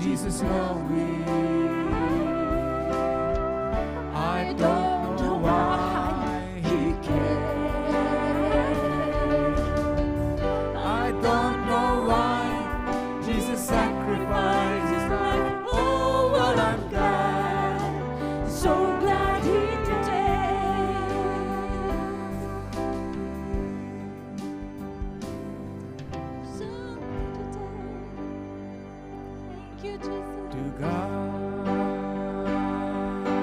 Jesus know me. I don't know why he cared. I don't know why Jesus sacrificed his life. Oh, well, I'm glad, so glad he did. Thank you, Jesus. To God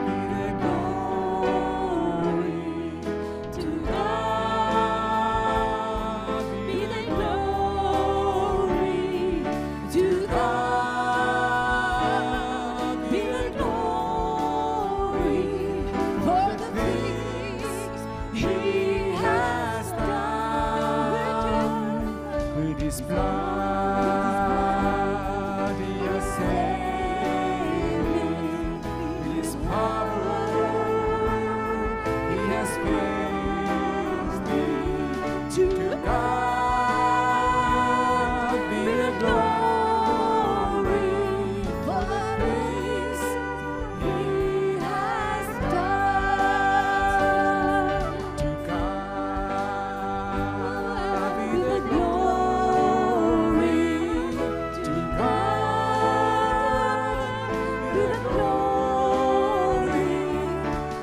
be the glory. To God be the glory. To God be the glory for the things He has done with His blood. He has saved me. With His power, He has raised me. To God be the glory for the things He has done. To God be the glory. To God be the glory.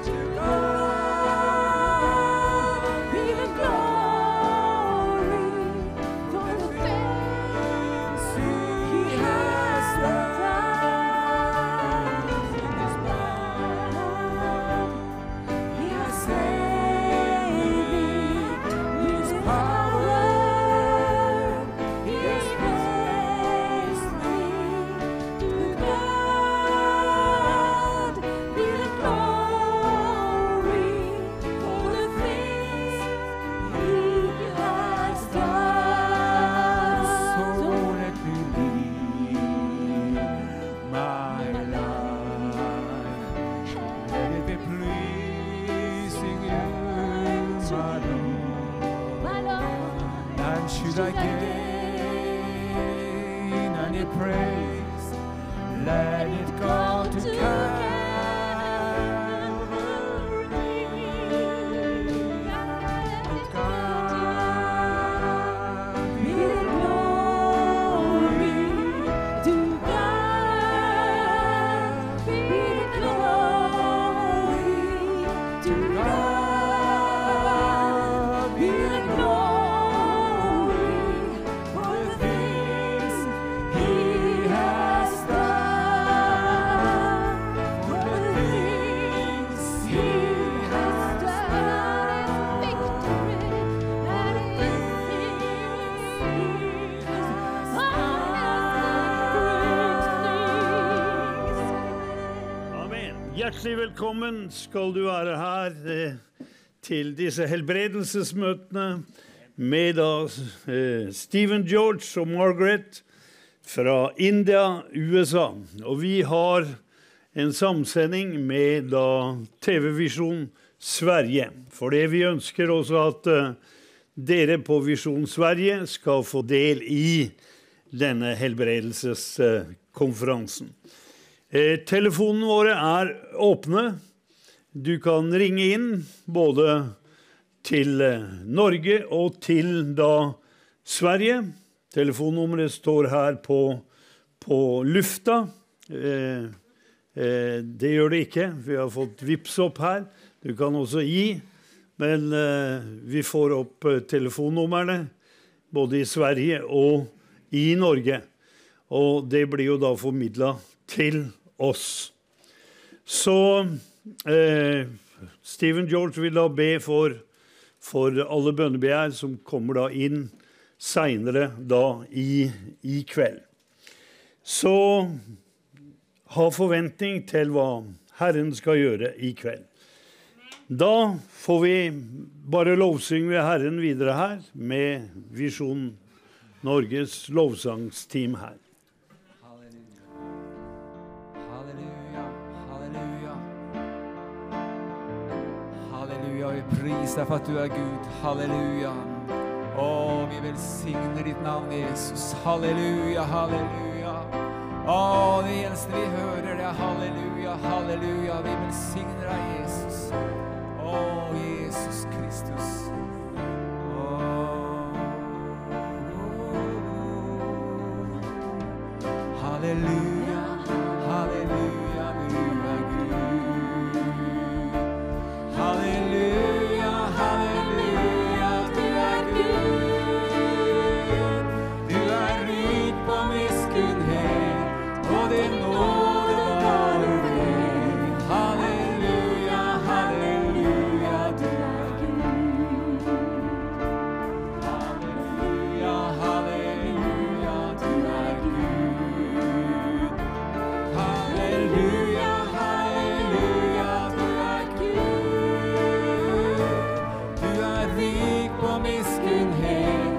To God be the glory for the things He has done in His blood. He has saved me. His power. He has raised me. To God be the glory for the things He has done. So let me live my life. Let it be pleasing you, my Lord. My Lord, And should I gain any praise, let it go to Calvary. To God be the glory. To God be the glory. To God be the glory for the things He has done. For the things He has done. Amen. Hjertelig velkommen skal du være her eh, til disse helbredelsesmøtene med da eh, Stephen George og Margaret fra India, USA. Og vi har en samsending med da TV-Visjon Sverige. For det vi ønsker også at eh, dere på Visjon Sverige skal få del i denne helbredelseskonferansen. Eh, telefonene våre er åpne. Du kan ringe inn både til eh, Norge og til da Sverige. Telefonnummeret står her på, på lufta. Eh, eh, det gjør det ikke. Vi har fått VIPS opp her. Du kan også gi. Men eh, vi får opp eh, telefonnumrene både i Sverige og i Norge. Og det blir jo da formidla til oss. Så eh, Stephen George vil da be for, for alle bønnebegjær som kommer da inn seinere da i, i kveld. Så ha forventning til hva Herren skal gjøre i kveld. Da får vi bare lovsynge Herren videre her med Visjon Norges lovsangsteam her. Halleluja. Halleluja, halleluja. Halleluja, vi priser deg for at du er Gud. Halleluja. Å, vi velsigner ditt navn, Jesus. Halleluja, halleluja. Å, det eneste vi hører, det er halleluja, halleluja. Vi velsigner deg, Jesus. Å, Oh, Jesus Oh, Kristus. Å. Halleluja, halleluja, du er Gud. Halleluja, halleluja, du er Gud. Du er rik på miskunnhet, og din nåde varer ved. Halleluja, halleluja, du er Gud. Halleluja, halleluja, du er Gud. Halleluja, halleluja, du er Gud. Du er rik på miskunnhet,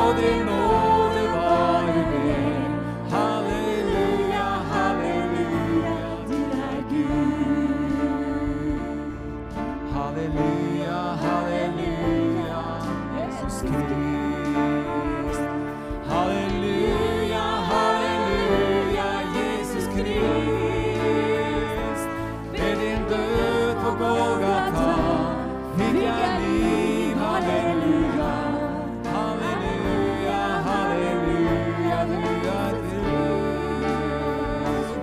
og din nåde varer ved. Halleluja, halleluja, du er Gud. Halleluja, halleluja, Jesus Krist. Halleluja, halleluja, Jesus Krist. Ved din død på Golgata fikk jeg liv, halleluja. Halleluja, halleluja, du er trist.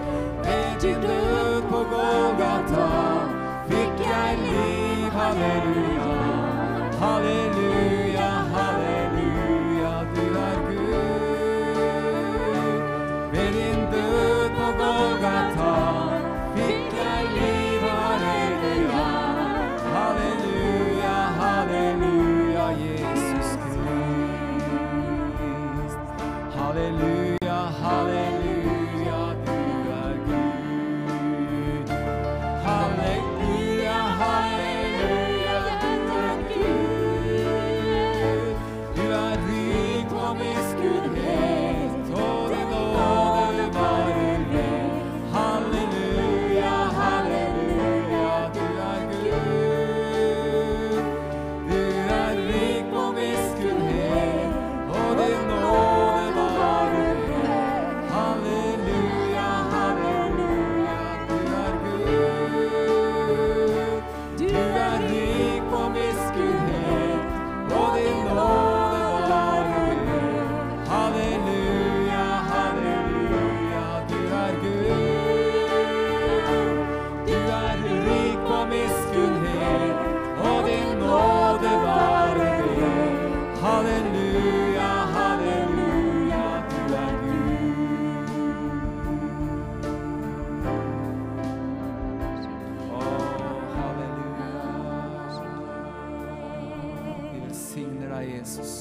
Ved din død på Golgata fikk jeg liv, halleluja. Halleluja, halleluja, du er Gud. Ved din død på Golgata fikk jeg liv, halleluja. Halleluja, halleluja, Jesus Krist. Halleluja, halleluja, du er Gud. Halleluja, halleluja, du er Gud. Du er rik på miskunnhet, og din nåde varer ved. Halleluja, halleluja, du er Gud. Du er rik på miskunnhet, og din nåde varer ved. Halleluja, halleluja, du er Gud. Du er rik på miskunnhet, og din nåde varer ved. Halleluja, halleluja, du er Gud. Du er rik på miskunnhet, og din nåde varer ved. Halleluja, halleluja, du er Gud. Å, halleluja. Vi velsigner deg, Jesus.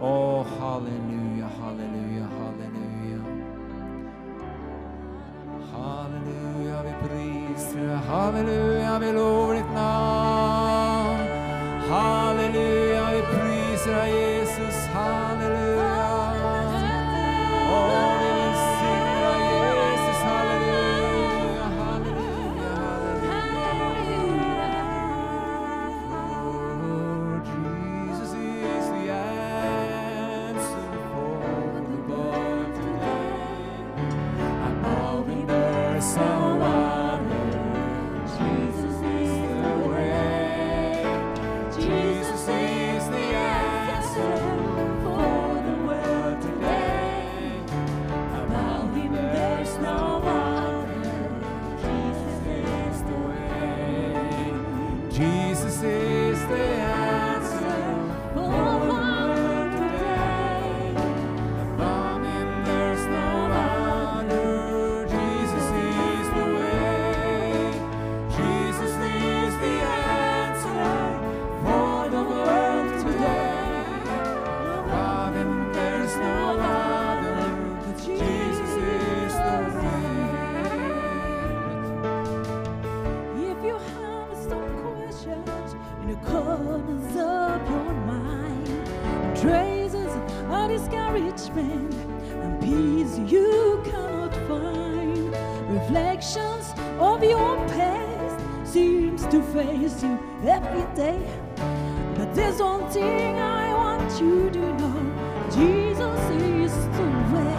Å, halleluja, halleluja, halleluja. Halleluja, vi priser deg. Halleluja, vi lover ditt navn. Halleluja, vi priser deg, Jesus. Halleluja. Å, vi velsigner deg, Jesus. Halleluja, halleluja, halleluja. Jesus is the answer for the world today. I'm hoping there's someone Jesus is the way. Jesus is the answer for the world today. I'm hoping there's no one. Jesus is the way. Jesus is the answer for the world today. Above him there's no other. Jesus is the way. Jesus is the answer for the world today. Above him there's no other. Jesus is the way. If you have some questions in the corners of your mind, traces of discouragement and peace you cannot find, reflections of your past seems to face you every day. But there's one thing I want you to know: Jesus is the way.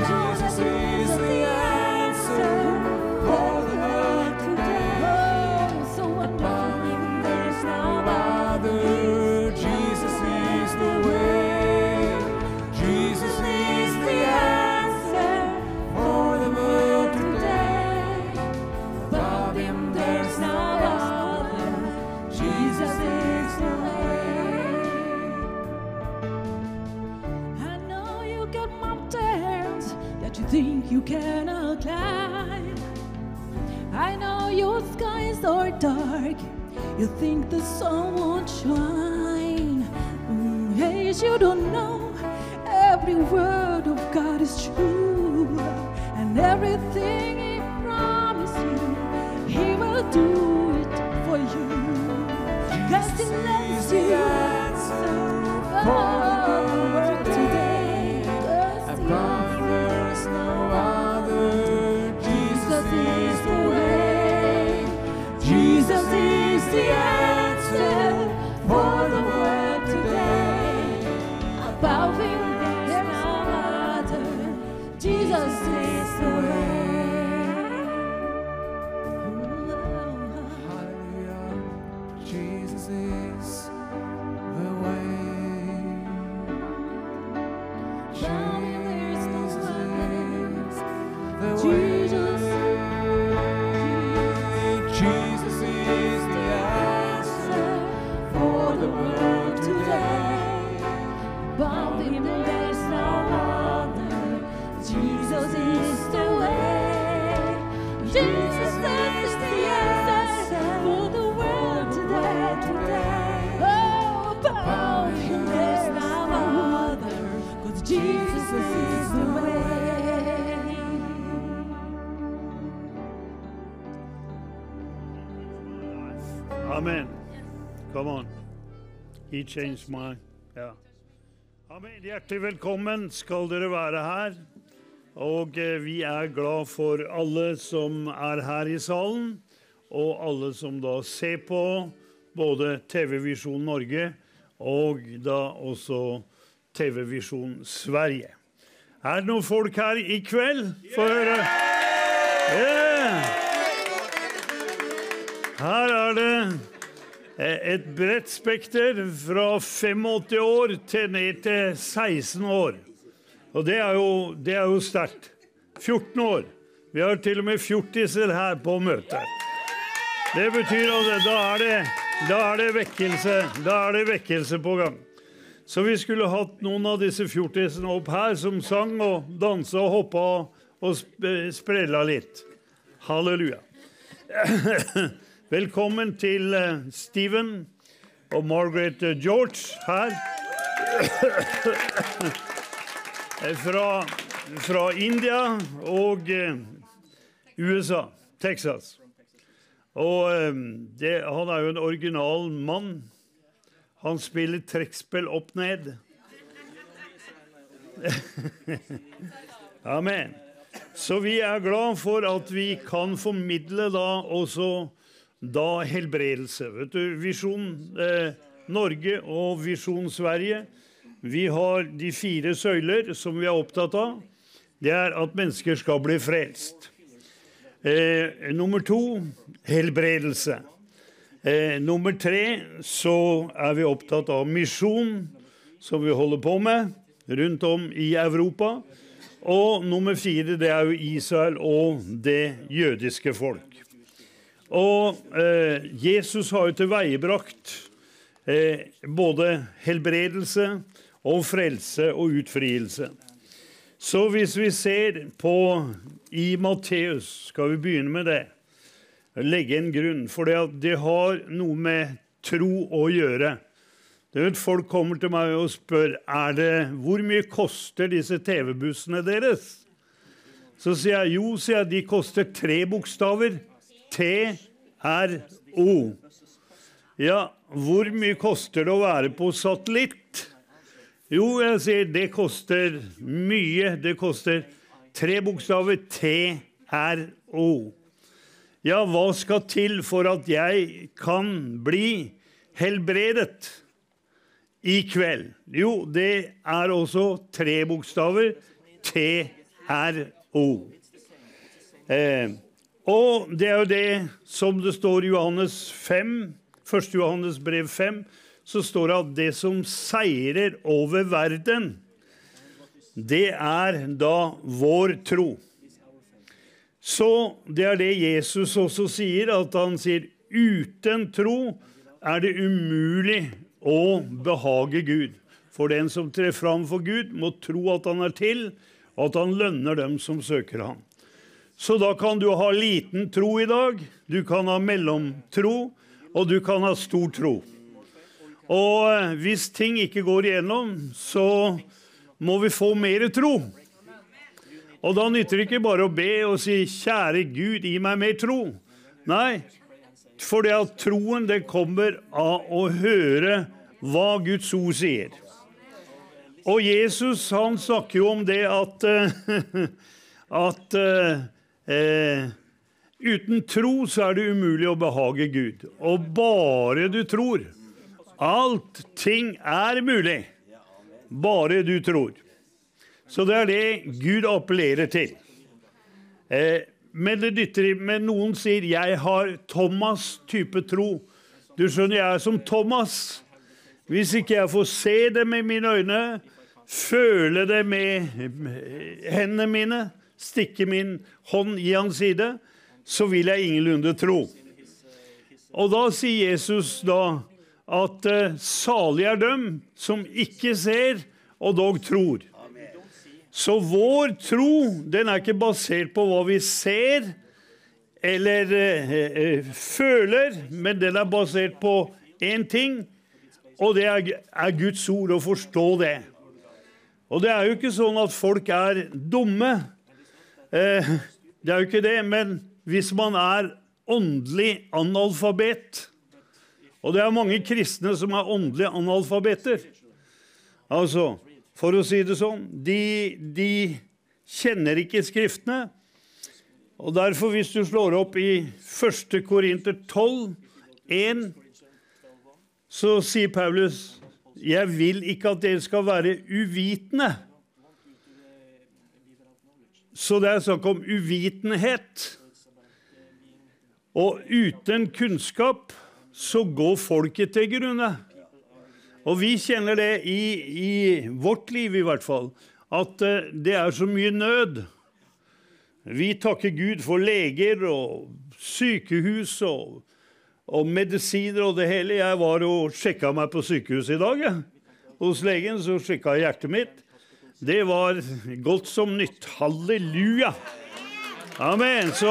Jesus Oh, think you cannot climb. I know your skies are dark. You think the sun won't shine. Mm, yes, you don't know every word of God is true, and everything He promised you, He will do it for you. Cause He loves you so far today. 'Cause Oh, He loves you. There's no other. Jesus Jesus is is the the way. Jesus is the answer for the world today. Above him there's no other. Jesus is the way. ah, Hallelujah. Jesus is the way. Above him there's no other. The way. Jesus. Jesus is the answer for the world today. Above him there's no other. Jesus is the way. Jesus is the answer for the world today. today. Oh, above him there's no other. 'Cause Jesus is the way. Amen. Come on. He changed my Ja. Amen. Hjertelig velkommen skal dere være her. Og eh, vi er glad for alle som er her i salen, og alle som da ser på både TV Visjon Norge og da også TV Visjon Sverige. Er det noen folk her i kveld? Få høre. Yeah! Her er det eh, et bredt spekter fra 85 år til ned til 16 år. Og det er jo, det er jo sterkt. 14 år. Vi har til og med fjortiser her på møtet. Det betyr at da er det, da er det, vekkelse, da er det vekkelse på gang. Så vi skulle hatt noen av disse fjortisene opp her som sang og dansa og hoppa og sp sprella litt. Halleluja. Velkommen til eh, Steven og Margaret eh, George her. Eh, fra, fra India og eh, USA. Texas. Og eh, det, han er jo en original mann. Han spiller trekkspill opp ned. Amen. Så vi er glad for at vi kan formidle da også da helbredelse. Vet du, Visjon eh, Norge og Visjon Sverige, vi har de fire søyler som vi er opptatt av. Det er at mennesker skal bli frelst. Eh, nummer to helbredelse. Eh, nummer tre så er vi opptatt av misjon, som vi holder på med rundt om i Europa. Og nummer fire, det er jo Israel og det jødiske folk. Og eh, Jesus har jo tilveiebrakt eh, både helbredelse og frelse og utfrielse. Så hvis vi ser på i Matteus, skal vi begynne med det legge en grunn, for det, at det har noe med tro å gjøre. Du vet, Folk kommer til meg og spør er det, hvor mye koster disse TV-bussene deres. Så sier jeg jo, sier jeg, de koster tre bokstaver. T-R-O. Ja, hvor mye koster det å være på satellitt? Jo, jeg sier det koster mye. Det koster tre bokstaver. T-R-O. Ja, hva skal til for at jeg kan bli helbredet i kveld? Jo, det er også tre bokstaver. TRO. Eh, og det er jo det som det står i Johannes 5, 1. Johannes brev 5, så står det at det som seirer over verden, det er da vår tro. Så det er det Jesus også sier, at han sier uten tro er det umulig å behage Gud. For den som trer fram for Gud, må tro at han er til, og at han lønner dem som søker ham. Så da kan du ha liten tro i dag, du kan ha mellomtro, og du kan ha stor tro. Og eh, hvis ting ikke går igjennom, så må vi få mer tro. Og da nytter det ikke bare å be og si 'Kjære Gud, gi meg mer tro'. Nei, for det at troen den kommer av å høre hva Guds ord sier. Og Jesus han snakker jo om det at, eh, at eh, eh, uten tro så er det umulig å behage Gud. Og bare du tror. Alt ting er mulig. Bare du tror. Så det er det Gud appellerer til. Eh, men det dytter i Men noen sier 'jeg har Thomas' type tro'. Du skjønner, jeg er som Thomas. Hvis ikke jeg får se det med mine øyne, føle det med eh, hendene mine, stikke min hånd i hans side, så vil jeg ingenlunde tro. Og da sier Jesus da at eh, salig er dem som ikke ser og dog tror. Så vår tro den er ikke basert på hva vi ser eller eh, eh, føler, men den er basert på én ting, og det er, er Guds ord. Å forstå det. Og det er jo ikke sånn at folk er dumme. Eh, det er jo ikke det, men hvis man er åndelig analfabet Og det er mange kristne som er åndelige analfabeter. Altså, for å si det sånn, de, de kjenner ikke Skriftene. Og derfor, hvis du slår opp i 1. Korinter 12, 1, så sier Paulus, jeg vil ikke at dere skal være uvitende. Så det er snakk om uvitenhet. Og uten kunnskap så går folket til grunne. Og vi kjenner det i, i vårt liv i hvert fall, at eh, det er så mye nød. Vi takker Gud for leger og sykehus og, og medisiner og det hele. Jeg var og sjekka meg på sykehuset i dag. jeg. Hos legen så sjekka jeg hjertet mitt. Det var godt som nytt. Halleluja! Amen. Så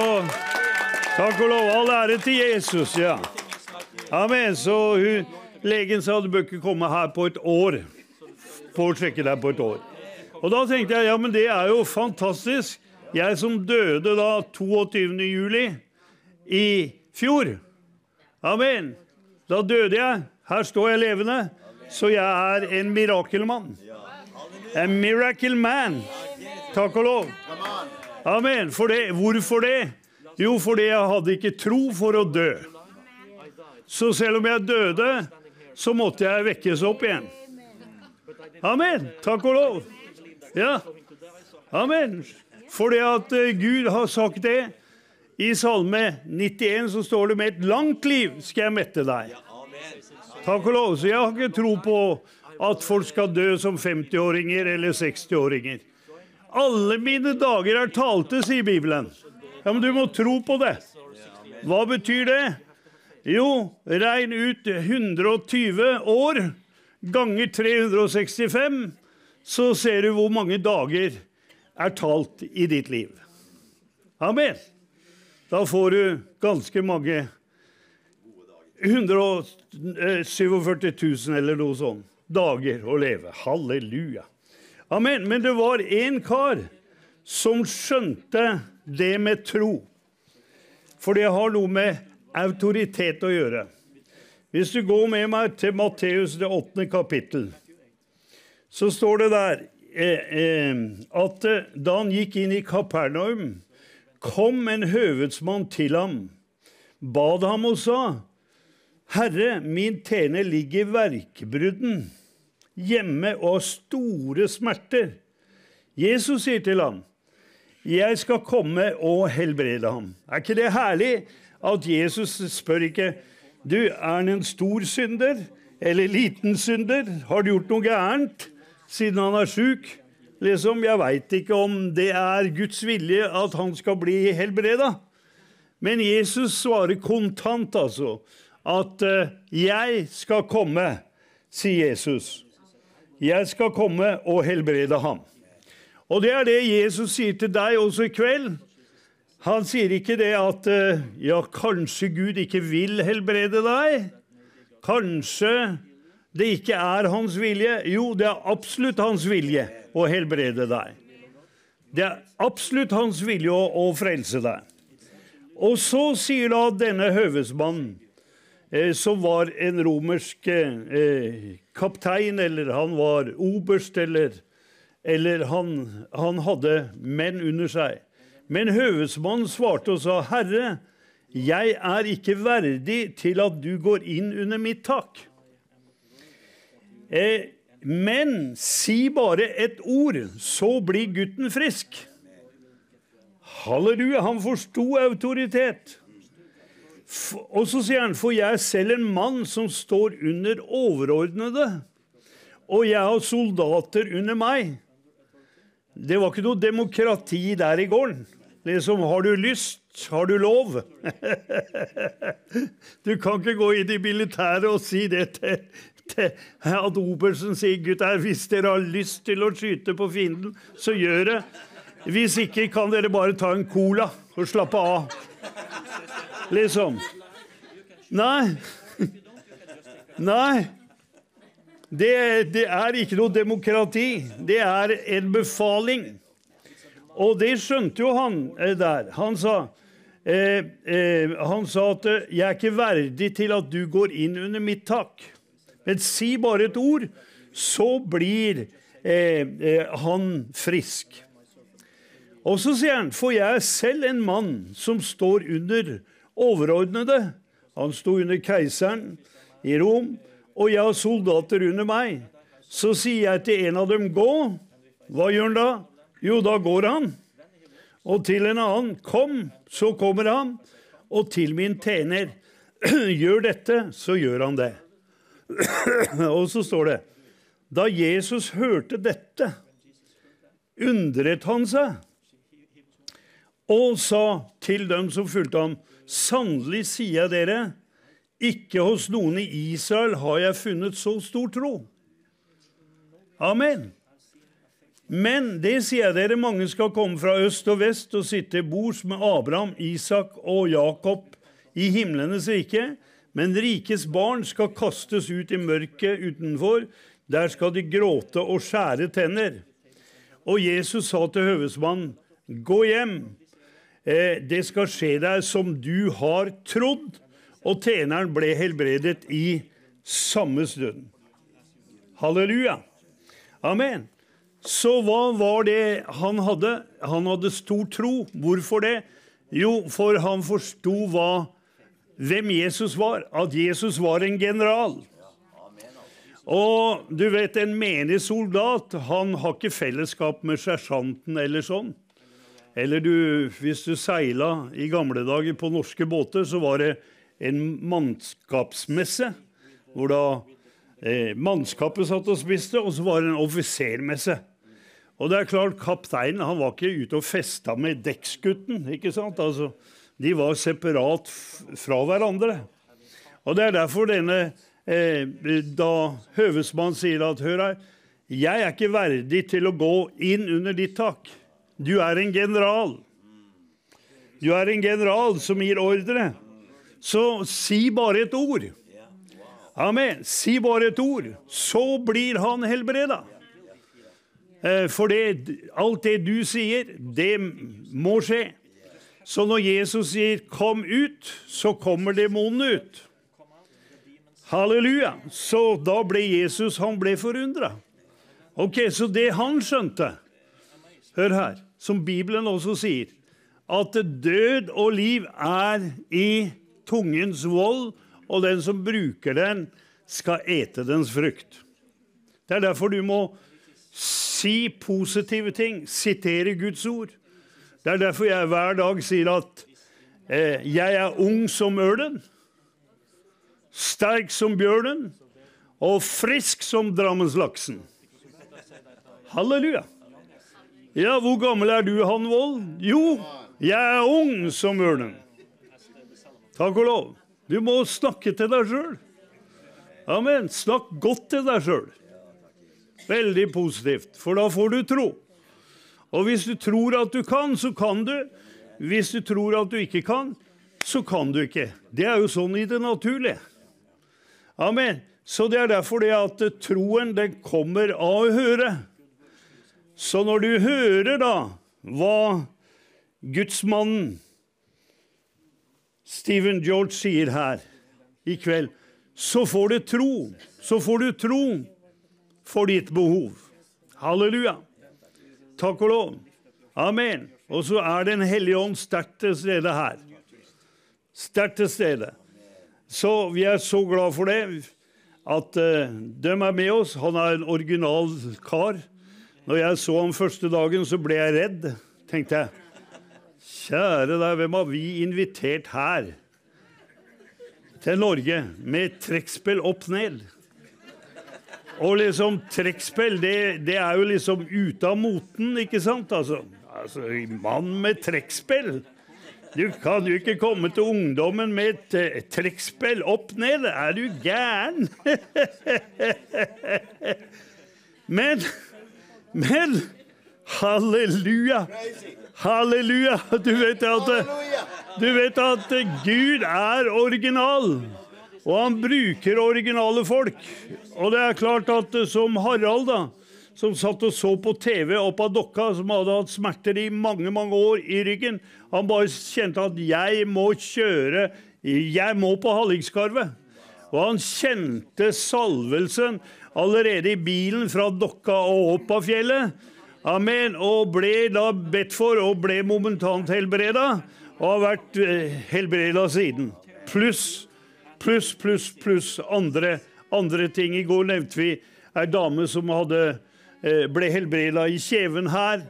takk og lov. All ære til Jesus, ja. Amen. Så hun, legen sa du bør ikke komme her på et år. På å sjekke deg på et år. Og da tenkte jeg ja, men det er jo fantastisk. Jeg som døde da 22. juli i fjor. Amen. Da døde jeg. Her står jeg levende. Så jeg er en mirakelmann. En miracle man. Takk og lov. Amen. For det, hvorfor det? Jo, fordi jeg hadde ikke tro for å dø. Så selv om jeg døde, så måtte jeg vekkes opp igjen. Amen. Takk og lov. Ja. Amen. Fordi at eh, Gud har sagt det. I Salme 91 så står det med et langt liv skal jeg mette deg. Takk og lov. Så jeg har ikke tro på at folk skal dø som 50-åringer eller 60-åringer. Alle mine dager er talte, sier Bibelen. Ja, Men du må tro på det. Hva betyr det? Jo, regn ut 120 år ganger 365, så ser du hvor mange dager er talt i ditt liv. Amen. Da får du ganske mange 147 000 eller noe sånt dager å leve. Halleluja. Amen. Men det var én kar som skjønte det med tro. For det har noe med autoritet å gjøre. Hvis du går med meg til Matteus det åttende kapittel, så står det der eh, eh, at eh, da han gikk inn i Kapernaum, kom en høvedsmann til ham, bad ham og sa, Herre, min tjener ligger i verkbrudden, hjemme og har store smerter. Jesus sier til ham, jeg skal komme og helbrede ham. Er ikke det herlig at Jesus spør ikke du, er han en stor synder eller liten synder? Har du gjort noe gærent siden han er sjuk? Liksom, jeg veit ikke om det er Guds vilje at han skal bli helbreda. Men Jesus svarer kontant, altså, at eh, 'jeg skal komme', sier Jesus. 'Jeg skal komme og helbrede ham'. Og det er det Jesus sier til deg også i kveld. Han sier ikke det at eh, ja, kanskje Gud ikke vil helbrede deg. Kanskje det ikke er hans vilje. Jo, det er absolutt hans vilje å helbrede deg. Det er absolutt hans vilje å, å frelse deg. Og så sier da denne høvesmannen, eh, som var en romersk eh, kaptein, eller han var oberst, eller, eller han, han hadde menn under seg. Men høvesmannen svarte og sa, Herre, jeg er ikke verdig til at du går inn under mitt tak. Eh, men si bare et ord, så blir gutten frisk. Halleluja, han forsto autoritet. F- Og så sier han, for jeg er selv en mann som står under overordnede, og jeg har soldater under meg. Det var ikke noe demokrati der i gården. Liksom, har du lyst, har du lov. Du kan ikke gå inn i militæret og si det til, til at obersten sier gutter, hvis dere har lyst til å skyte på fienden, så gjør det. Hvis ikke kan dere bare ta en cola og slappe av. Liksom. Nei. Nei. Det, det er ikke noe demokrati. Det er en befaling. Og det skjønte jo han eh, der. Han sa, eh, eh, han sa at eh, 'jeg er ikke verdig til at du går inn under mitt tak'. Men si bare et ord, så blir eh, eh, han frisk. Og så sier han, for jeg er selv en mann som står under overordnede. Han sto under keiseren i Rom, og jeg har soldater under meg. Så sier jeg til en av dem, gå. Hva gjør han da? Jo, da går han. Og til en annen, kom. Så kommer han. Og til min tjener, gjør dette, så gjør han det. og så står det, da Jesus hørte dette, undret han seg og sa til dem som fulgte ham, sannelig sier jeg dere, ikke hos noen i Israel har jeg funnet så stor tro. Amen. Men det sier jeg dere, mange skal komme fra øst og vest og sitte bords med Abraham, Isak og Jakob i himlenes rike. Men rikets barn skal kastes ut i mørket utenfor. Der skal de gråte og skjære tenner. Og Jesus sa til høvesmannen, gå hjem. Eh, det skal skje deg som du har trodd. Og tjeneren ble helbredet i samme stund. Halleluja. Amen. Så hva var det han hadde? Han hadde stor tro. Hvorfor det? Jo, for han forsto hva, hvem Jesus var. At Jesus var en general. Og du vet, en menig soldat, han har ikke fellesskap med sersjanten eller sånn. Eller du, hvis du seila i gamle dager på norske båter, så var det en mannskapsmesse. Hvor da eh, mannskapet satt og spiste, og så var det en offisermesse. Og det er klart, kapteinen han var ikke ute og festa med dekksgutten. ikke sant? Altså, de var separat f fra hverandre. Og det er derfor denne eh, Da høvesmannen sier at Hør her, jeg er ikke verdig til å gå inn under ditt tak. Du er en general. Du er en general som gir ordre. Så si bare et ord. Amen. Si bare et ord, så blir han helbreda. Eh, For det, alt det du sier, det må skje. Så når Jesus sier 'kom ut', så kommer demonene ut. Halleluja. Så da ble Jesus han ble forundra. Ok, så det han skjønte Hør her, som Bibelen også sier, at død og liv er i tungens vold, og den som bruker den, skal ete dens frukt. Det er derfor du må si positive ting, sitere Guds ord. Det er derfor jeg hver dag sier at eh, jeg er ung som ørnen, sterk som bjørnen og frisk som Drammenslaksen. Halleluja. Ja, hvor gammel er du, Hanvold? Jo, jeg er ung som ørnen. Takk og lov. Du må snakke til deg sjøl. Amen. Snakk godt til deg sjøl. Veldig positivt, for da får du tro. Og hvis du tror at du kan, så kan du. Hvis du tror at du ikke kan, så kan du ikke. Det er jo sånn i det naturlige. Amen. Så det er derfor det at troen, den kommer av å høre. Så når du hører da hva gudsmannen Stephen George sier her i kveld, så får du tro. Så får du tro for ditt behov. Halleluja. Takk og lov. Amen. Og så er Den hellige ånd sterkt til stede her. Sterkt til stede. Så vi er så glad for det, at eh, de er med oss. Han er en original kar. Når jeg så ham første dagen, så ble jeg redd, tenkte jeg. Kjære deg, hvem har vi invitert her? Til Norge med trekkspill opp ned. Og liksom trekkspill, det, det er jo liksom ute av moten, ikke sant? Altså, altså mann med trekkspill. Du kan jo ikke komme til ungdommen med et eh, trekkspill opp ned. Er du gæren? men Men halleluja! Halleluja! Du vet at, du vet at Gud er original. Og han bruker originale folk. Og det er klart at eh, som Harald, da, som satt og så på TV opp av dokka, som hadde hatt smerter i mange, mange år i ryggen, han bare kjente at 'jeg må kjøre, jeg må på Hallingskarvet'. Og han kjente salvelsen allerede i bilen fra dokka og opp av fjellet. Amen. Og ble da bedt for og ble momentant helbreda. Og har vært eh, helbreda siden. Pluss, pluss, pluss, pluss andre, andre ting. I går nevnte vi ei dame som hadde, eh, ble helbreda i kjeven her.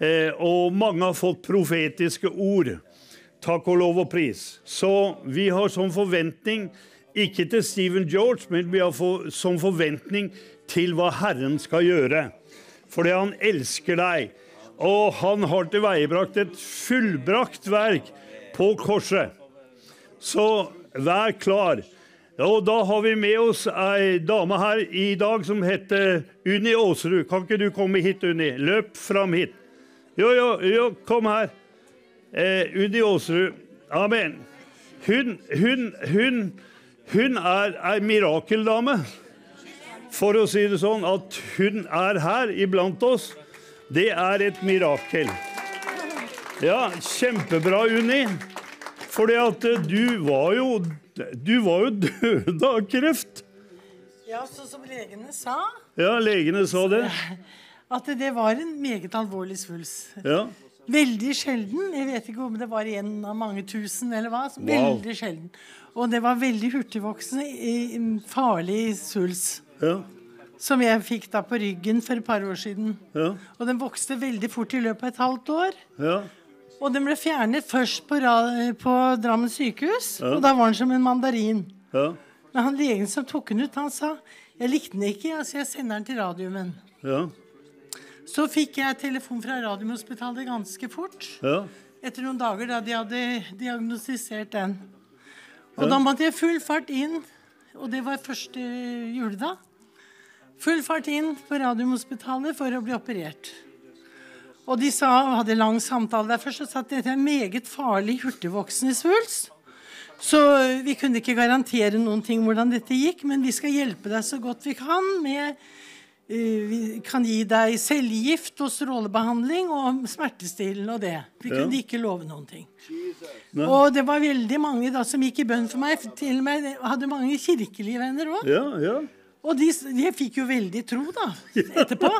eh, Og mange har fått profetiske ord. Takk og lov og pris. Så vi har som forventning, ikke til Stephen George, men vi har for, som forventning til hva Herren skal gjøre. Fordi han elsker deg. Og han har tilveiebrakt et fullbrakt verk på korset. Så vær klar. Og da har vi med oss ei dame her i dag som heter Unni Aasrud. Kan ikke du komme hit, Unni? Løp fram hit. Jo, jo, jo, kom her. Eh, Unni Aasrud. Amen. Hun, hun, hun, hun er ei mirakeldame, for å si det sånn. At hun er her iblant oss, det er et mirakel. Ja, kjempebra, Unni. Fordi at eh, du var jo Du var jo død av kreft. Ja, så som legene sa, Ja, legene sa det. at det var en meget alvorlig svulst. Ja. Veldig sjelden. Jeg vet ikke om det var en av mange tusen eller hva. så Wow. Veldig sjelden. Og det var veldig hurtigvoksende, i- en farlig svulst. Ja. Som jeg fikk da på ryggen for et par år siden. Ja. Og den vokste veldig fort i løpet av et halvt år. Ja. Og den ble fjernet først på, ra- på Drammen sykehus. Og da var den som en mandarin. Ja. Men han legen som tok den ut, han sa jeg likte den ikke, altså jeg sender den til radiumen. Ja. Så fikk jeg telefon fra Radiumhospitalet ganske fort. Ja. Etter noen dager da de hadde diagnostisert den. Og da måtte jeg full fart inn, og det var første juledag. Full fart inn på Radiumhospitalet for å bli operert. Og de sa, og hadde lang samtale der først, og sa at dette er en meget farlig hurtigvoksende svulst. Så vi kunne ikke garantere noen ting hvordan dette gikk, men vi skal hjelpe deg så godt vi kan med eh, Vi kan gi deg cellegift og strålebehandling og smertestillende og det. Vi Ja. kunne ikke love noen ting. Og det var veldig mange da som gikk i bønn for meg. Til og med hadde mange kirkelige venner òg. Ja. Ja. Og de, de fikk jo veldig tro, da, etterpå.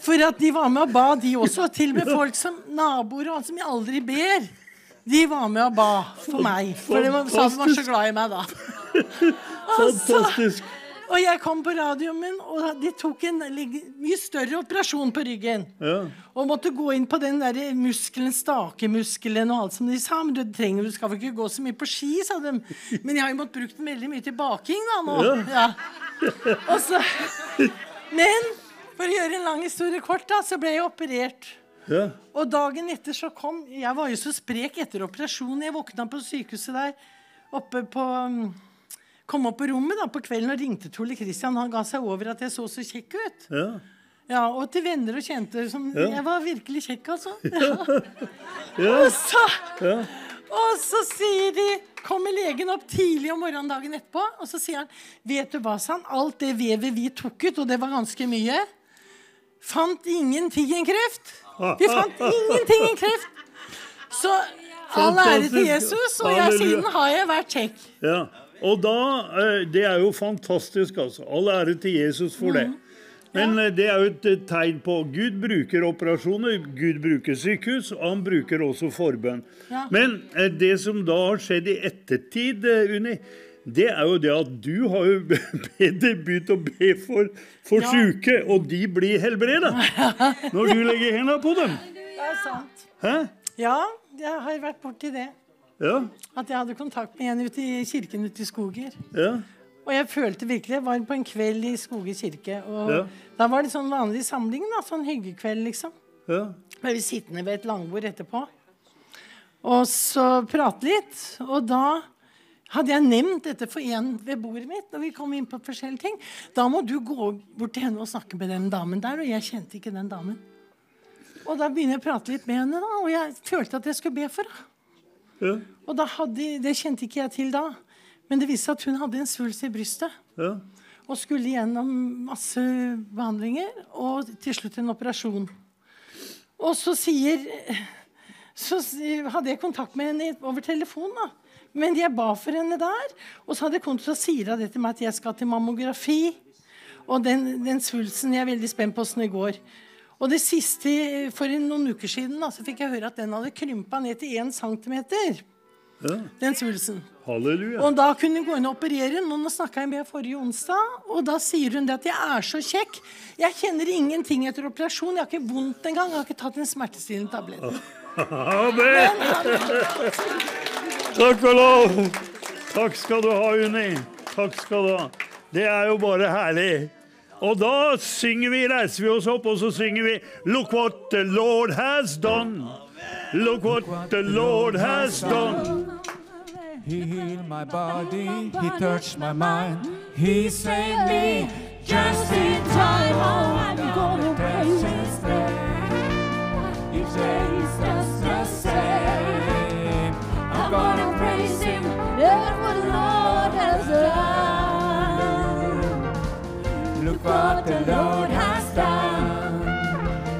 For at de var med og ba, de også. Til og med folk som naboer og som aldri ber. De var med og ba for meg. For de var, sa de var så glad i meg da. Fantastisk. Og jeg kom på radioen min, og de tok en lig- mye større operasjon på ryggen. Ja. Og måtte gå inn på den der muskelen, stakemuskelen og alt som de sa. Men du trenger du skal vel ikke gå så mye på ski, sa de. Men jeg har jo måttet bruke den veldig mye til baking, da, nå. Ja. Og så, men for å gjøre en lang historie kort, da, så ble jeg operert. Ja. Og dagen etter så kom Jeg var jo så sprek etter operasjonen. Jeg våkna på sykehuset der oppe på mm, Kom opp på rommet da på kvelden og ringte Tole Christian. Han ga seg over at jeg så så kjekk ut. Ja. Ja, og til venner og kjente. Som, Jeg var virkelig kjekk, altså. Ja. Og så, og så sier de Kommer legen opp tidlig om morgenen dagen etterpå, og så sier han Vet du hva, sa han? Alt det vevet vi tok ut, og det var ganske mye, fant ingen figenkreft. Vi fant ingenting i kreft. Så all ære til Fantastisk. Jesus, og jeg, Halleluja. siden har jeg vært kjekk. Ja. Og da eh, Det er jo fantastisk, altså. All ære til Jesus for det. Men eh, det er jo et eh, tegn på Gud bruker operasjoner, Gud bruker sykehus, og han bruker også forbønn. Ja. Men eh, det som da har skjedd i ettertid, eh, Unni, det er jo det at du har jo bedt begynt å be for, for Ja. syke, og de blir helbreda når du legger hendene på dem. Det er sant. Hæ? Ja, jeg har vært borti det. Ja, At jeg hadde kontakt med en ute i kirken ute i Skoger. ja, Og jeg følte virkelig Jeg var på en kveld i Skoger kirke. Og Ja. da var det sånn vanlig samling, da. Sånn hyggekveld, liksom. ja. Ble vi sittende ved et langbord etterpå. Og så prate litt. Og da hadde jeg nevnt dette for en ved bordet mitt. når vi kom inn på forskjellige ting. Da må du gå bort til henne og snakke med den damen der. Og jeg kjente ikke den damen. Og da begynner jeg å prate litt med henne, da, og jeg følte at jeg skulle be for henne. ja, Og da hadde, det kjente ikke jeg til da. Men det viste seg at hun hadde en svulst i brystet. ja. Og skulle gjennom masse behandlinger og til slutt en operasjon. Og så sier Så s- hadde jeg kontakt med henne over telefon, da. Men jeg ba for henne der. Og så hadde jeg kontakt, så sier hun det til meg at jeg skal til mammografi. Og den, den svulsten Jeg er veldig spent på åssen det går. Og det siste, for noen uker siden, da, så fikk jeg høre at den hadde krympa ned til 1 centimeter. Den svulsten. Halleluja. Og da kunne hun gå inn og operere. Noen snakka med forrige onsdag, og da sier hun det at 'jeg er så kjekk'. 'Jeg kjenner ingenting etter operasjon. Jeg har ikke vondt engang.' 'Jeg har ikke tatt en smertestillende tablett'. Amen! Takk og lov! Takk skal du ha, Unni. Takk skal du ha. Det er jo bare herlig. Og da synger vi, reiser vi oss opp, og så synger vi Look what the Lord has done. Look what the Lord has done. He healed my body, he touched my mind, he saved me just in time. Oh, I'm gonna praise his name. Each day is just the same. I'm gonna praise him. Yeah, what the Lord has done. Look what the Lord has done.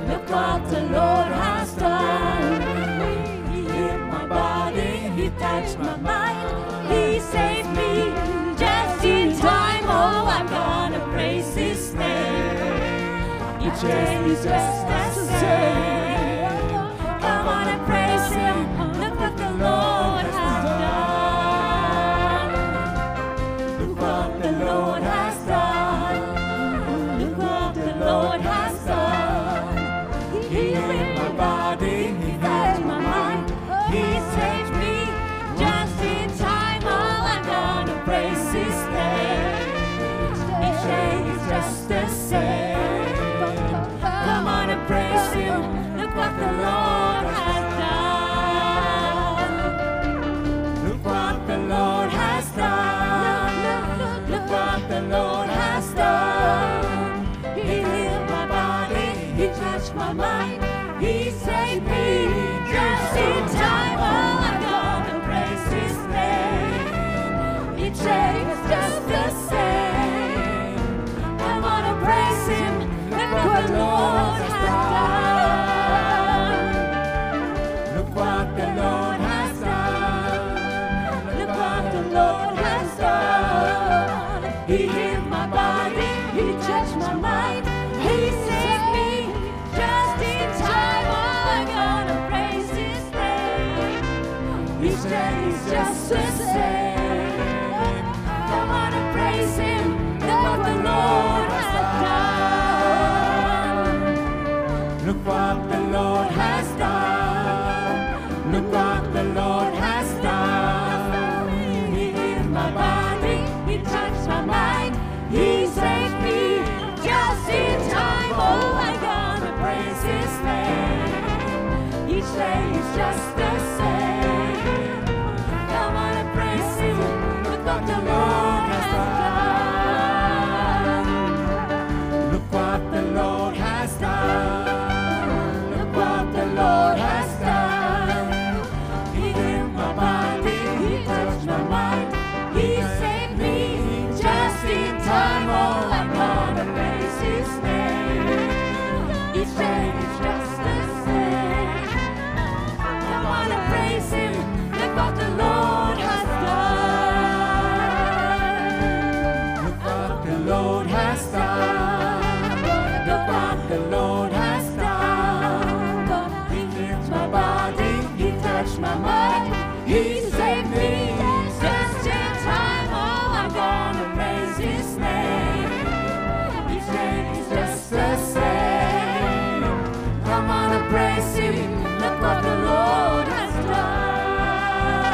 Look what the Lord has done. He healed my body, He touched my mind, He saved me just in time. Oh, I'm gonna praise His name. Each day is just the same. I wanna praise Him. Look what the Lord has done. Look what the Lord has done. Look what the Lord has done. He healed my body, He touched my mind, He saved me just in time. All I'm gonna praise His name. Each day is just the same. Come on and praise Him. Look what the Lord has done. Look what the Lord has done. Look what the Lord has done. He healed my body. He touched my mind. He saved me just in time. Oh, I'm gonna praise His name. Each day is just the same. I wanna praise Him. Look what the Lord has done. Look what the Lord has done. Look what the Lord has done. He healed my body. He touched my mind. He saved me just in time. Oh, I'm gonna praise His name. Each day is just the same. Come on and praise Him. Look what the Lord has done. Look what the Lord has done. Look what the Lord has done. He healed my body. He touched my mind. He saved me just in time. Oh, I gotta praise His name. Each day is just the same. Come on and praise Him. Look what the Lord has done. Look what the Lord has Oh, wanna praise Him. Look what the Lord has done.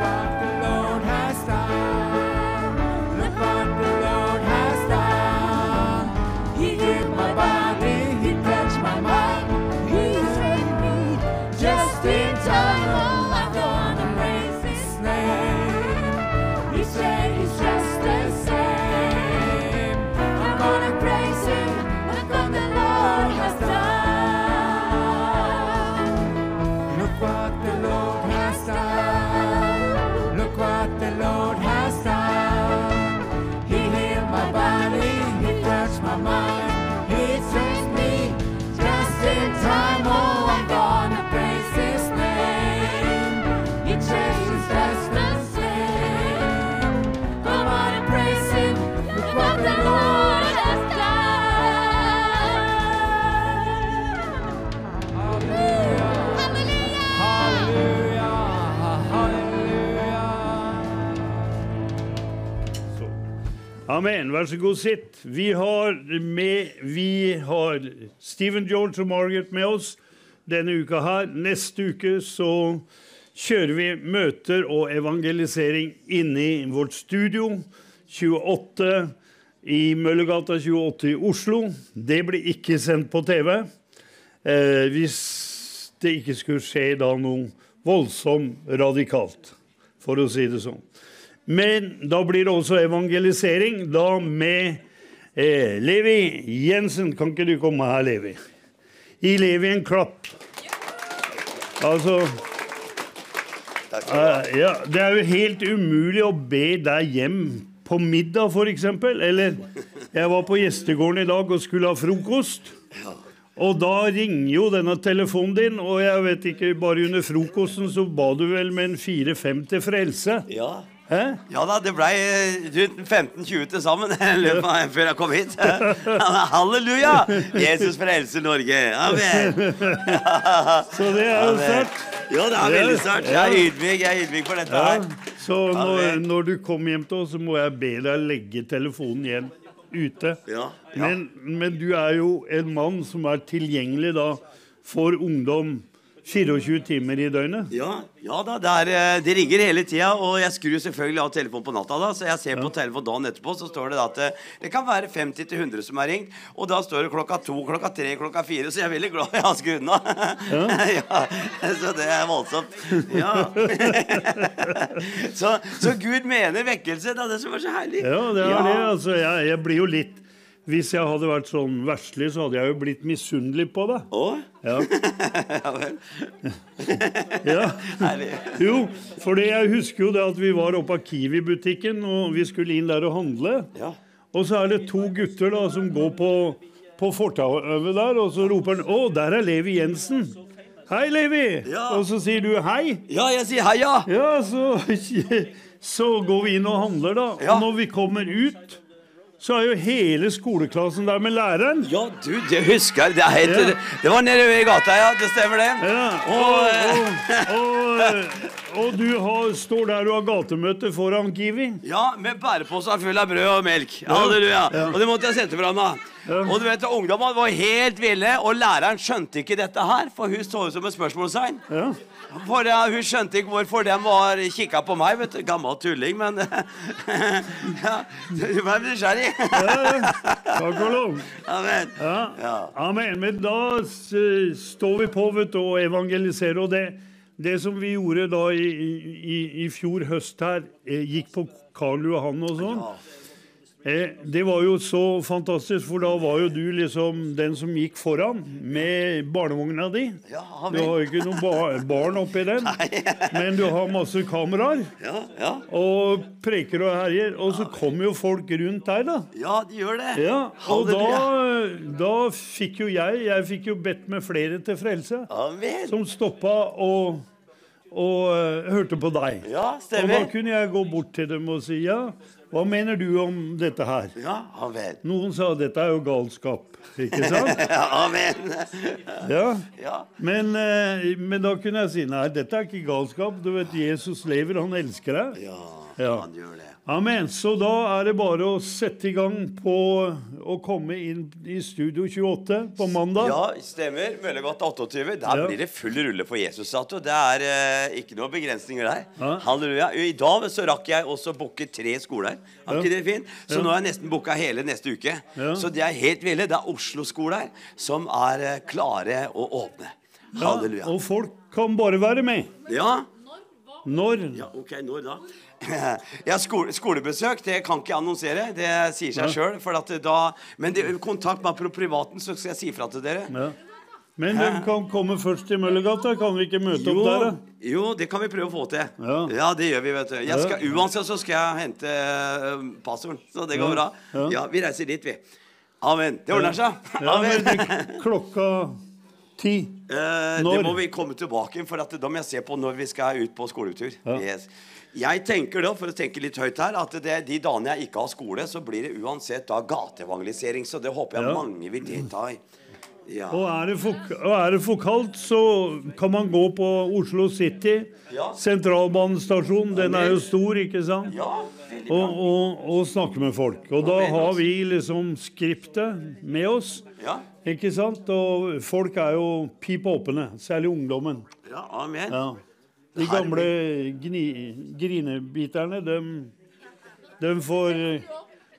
What the Lord has done. Look what the Lord has done. He healed my body. He touched my mind. He saved me just in time. Oh, I wanna praise His name. Each day is just the same. I'm gonna praise Him. Look what the Lord has done. Look what the Lord has done. Look what the Lord has done. He healed my body, He touched my mind, He changed me. Just in time, oh, I'm gonna praise His name. He changes just the same. I'm gonna praise Him. Look what the Lord has done. Hallelujah. Så. Amen. Vær så god, sitt. Vi har, med, vi har Stephen George og Margaret med oss denne uka her. Neste uke så kjører vi møter og evangelisering inne i vårt studio 28 i Møllergata 28 i Oslo. Det blir ikke sendt på TV. Eh, hvis det ikke skulle skje da noe voldsomt radikalt, for å si det sånn. Men da blir det også evangelisering, da med eh, Levi Jensen. Kan ikke du komme her, Levi? Gi Levi en klapp. Altså Takk skal du ha. eh, ja, Det er jo helt umulig å be deg hjem på middag, f.eks. Eller jeg var på gjestegården i dag og skulle ha frokost. Og da ringer jo denne telefonen din, og jeg vet ikke, bare under frokosten så ba du vel med en fire-fem til frelse? Ja. Hæ? ja da, det eh, blei rundt 15-20 til sammen i løpet av- før jeg kom hit. Halleluja! Jesus frelser Norge. Amen. Så det er jo Amen. sterkt. Jo, det er veldig sterkt. Jeg er ydmyk jeg er ydmyk for dette Ja, her. så når, når du kommer hjem til oss, så må jeg be deg legge telefonen igjen ute. Ja, ja. Men, men du er jo en mann som er tilgjengelig da for ungdom 24 timer i døgnet. Ja, ja da, det, er, eh, det ringer hele tida, og jeg skrur selvfølgelig av telefonen på natta. da, Så jeg ser på telefonen dagen etterpå, så står det da at eh, det kan være 50-100 som har ringt. Og da står det klokka to, klokka tre, klokka fire, så jeg er veldig glad jeg har skrudd den av. Ja. så det er voldsomt. Ja. så, så Gud mener vekkelse. Det er det som er så herlig. Ja, det er det. Altså, jeg, jeg blir jo litt Hvis jeg hadde vært sånn verslig, så hadde jeg jo blitt misunnelig på deg. Å? Ja. ja vel. ja. Herlig. Jo, for det jeg husker jo det at vi var oppe av Kiwi-butikken, og vi skulle inn der og handle. Ja. Og så er det to gutter da som går på, på fortauet der, og så roper han 'Å, der er Levi Jensen'. Hei, Levi! Ja. Og så sier du hei. Ja, jeg sier heia! Ja, så, så går vi inn og handler, da. Ja. Og når vi kommer ut, så er jo hele skoleklassen der med læreren. Ja, du, det husker jeg. Det, er helt, Ja. det, var nede i gata, ja. Det stemmer, det. Ja, Og, og, eh, og, og, og du har, står der og har gatemøte foran Kiwi. ja, med bæreposer full av brød og melk. Halleluja. Og det måtte jeg sette fra meg. Og du vet, ungdommene var helt ville, og læreren skjønte ikke dette her, for hun så ut som et spørsmålstegn. Ja. For eh, Hun skjønte ikke hvorfor de var kikka på meg. vet du, Gammel tulling, men ja, Du ble nysgjerrig. Takk og lov. Amen. Ja. Ja. Amen. Men da s- står vi på vet du, og evangeliserer. Og det, det som vi gjorde da i, i, i- i fjor høst her, eh, gikk på Karl Johan og sånn, eh, det var jo så fantastisk, for da var jo du liksom den som gikk foran med barnevogna di. Ja, Du amen. har jo ikke noen ba barn oppi den, men du har masse kameraer Ja, ja. og preker og herjer. Og så kommer jo folk rundt deg, da. ja, de gjør det. Ja, og da, Halleluja. da fikk jo jeg Jeg fikk jo bedt med flere til frelse, Amen. som stoppa og, og eh, hørte på deg. Ja, og da stemmer. kunne jeg gå bort til dem og si ja, hva mener du om dette her? Ja, amen. Noen sa dette er jo galskap, ikke sant? Ja, amen. Ja. Ja, Men, eh, men da kunne jeg si nei, dette er ikke galskap. Du vet, Jesus lever, han elsker deg. ja, Ja. han gjør det. Amen. Så da er det bare å sette i gang på å komme inn i Studio 28 på mandag. Ja, stemmer. Møllergata 28. Der Ja. blir det full rulle for Jesus, sa du. Det er eh, ikke noen begrensninger der. Ja. Halleluja. I dag så rakk jeg også å booke tre skoler. Er Ja. ikke det fint? Så Ja. nå har jeg nesten booka hele neste uke. Ja. Så det er helt ville. Det er Oslo-skoler som er eh, klare å åpne. Ja, Halleluja. og folk kan bare være med. Ja, Når? ja OK, når da? Ja, skole, skolebesøk det kan ikke jeg annonsere. Det sier seg sjøl. Men det, kontakt meg på privaten, så skal jeg si ifra til dere. Ja. Men de kan komme først til Møllergata. Kan vi ikke møte opp der, da? jo, det kan vi prøve å få til. Ja, Ja. det gjør vi, vet du. Ja. Jeg skal, uansett så skal jeg hente eh, passorden, så det går Ja. bra. Ja. Ja, vi reiser dit, vi. Amen. Det ordner seg. Ja, men Amen. det, klokka ti. Eh, det Når? må vi komme tilbake for at da må jeg se på når vi skal ut på skoletur. Ja. Yes. Jeg tenker da, for å tenke litt høyt her, at det, de dagene jeg ikke har skole, så blir det uansett da gateevangelisering. Så det håper jeg Ja. mange vil delta i. Ja. Og er det, for, og er det for kaldt, så kan man gå på Oslo City. Ja. Sentralbanestasjonen. Den er jo stor, ikke sant? ja, veldig bra. og, og, og snakke med folk. Og da Amen, har altså. vi liksom skriptet med oss. Ja. Ikke sant? Og folk er jo pip åpne, særlig ungdommen. ja, amen. Ja. De Herlig. gamle gni, grinebiterne, dem, dem får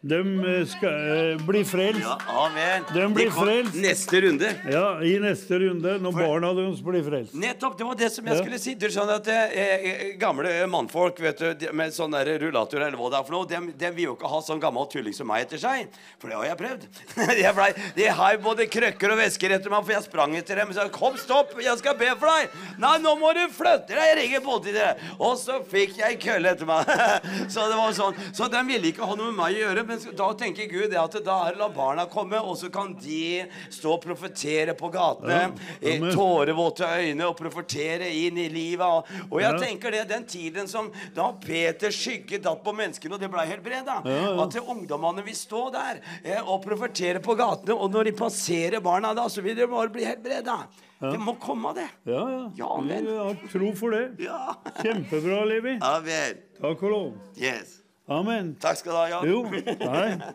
Dem eh, skal eh, bli Ja, frelst. amen. Den blir Det kom- frelst. Neste runde. Ja, i neste runde, når barna deres blir frelst. Nettopp! Det var det som jeg Ja. skulle si. Du skjønner at eh, eh, Gamle mannfolk vet du, de- med sånn der rullator eller hva det er for noe, dem, dem vil jo ikke ha sånn gammel tulling som meg etter seg. For det har jeg prøvd. jeg blei, de har jo både krøkker og vesker etter meg, for jeg sprang etter dem. Så jeg, kom, stopp! Jeg skal be for deg! Nei, nå må du flytte deg! Jeg ringer politiet! Og så fikk jeg en kølle etter meg. så det var sånn. Så de ville ikke ha noe med meg å gjøre. Men så- da tenker Gud det at da er det la barna komme, og så kan de stå og profetere på gatene. Eh, Ja, i amen. tå- tårevåte øyne og profetere inn i livet. Og, og jeg Ja. tenker det, den tiden som da Peter skygge datt på menneskene, og det blei helbreda. Ja, ja. At det ungdommene vil stå der eh, og profetere på gatene, og når de passerer barna da, så vil de bare bli helbreda. Det må komme av det. Ja, ja. Ja, Vi amen. har tro for det. Ja. Kjempebra, Levi. Amen. Takk og lov. Yes. Amen. Takk skal du ha, Jan. Jo, nei.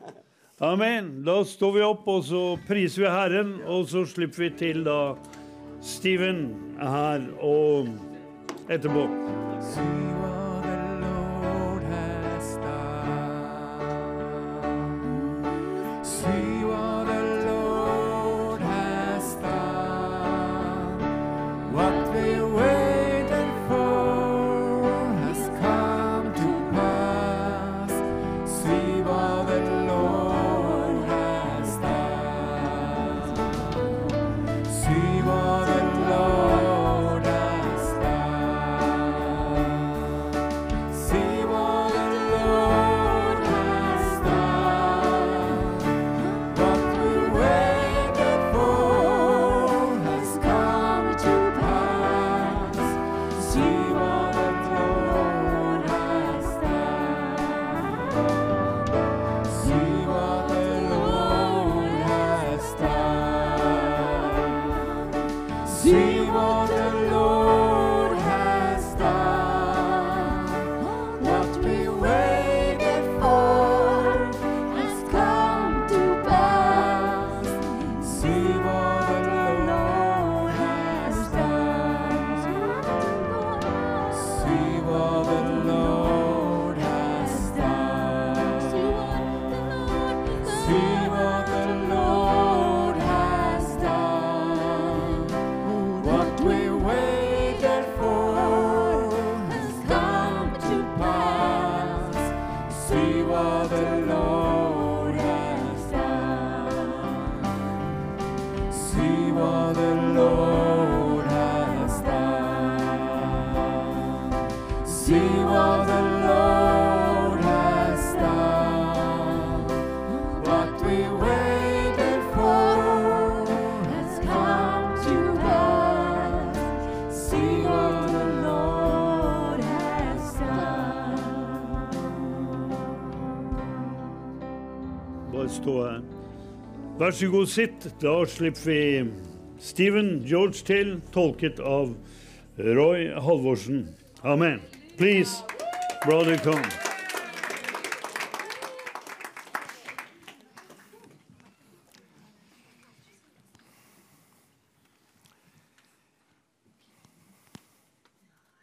Amen. Da står vi opp, og så priser vi Herren, og så slipper vi til da Steven her og etterpå. See what the Lord has done. See what the Lord has done. What we waited for has come to pass. See what the Lord has done. See what the Lord has done. See what the Lord has done. What we waited for has come to pass. See what the Lord has done. See what the Lord has done. See what the Lord has done. What we waited for has come to pass. See what the Lord has done. See what the Lord has done. See what the Lord has done. What we waited for has come to pass. See what the Lord has done. See what the Lord has done. See what the Lord has done. What we waited for has come to pass. See what the Lord has done. Bare stå her. Vær så god, sitt. Da slipper vi Steven George til, tolket av Roy Halvorsen. Amen. Please, brother, come.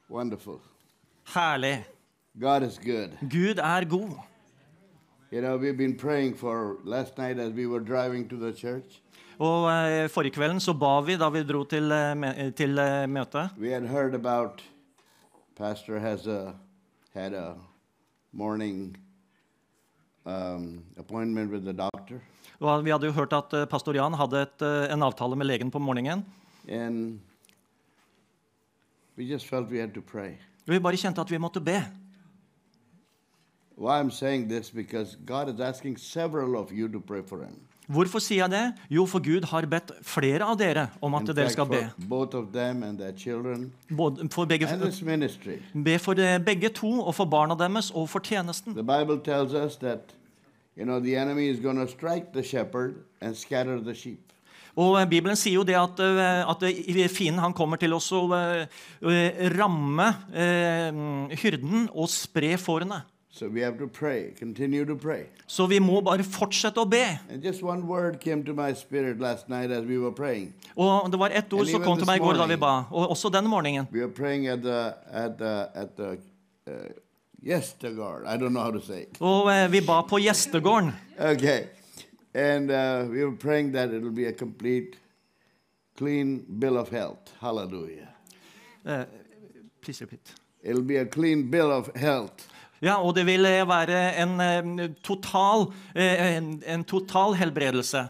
Wonderful. Herlig. God is good. Gud er god. You know, we've been praying for last night as we were driving to the church. Og eh, forrige kvelden så ba vi da vi dro til, eh, me- eh, til eh, møtet. We had heard about Pastor has a, had a morning um, appointment with the doctor, Og vi hadde jo hørt at eh, pastor Jan hadde et, eh, en avtale med legen på morgenen. and we just felt we had to pray. Og vi bare kjente at vi måtte be. Why I'm saying this because God is asking several of you to pray for him. Hvorfor sier jeg det? Jo, for Gud har bedt flere av dere om at In dere fact, skal for be. both of them and their children Både for begge, and this ministry. be for eh, begge to, og for barna deres, og for tjenesten. The Bible tells us that, you know, the enemy is going to strike the shepherd and scatter the sheep. Og eh, Bibelen sier jo det at, eh, at eh, fienden han kommer til oss å eh, eh, ramme eh, hyrden og spre fårene. So we have to pray, continue to pray. Så vi må bare fortsette å be. And just one word came to my spirit last night as we were praying. Og det var ett ord And som even kom til this meg i går da vi morning- ba, og også den morgenen. We were praying at the at the at the uh, yes, the guard. I don't know how to say it. Og eh, vi ba på gjestegården. Okay, and uh, we were praying that it'll be a complete, clean bill of health. Hallelujah. Eh, please repeat. It'll be a clean bill of health. Ja, og det vil eh, være en eh, total, eh, en, en total helbredelse.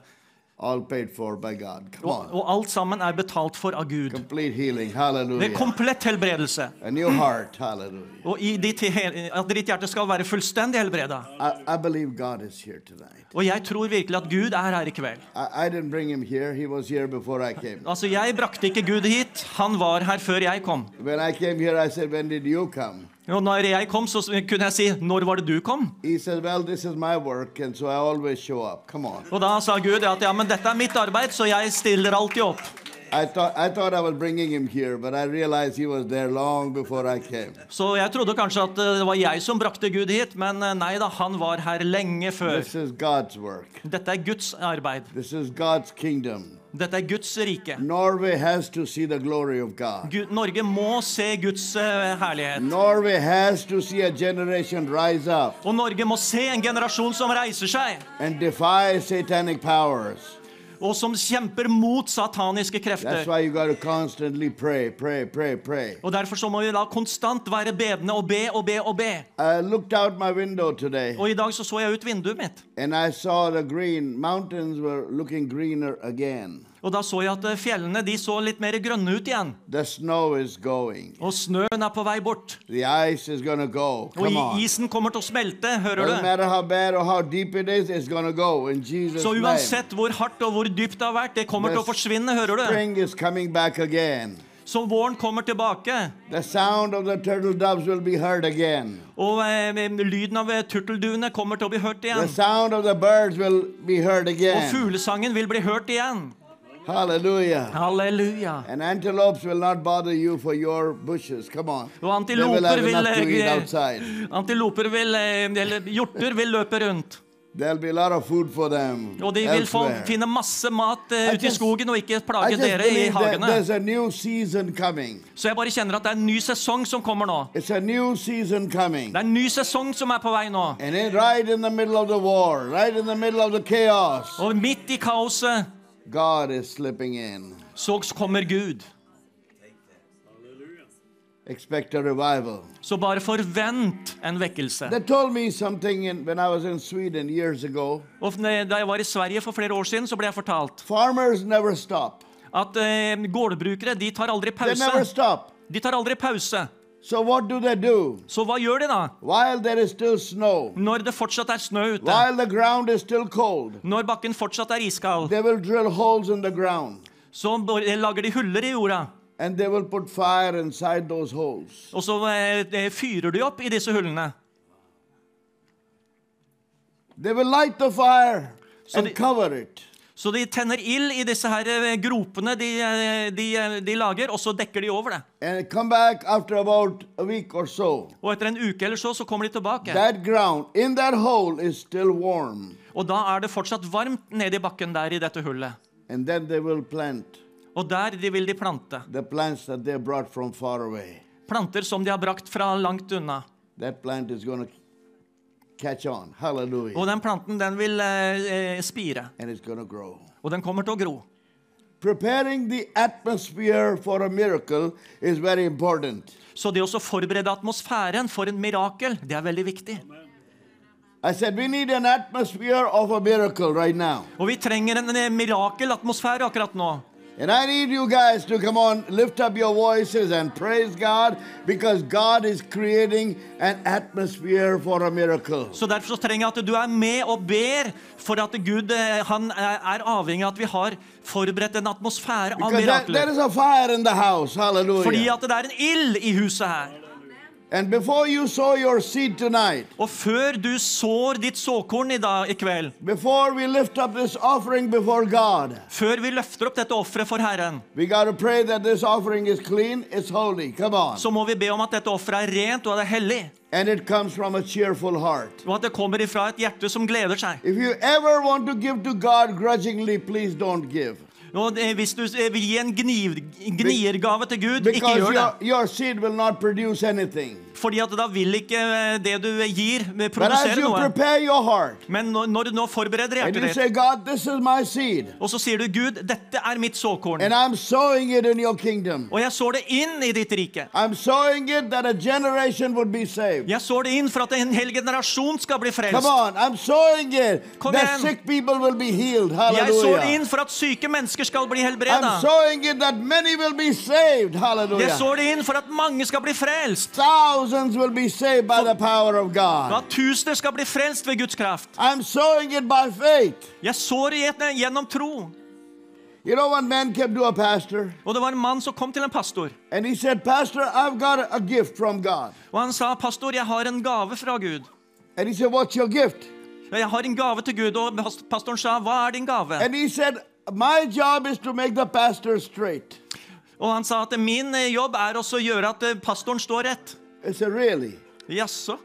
All paid for by God. Come Og, on. og alt sammen er betalt for av Gud. Complete healing. Det er Hallelujah. komplett helbredelse. A new heart. Hallelujah. Og i ditt, he- at ditt hjerte skal være fullstendig helbreda. I, I believe God is here tonight. Og jeg tror virkelig at Gud er her i kveld. I, I didn't bring him here. He was here before I came. Altså, Jeg brakte ikke Gud hit. Han var her før jeg kom. When I came here, I said, When did you come? Og når jeg kom, så s- kunne jeg si 'Når var det du kom?' He said, Well, this is my work, and so I always show up. Come on. Og da sa Gud at 'ja, men dette er mitt arbeid, så jeg stiller alltid opp'. I thought I thought I was bringing him here, but I realized he was there long before I came. Så jeg trodde kanskje at eh, det var jeg som brakte Gud hit, men eh, nei da, han var her lenge før. This is God's work. Dette er Guds arbeid. This is God's kingdom. Dette er Guds rike. Norway has to see the glory of God. Gud, Norge må se Guds eh, herlighet. Norway has to see a generation rise up Og Norge må se en generasjon som reiser seg, and defy satanic powers. og som kjemper mot sataniske That's krefter. why you got to constantly pray, pray, pray, pray. Og Derfor så må vi da konstant være bedende og be og be og be. I looked out my window today Og i dag så så jeg ut vinduet mitt, and I saw the green mountains were looking greener again. og da så jeg at eh, fjellene de så litt mer grønne ut igjen. The snow is going. Og snøen er på vei bort. The ice is gonna go. Og Come i- on. isen kommer til å smelte, hører Doesn't du? matter how bad or how deep it is, it's gonna go in Jesus' Så name. uansett hvor hardt og hvor dypt det har vært, det kommer til å forsvinne, hører du? Spring is coming back again. Så våren kommer tilbake. The sound of the turtle doves will be heard again. Og eh, lyden av eh, turtelduene kommer til å bli hørt The igjen. sound of the birds will be heard Og again. fuglesangen vil bli hørt igjen. Hallelujah. Halleluja. And antelopes will not bother you for your bushes. Come on. Og They will have antiloper vil, enough to eat eh, outside. antiloper vil eh, Eller hjorter vil løpe rundt. There'll be a lot of food for them Og de vil få, elsewhere. finne masse mat eh, I ute i just- skogen og ikke I plage just dere i believe that hagene. there's a new season coming. Så jeg bare kjenner at det er en ny sesong som kommer nå. It's a new season coming. Det er en ny sesong som er på vei nå. And it, right in the middle of the war, right in the middle of the chaos, Og midt i kaoset God is slipping in. så kommer Gud. Expect a revival. Så bare forvent en vekkelse. They told me something in, when I was in Sweden years ago. Og ne- da jeg var i Sverige for flere år siden, så ble jeg fortalt Farmers never stop. at eh, gårdbrukere de tar aldri They never pause. stop. De tar aldri pause. So what do they do? Så hva gjør de da? While there is still snow, Når det fortsatt er snø ute, while the ground is still cold, når bakken fortsatt er iskald, they will drill holes in the ground så bor- eh, lager de huller i jorda. and they will put fire inside those holes. Og så eh, fyrer de opp i disse hullene. They will light the fire So and the- cover it. Så de tenner ild i disse her eh, gropene de, eh, de, eh, de lager, og så dekker de over det. And come back after about a week or so. Og etter en uke eller så, så kommer de tilbake. That ground in that hole is still warm. Og da er det fortsatt varmt nede i bakken der i dette hullet. And then they will plant Og der de vil de plante the plants that they brought from far away. Planter som de har brakt fra langt unna. That plant is going to catch on. Hallelujah. Og den planten den vil eh, eh, spire, and it's going to grow. og den kommer til å gro. Preparing the atmosphere for a miracle is very important. Så det å så forberede atmosfæren for en mirakel, det er veldig viktig. I said, we need an atmosphere of a miracle right now. Og vi trenger en eh, mirakelatmosfære akkurat nå. And I need you guys to come on, lift up your voices and praise God because God is creating an atmosphere for a miracle. Så derfor så trenger jeg at du er med og ber for at Gud eh, han er er avhengig av at vi har forberedt en atmosfære av Because there- there mirakler. is a fire in the house. Fordi Hallelujah. at det er en ild i huset her. And before you sow your seed tonight, Og før du sår ditt såkorn i dag i kveld, before we lift up this offering before God, før vi løfter opp dette offeret for Herren, we got to pray that this offering is clean, it's holy. Come on. så må vi be om at dette offeret er rent og det er hellig. And it comes from a cheerful heart. Og at det kommer ifra et hjerte som gleder seg. If you ever want to give to God grudgingly, please don't give. Og eh, hvis du eh, vil gi en gniv, gniergave til Gud, ikke Because gjør your, det. your seed will not produce anything. Fordi at da vil ikke eh, det du gir, eh, But as produsere you noe. prepare your heart, Men når- når du nå forbereder and you hjertet ditt, say, God, this is my seed, og så sier du, Gud, dette er mitt såkorn, and I'm sowing it in your kingdom. og jeg sår det inn i ditt rike. I'm sowing it that a generation would be saved. Jeg sår det inn for at en hel generasjon skal bli Come frelst. on, I'm sowing it Kom that igjen. sick people will be healed. Jeg sår det Hallelujah. inn for at syke mennesker skal bli helbreda. I'm sowing it that many will be saved. Jeg Hallelujah. sår det inn for at mange skal bli frelst. Thousands will be saved by the power of Og God. at tusener skal bli frelst ved Guds kraft. I'm sowing it by faith. Jeg sår det gjennom tro. You know, one man came to a pastor Og det var en mann som kom til en pastor. and he said, Pastor, I've got a gift from God. Og han sa, 'Pastor, jeg har en gave fra Gud.' And he said, What's your gift? Ja, Jeg har en gave til Gud. Og pas- pastoren sa, 'Hva er din gave?' And he said, My job is to make the pastor straight. Og han sa at 'min eh, jobb er også å gjøre at eh, pastoren står rett'. I said, Really? Jaså?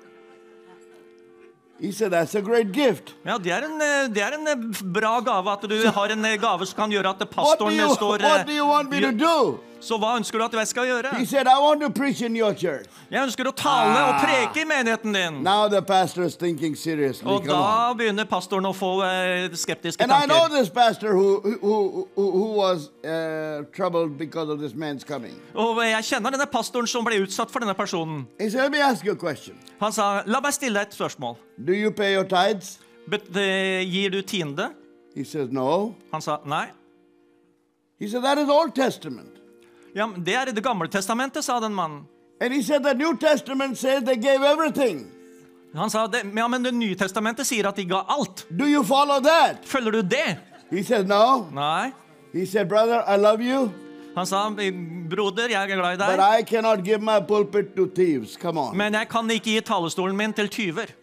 He said, That's a great gift. Ja, det er, en, eh, det er en eh, bra gave at du har en eh, gave som kan gjøre at eh, What do pastoren you, eh, står eh, what do you want me to do? Så hva ønsker du at jeg skal gjøre? He said, I want to preach in your church. Jeg ønsker å tale Ah. og preke i menigheten din. Now the pastor is thinking seriously. Og Come on. da begynner pastoren å få eh, skeptiske And I know tanker. this pastor who, who, who, who was uh, troubled because of this man's coming. Og jeg kjenner denne pastoren som ble utsatt for denne personen. He said, Let me ask you a question. Han sa, la meg stille deg et spørsmål. Do you pay your tithes? Bet, eh, gir du tiende? He says, No. Han sa, nei. He said, That is Old Testament. Ja, men det er i det gamle testamentet, sa den mannen. And he said, The New Testament says they gave everything. Han sa, det, ja, men det nye testamentet sier at de ga alt. Do you follow that? Følger du det? He said, No. Nei. He said, Brother, I love you, Han sa, broder, jeg er glad i but deg, I cannot give my pulpit to thieves. Come on. men jeg kan ikke gi talestolen min til tyver.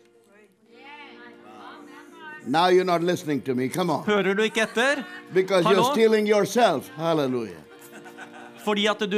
Now you're not listening to me. Come on. Hører du ikke etter? Because you're Hello? stealing yourself. Hallelujah. Fordi at du,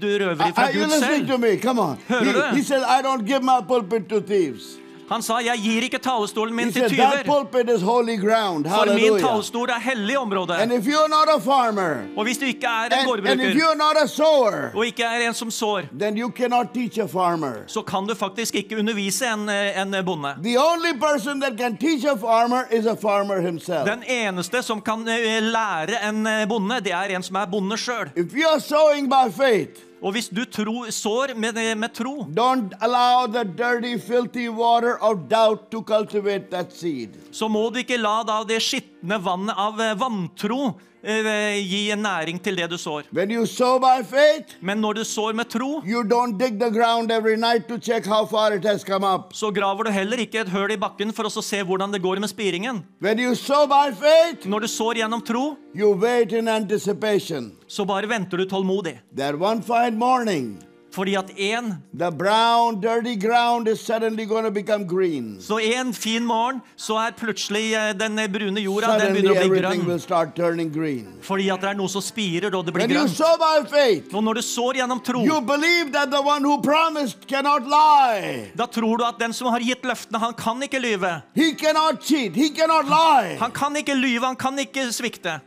du røver ifra Are you Gud listening to selv. me? Come on. Hører du det? He, he said, I don't give my pulpit to thieves. Han sa, jeg gir ikke talestolen He min til said, that tyver. pulpit is holy ground. For min Hallelujah. talestol er hellig område. And if you're not a farmer, Og hvis du ikke er and, en and if gårdbruker, you're not a sower, og ikke er en som sår, then you cannot teach a farmer. så kan du faktisk ikke undervise en, eh, en bonde. The only person that can teach a farmer is a farmer himself. Den eneste som kan eh, lære en bonde, det er en som er bonde sjøl. If you're sowing by faith, Og hvis du tro, sår med, med tro, don't allow the dirty, filthy water of doubt to cultivate that seed. så må du ikke la da det skitne vannet av eh, vantro eh, gi en næring til det du sår. When you sow by faith, Men når du sår med tro, you don't dig the ground every night to check how far it has come up. så graver du heller ikke et høl i bakken for å så se hvordan det går med spiringen. When you sow by faith, Når du sår gjennom tro, you wait in anticipation så bare venter du tålmodig. that one fine morning, Fordi at en, the brown, dirty ground is suddenly going to become green. så en fin morgen, så er plutselig eh, den brune jorda, den Suddenly, begynner å bli everything grønn. will start turning green. Fordi at det er noe som spirer, og det blir When you grønt. sow by faith, Og når du sår gjennom tro, you believe that the one who promised cannot lie. da tror du at den som har gitt løftene, han kan ikke lyve. He cannot cheat. He cannot lie. Han kan ikke lyve, han kan ikke svikte.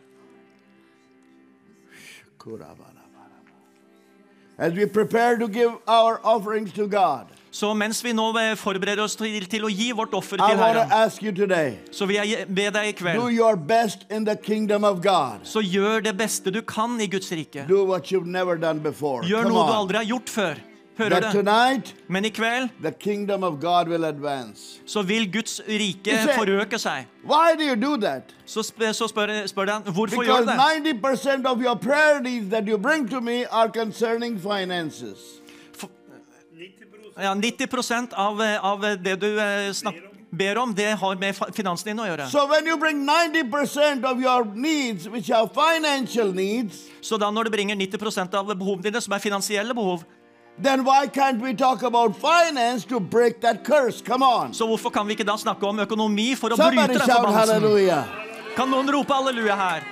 as we prepare to give our offerings to God, Så mens vi nå eh, forbereder oss til, til å gi vårt offer I til want to Herren, ask you today så vil jeg be deg i do kveld your best in the kingdom of God. Så gjør det beste du kan i Guds rike. Do what you've never done before. Gjør Come noe du on. aldri har gjort før. That Hører du? tonight, Men i kveld the kingdom of God will advance. så vil Guds rike He said- forøke seg. Why do you do that? Så, sp så spør, spør deg han, hvorfor gjør Because du det. 90% of your prayer needs that you bring to me are concerning finances. Ja, 90 av, eh, av det du eh, snak ber om, det har med fa- finansen din å gjøre. So when you bring 90% of your needs, which are financial needs, Så da når du bringer 90 av behovene dine, som er finansielle behov, then why can't we talk about finance to break that curse? Come on. så hvorfor kan vi ikke da snakke om økonomi for å bryte Somebody den shout forbannelsen? hallelujah. Kan noen rope halleluja her?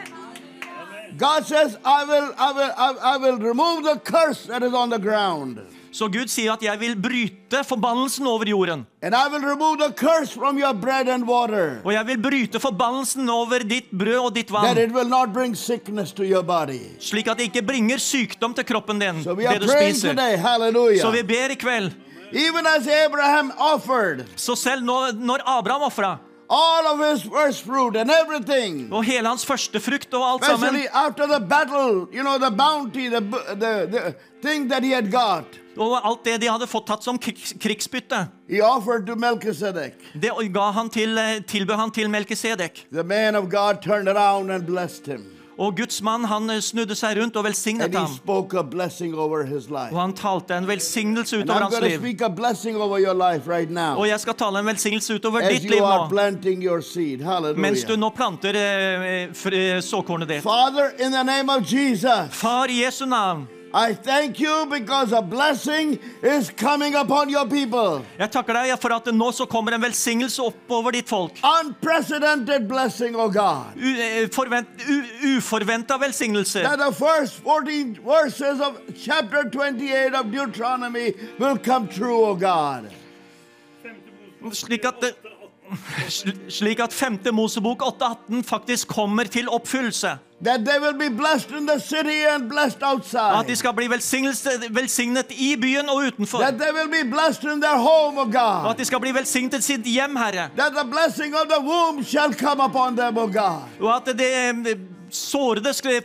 God says, I will, I will, I, I will remove the curse that is on the ground. Så Gud sier at 'jeg vil bryte forbannelsen over jorden'. And I will remove the curse from your bread and water. Og jeg vil bryte forbannelsen over ditt brød og ditt That vann, it will not bring sickness to your body. slik at det ikke bringer sykdom til kroppen din, So we are det du praying spiser. today, hallelujah. Så vi ber i kveld. Even as Abraham offered Så selv nå, når Abraham ofra, all of his first fruit and everything, og hele hans førstefrukt og alt sammen, especially after the battle, you know, the bounty, the, b- the, the thing that he had got, og alt det de hadde fått tatt som krigs krigsbytte, he offered to Melchizedek. det ga han til, eh, tilbød han til Melkisedek. The man of God turned around and blessed him. Og Guds mann han eh, snudde seg rundt og velsignet And he ham. spoke a blessing over his Og life. han talte en velsignelse And utover I'm hans going to liv. speak a blessing over your life right Og now. jeg skal tale en velsignelse utover As ditt you liv are nå, planting your seed. mens du Hallelujah. nå planter eh, fr- eh, såkornet ditt. Father, in the name of Jesus. Far i Jesu navn, I thank you because a blessing is coming upon your people. jeg takker deg for at nå så kommer en velsignelse oppover ditt folk. Unprecedented blessing, oh God. U eh, forvent u uforventa velsignelse. That the first 14 verses of chapter 28 of Deuteronomy will come true, oh God. Slik at, det- sl- slik at 5. Mosebok 8.18 faktisk kommer til oppfyllelse. That they will be blessed in the city and blessed At de outside. skal bli velsignelse- velsignet i byen og utenfor. That they will be blessed in their home, oh Og at God. de skal bli velsignet sitt hjem, Herre. That the blessing of the womb shall come upon them, oh God. Og at det eh, sårede skal, eh,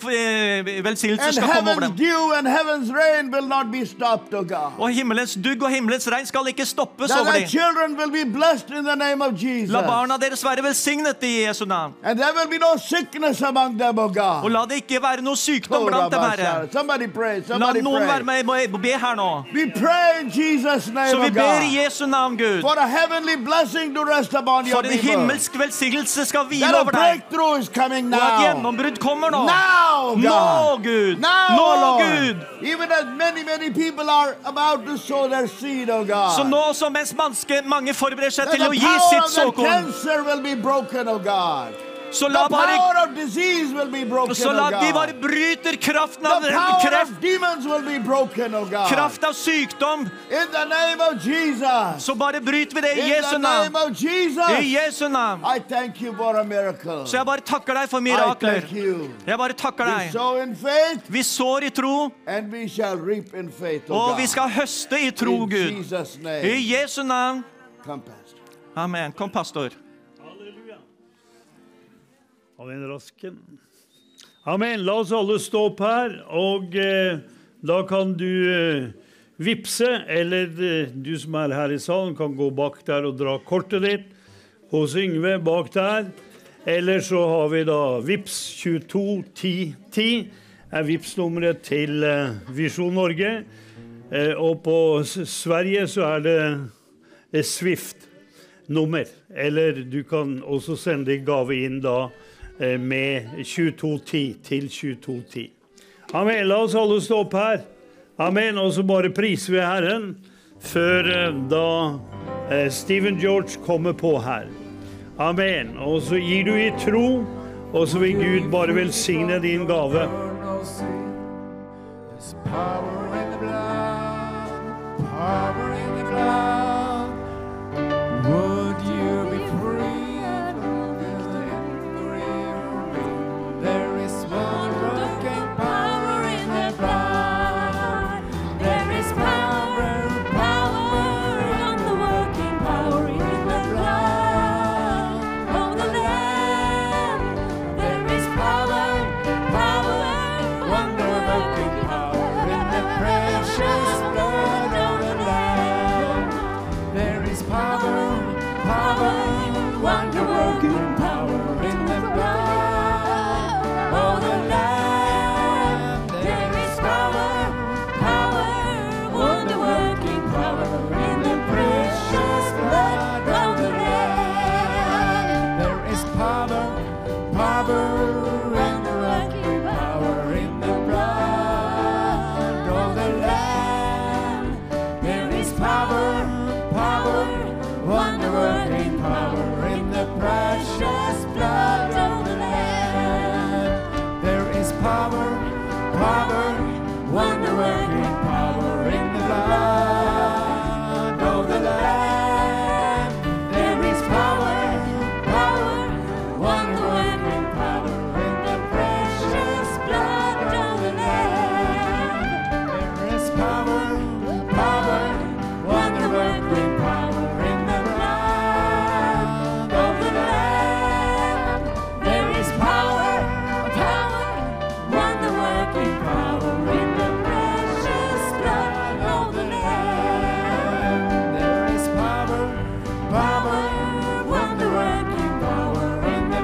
velsignelse And skal komme over heaven's dem. dew and heaven's rain will not be stopped, oh God. Og himmelens dugg og himmelens regn skal ikke stoppes That over our dem. children will be blessed in the name of La Jesus. barna deres være velsignet i Jesu navn. And there will be no sickness among them, oh Og God. la det ikke være noe sykdom Oh, blant dem, Rabbi Herre. Sharon. Somebody pray. La Somebody noen være pray. med og be her nå. We pray in Jesus' name, Så oh vi ber i God. Jesu navn, Gud. For a heavenly blessing to rest upon your For en people. himmelsk velsignelse skal hvile That a over deg. breakthrough is coming Og at now. gjennombrudd kommer nå. Now, Nå, God. Gud. Now, Nå, Lord. Gud. Even as many, many people are about to sow their seed, oh Så God. nå som mens manske, mange forbereder seg That til the å gi power sitt of the såkorn, cancer will be broken, oh God. så la The bare power of disease will be broken, så la oh de bare God. bryter kraften av The power kreft, of demons will be broken, oh God. kraft av sykdom. In the name of Jesus. Så bare bryter vi det i In Jesu the name navn. of I Jesus. Jesu navn. I thank you for a miracle. Så jeg bare takker deg for I mirakler. thank you. Jeg bare takker We deg. sow in faith Vi sår i tro, and we shall reap in faith, oh og God. vi skal høste i tro, in Gud. Jesus' I name. Jesu navn. Come, Pastor. Amen. Kom, pastor. Amen, Rasken. Amen. La oss alle stå opp her, og eh, da kan du eh, vippse, eller eh, du som er her i salen, kan gå bak der og dra kortet ditt hos Yngve bak der. Eller så har vi da VIPS 221010, er VIPS-nummeret til eh, Visjon Norge. Eh, og på S Sverige så er det eh, Swift nummer. Eller du kan også sende gave inn da eh, med 2210 til 2210. Amen. La oss alle stå opp her. Amen. Og så bare priser vi Herren før eh, da eh, Stephen George kommer på her. Amen. Og så gir du i tro, og så vil Gud bare velsigne din gave. There's power in the blood, power in the blood. Would you be free and free? There is wonder working power in the blood. power, power, wonder working power in the blood of the Lamb. There is power, power, wonder working power in the precious blood of the Lamb. There is power, power, wonder working power in the blood of the Lamb. There is power, power, wonder working power in the precious blood of the Lamb. There is power, power, wonder working power in the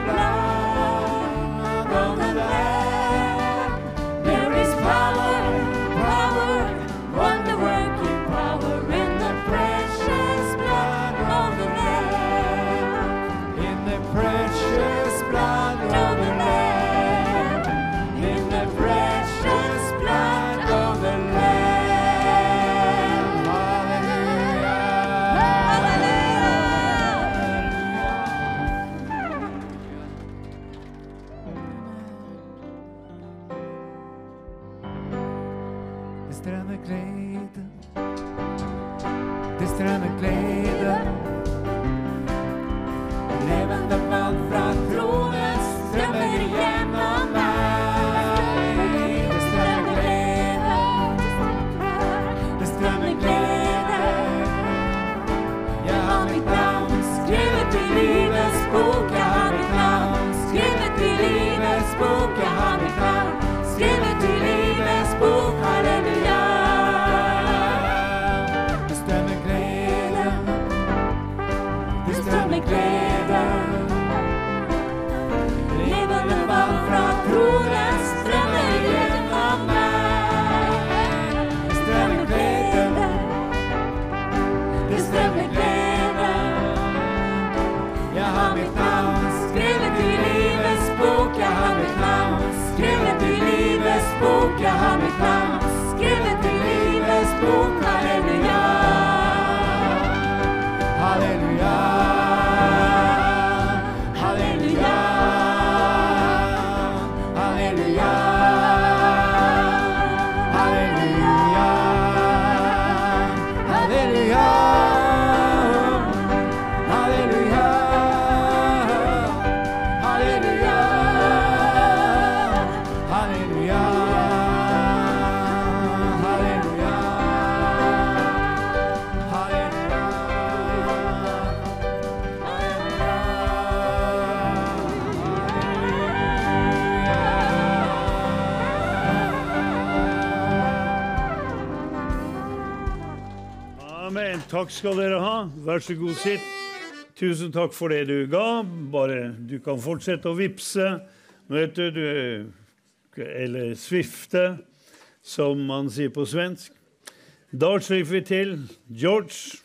blood of the Lamb. There is power, power, wonder working power in the precious blood of the Lamb. In the precious blood of the Lamb. In the precious blood of the Lamb. Hallelujah. Det strømmer glede. Det strømmer glede. Levende vann fra tronen strømmer gjennom meg. Det strømmer glede, det strømmer glede. Jeg har mitt navn skrevet i livets bok. Jeg har mitt navn skrevet i livets bok. Jeg har mitt navn skrevet i livets bok. Halleluja. Det strømmer glede. Det strømmer glede. Levende vann fra tronen strømmer gjennom meg. Det strømmer glede. Det strømmer glede. Jeg har mitt navn skrevet i livets bok. Jeg har mitt navn skrevet i livets bok. Jeg har mitt navn skrevet i livets bok. Halleluja. Halleluja. Halleluja. Halleluja. Halleluja. Halleluja. Halleluja. Halleluja. Halleluja. Halleluja. Amen. Takk skal dere ha. Vær så god, sitt. Tusen takk for det du ga. Bare du kan fortsette å vippse, vet du, du eller svifte, som man sier på svensk. Da slipper vi til George,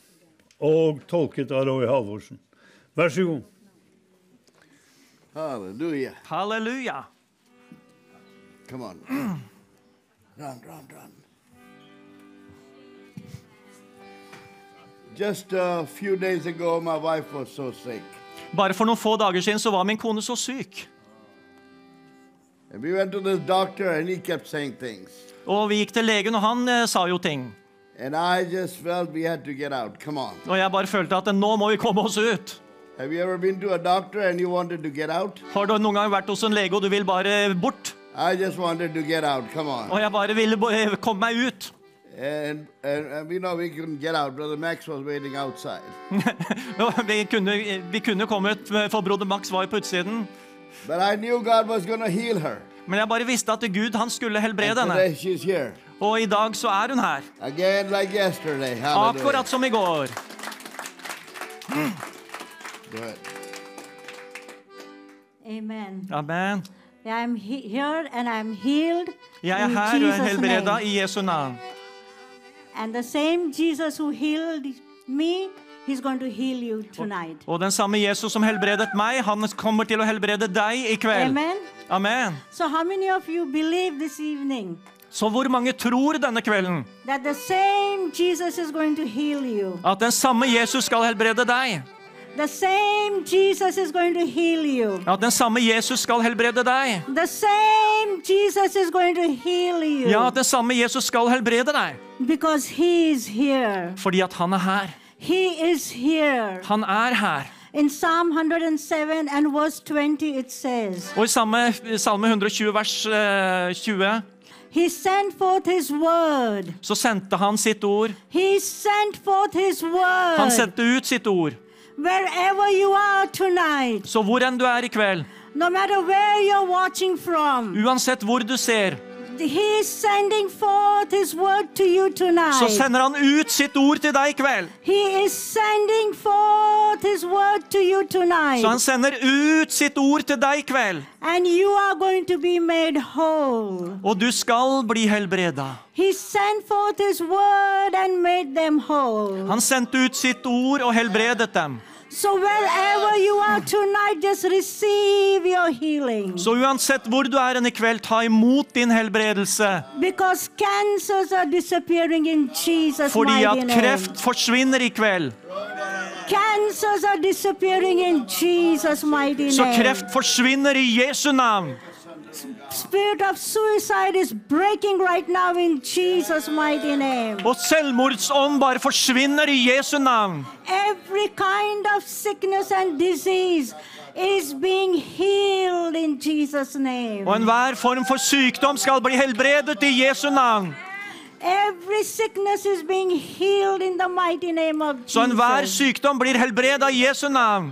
og tolket av Roy Halvorsen. Vær så god. Hallelujah. Halleluja. Come on. run, run, run. Just a few days ago, my wife was so sick. Bare for noen få dager siden så var min kone så syk. And we went to this doctor, and he kept saying things. Og vi gikk til legen, og han eh, sa jo ting. And I just felt we had to get out. Come on. Og jeg bare følte at nå må vi komme oss ut. Have you ever been to a doctor and you wanted to get out? Har du noen gang vært hos en lege og du vil bare bort? I just wanted to get out. Come on. Og jeg bare ville bo- eh, komme meg ut. And, and, and we know we couldn't get out. Brother Max was waiting outside. Og vi, kunne, vi kunne kommet, eh, for broder Max var jo på utsiden. But I knew God was going to heal her. Men jeg bare visste at Gud han skulle And helbrede henne. today she's here. Og i dag så er hun her. Again, like yesterday. Hallelujah. Akkurat som i går. Good. Amen. Amen. I'm he- here and I'm healed. Jeg er in her og er Jesus' helbreda name. i Jesu navn. And the same Jesus who healed me, he's going to heal you tonight. Og den samme Jesus som helbredet meg, han kommer til å helbrede deg i kveld. Amen. Amen. So, how many of you believe this evening Så hvor mange tror denne kvelden that the same Jesus is going to heal you? at den samme Jesus skal helbrede deg? The same Jesus is going to heal you. Ja, Den samme Jesus skal helbrede deg. The same Jesus is going to heal you. Ja, den samme Jesus skal helbrede deg. Because He is here. Fordi at han er her. He is here. Han er her. In Psalm 107 and verse 20, it says, Og i samme, Salme 120 vers eh, 20 He sent forth His word. så sendte han sitt ord. He sent forth His word. Han sendte ut sitt ord. Wherever you are tonight, Så hvor enn du er i kveld, no matter where you're watching from, uansett hvor du ser, He is sending forth His word to you så tonight. sender han ut sitt ord til deg i kveld. He is sending forth His word to you tonight. Så han sender ut sitt ord til deg i kveld. and you are going to be made whole. Og du skal bli helbreda. He sent forth His word and made them whole. Han sendte ut sitt ord og helbredet dem. So, wherever you are tonight, just receive your healing. Så uansett hvor du er hen i kveld, ta imot din helbredelse. Because cancers are disappearing in Jesus' Fordi at mighty name. kreft forsvinner i kveld. Cancers are disappearing in Jesus' mighty Så name. kreft forsvinner i Jesu navn. Spirit of suicide is breaking right now in Jesus' mighty name. Og selvmordsånd bare forsvinner i Jesu navn. Every kind of sickness and disease is being healed in Jesus' name. Og enhver form for sykdom skal bli helbredet i Jesu navn. Every sickness is being healed in the mighty name of Så enhver Jesus. sykdom blir helbredet i Jesu navn.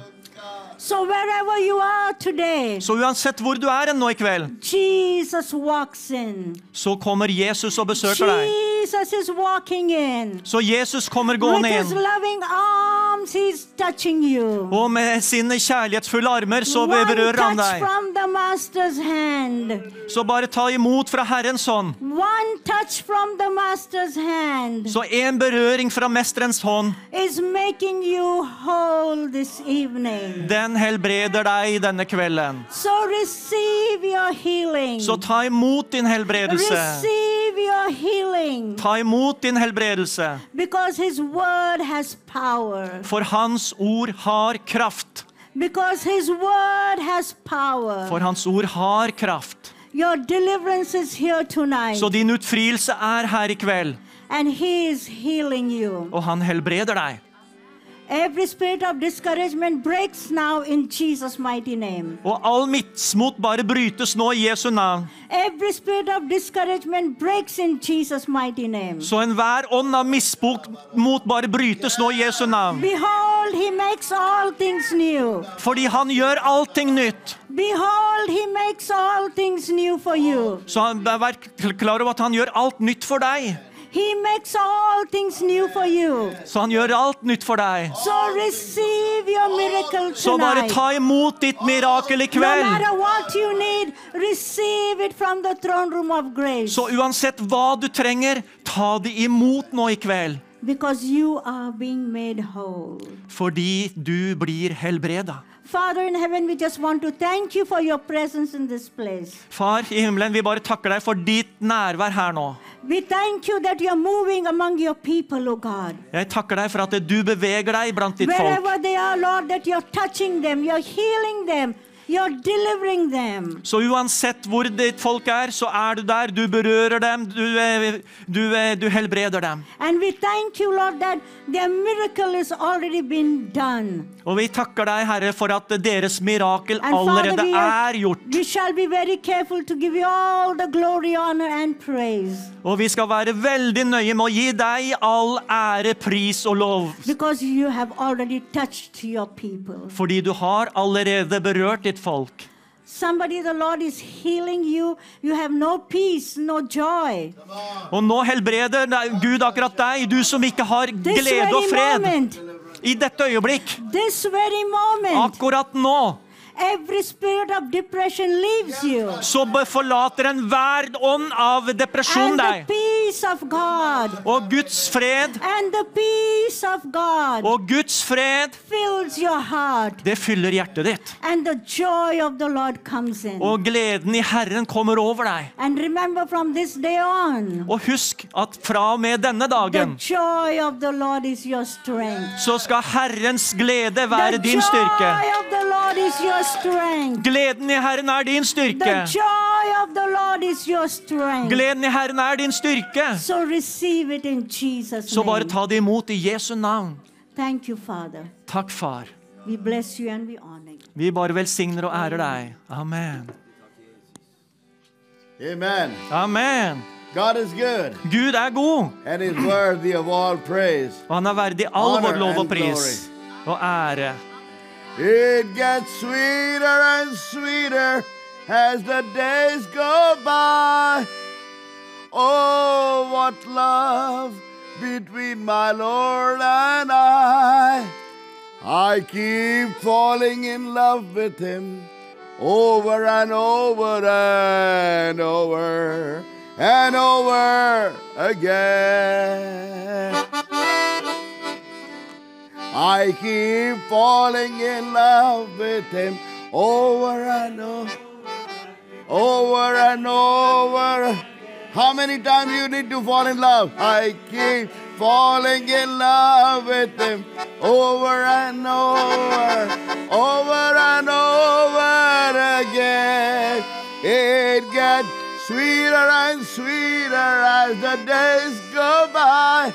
So wherever you are today, Så uansett hvor du er hen nå i kveld, Jesus walks in. så kommer Jesus og besøker deg. Jesus is walking in. Så Jesus kommer With gående his inn. loving arms, he's touching you. Og med sine kjærlighetsfulle armer så One berører han touch deg. from the master's hand. Så bare ta imot fra Herrens hånd. One touch from the master's hand Så en berøring fra Mesterens hånd, is making you whole this evening. den helbreder deg denne kvelden. So receive your healing. Så ta imot din helbredelse. Receive your healing Ta imot din helbredelse, because his word has power. for hans ord har kraft. Because his word has For power. hans ord har kraft. Your deliverance is here tonight Så din utfrielse er her i kveld, and he is healing you. og han helbreder deg. Every spirit of discouragement breaks now in Jesus' mighty name. Og all mismot bare brytes nå i Jesu navn. Every spirit of discouragement breaks in Jesus' mighty name. Så enhver ånd av mismot bare brytes nå i Jesu navn. Behold, he makes all things new. Fordi han gjør allting nytt. Behold, he makes all things new for you. Så han- vær klar over at han gjør alt nytt for deg. He makes all things new for you. Så han gjør alt nytt for deg. So receive your miracle Så bare tonight. ta imot ditt mirakel i No kveld. matter what you need, receive it from the throne room of grace. Så uansett hva du trenger, ta det imot nå i kveld. Because you are being made whole. Fordi du blir helbreda. Father in heaven, we just want to thank you for your presence in this place. Far i himmelen, vi bare takker deg for ditt nærvær her nå. We thank you that you're moving among your people, O God. Jeg takker deg for at du beveger deg blant ditt folk. Wherever they are, Lord, that you're touching them, you're healing them, you're delivering them. Så uansett hvor ditt folk er, så er du der. Du berører dem, du, eh, du, eh, du helbreder dem. And we thank you, Lord, that their miracle has already been done. Og vi takker deg, Herre, for at deres mirakel And Father, allerede we, are- er gjort. we shall be very careful to give you all the glory, honor, and praise. Og vi skal være veldig nøye med å gi deg all ære, pris og lov. Because you have already touched your people. Fordi du har allerede berørt ditt folk. Somebody, the Lord is healing you. You have no peace, no joy. Og nå helbreder deg- Gud akkurat deg, du som ikke har This glede og very fred. moment, I dette øyeblikk, this very moment, akkurat nå, every spirit of depression leaves you. så be- forlater enhver ånd av depresjon And the deg. peace peace of God Og Guds fred, and the peace of God og Guds fred, fills your heart det fyller hjertet ditt. and the joy of the Lord comes in. Og gleden i Herren kommer over deg. And remember from this day on, Og husk at fra og med denne the dagen joy of the Lord is your strength. så skal Herrens glede The være din styrke. joy of the Lord is your strength. Gleden i Herren er din styrke. The joy of the Lord is your strength. Gleden i Herren er din styrke. So receive it in Jesus' Så bare name. ta det imot i Jesu navn. Thank you, Father. Takk, far. We bless you and we honor you. Vi bare velsigner og ærer deg. Amen. Amen. Amen. God is good, Gud er god, and He's worthy of all praise. og han er verdig all Honor vår lov og and pris og ære. It gets sweeter and sweeter as the days go by. Oh, what love between my Lord and I. I keep falling in love with Him over and over and over and over again. I keep falling in love with him over and over, over and over. How many times you need to fall in love? I keep falling in love with him over and over, over and over again. It gets sweeter and sweeter as the days go by.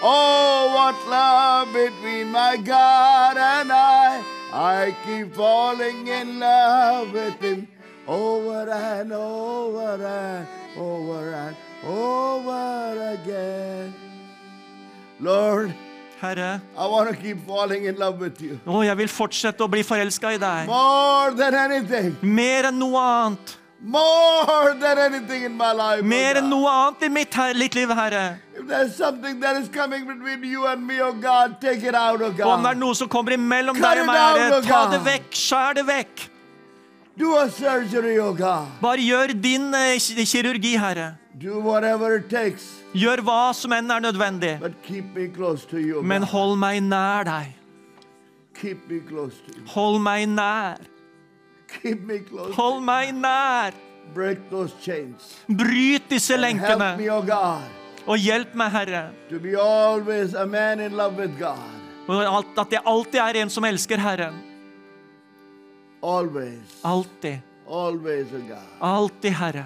Oh, what love between my God and I. I keep falling in love with Him over and over and over and over again. Lord, Herre, I want to keep falling in love with you å, jeg vil fortsette å bli forelska i deg. more than anything, Mer enn noe annet. more than anything in my life. oh Mer enn God. noe annet i mitt her, litt liv, Herre. If there's something that is coming between you and me, oh God, take it out, oh Om det er God. noe som kommer imellom Cut deg it og meg, Herre, out, oh ta God. det vekk. Skjær det vekk. Do a surgery, oh God. Bare gjør din eh, ki- kirurgi, Herre. Do whatever it takes, Gjør hva som enn er nødvendig. but keep me close to you. Men God. hold meg nær deg. Keep me close to you. Hold meg nær. Keep me close. Hold meg nær. Break those chains. Bryt disse And help lenkene. me, oh God, Og hjelp meg, Herre. to be always a man in love with God. Og alt- at jeg alltid er en som elsker Herren. Always. Alltid. Always, oh God. Alltid, Herre.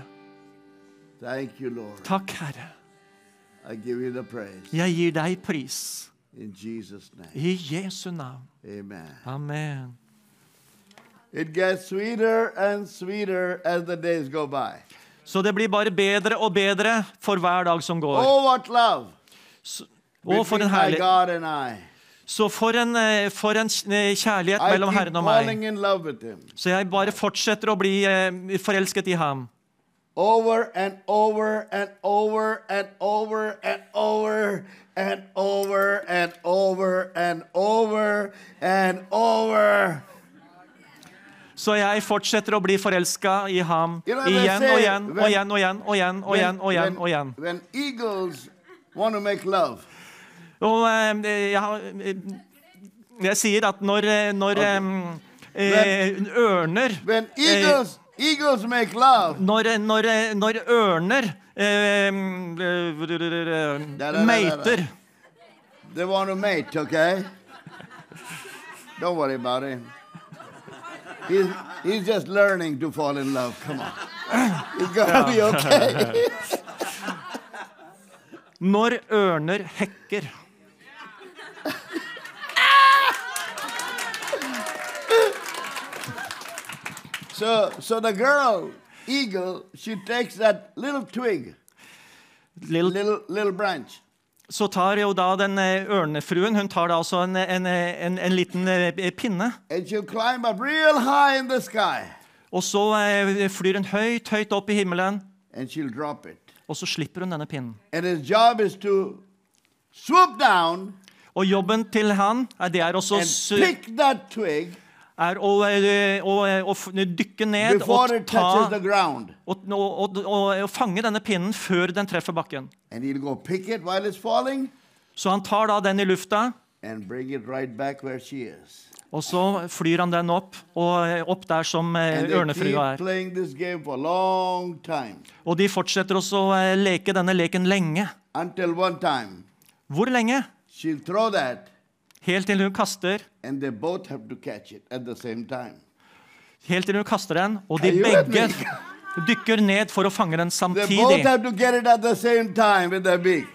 Thank you, Lord. Takk, Herre. I give you the praise. Jeg gir deg pris. In Jesus' name. I Jesu navn. Amen. Amen. It gets sweeter and sweeter as the days go by. Så det blir bare bedre og bedre for hver dag som går. Oh, what love Og for between en my herlighet. God and I. Så for en, eh, for en eh, kjærlighet I mellom keep Herren og meg. falling in love with Him. Så jeg bare fortsetter å bli eh, forelsket i ham. over and over and over and over and over and over and over and over and over. Så jeg fortsetter å bli forelska i ham You know, they igjen say og igjen og when- igjen og igjen og igjen og igjen. Og igjen, og igjen. When eagles want to make love, Og eh, jeg, har- eh, jeg sier at når, eh, når eh, eh, ørner when eh, eagles eagles make love, når, eh, når, eh, når ørner eh, eh, Da, da, da, da, da. meiter they want to mate. Okay. Don't worry about him. He's, he's just learning to fall in love. Come on. He's gonna be okay. Når ørner hekker So, so the girl eagle, she takes that little twig, Little little little branch, så tar jo da den eh, ørnefruen hun tar da altså en, en, en, en liten eh, pinne. and she'll climb up real high in the sky, Og så eh, flyr hun høyt, høyt opp i himmelen, and she'll drop it. og så slipper hun denne pinnen. And his job is to swoop down Og jobben til han, eh, det er også and å su- pick that twig er å, eh, å, eh, å f- dykke ned og, before it touches ta, the ground. og, og, og, og fange denne pinnen før den treffer bakken. And he'll go pick it while it's falling Så han tar da den i lufta, and bring it right back where she is. og så flyr han den opp, og eh, opp der som eh, And they keep ørnefrua er. playing this game for a long time. Og de fortsetter også å eh, leke denne leken lenge. Until one time, Hvor lenge? she'll throw that Helt til hun kaster. and they both have to catch it at the same time. Helt til hun kaster den, og de Er you with begge me? dykker ned for å fange den They both samtidig. have to get it at the same time with their beak.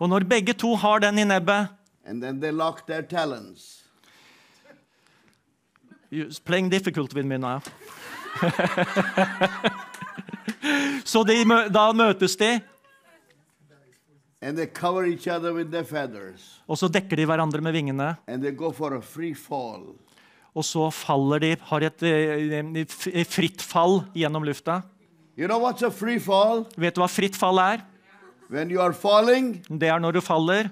Og når begge to har den i nebbet And then they lock their talons. You're playing difficult with me now. Så de, mø- da møtes de, And they cover each other with their feathers. og så dekker de hverandre med vingene. And they go for a free fall. Og så faller de, har et eh, eh, f- fritt fall gjennom lufta. You know what's a free fall? Vet du hva fritt fall er? When you are falling Det er når du faller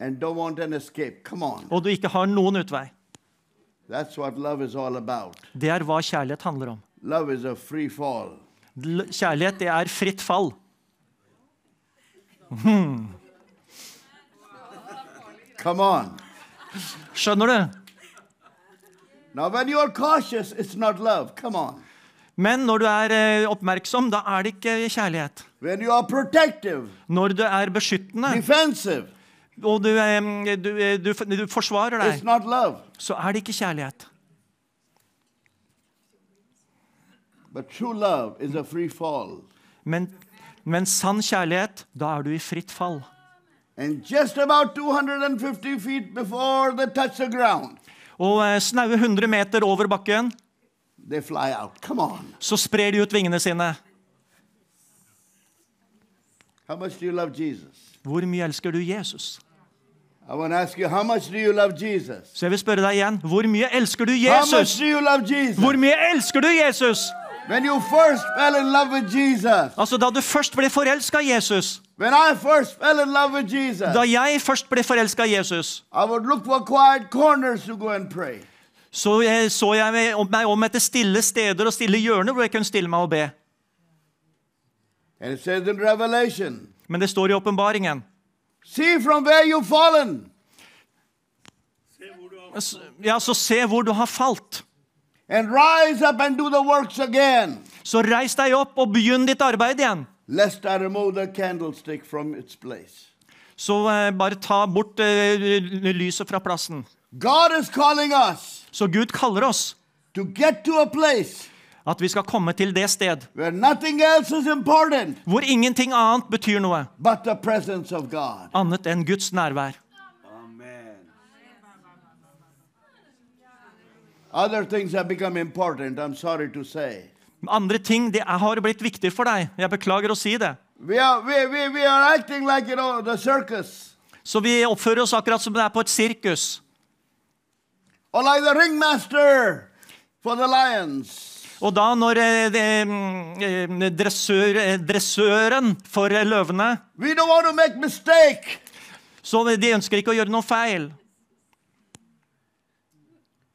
and don't want an escape. Come on. og du ikke har noen utvei. That's what love is all about. Det er hva kjærlighet handler om. Love is a free fall. L- Kjærlighet, det er fritt fall. Come on. Skjønner du? Now, when you are cautious, it's not love. Come on. Men når du er eh, oppmerksom, da er det ikke kjærlighet. When you are protective, Når du er beskyttende defensive, og du, eh, du, eh, du, f- du forsvarer it's deg, not love. så er det ikke kjærlighet. But true love is a free fall. Men, men sann kjærlighet, da er du i fritt fall. And just about 250 feet before they touch the ground, Og eh, snaue 100 meter over bakken, they fly out. Come on. så sprer de ut vingene sine. How much do you love Jesus? Hvor mye elsker du Jesus? I want to ask you, how much do you love Jesus? Så jeg vil spørre deg igjen. Hvor mye elsker du How much Jesus? do you love Jesus? Hvor mye elsker du Jesus? When you first fell in love with Jesus, Altså, da du først ble forelska i Jesus, when I first fell in love with Jesus, da jeg først ble forelska i Jesus, I would look for quiet corners to go and pray. så jeg, så jeg meg om- meg om etter stille steder og stille hjørner hvor jeg kunne stille meg og be. And it says in Revelation, Men det står i åpenbaringen. see from where you've fallen S- Ja, så se hvor du har falt. and rise up and do the works again, Så reis deg opp og begynn ditt arbeid igjen. lest I remove the candlestick from its place. Så eh, bare ta bort eh, lyset fra plassen. God is calling us Så Gud kaller oss to get to a place at vi skal komme til det sted where nothing else is important hvor ingenting annet betyr noe but the presence of God. annet enn Guds nærvær. Other things have become important, I'm sorry to say. Andre ting det er, har blitt viktig for deg. Jeg beklager å si det. We are, we, we, we are acting like, you know, the circus Så vi oppfører oss akkurat som det er på et sirkus. or like the ringmaster for the lions. Og da når eh, det, mm, eh, dressør, eh, dressøren for eh, løvene We don't want to make mistake. Så de ønsker ikke å gjøre noe feil.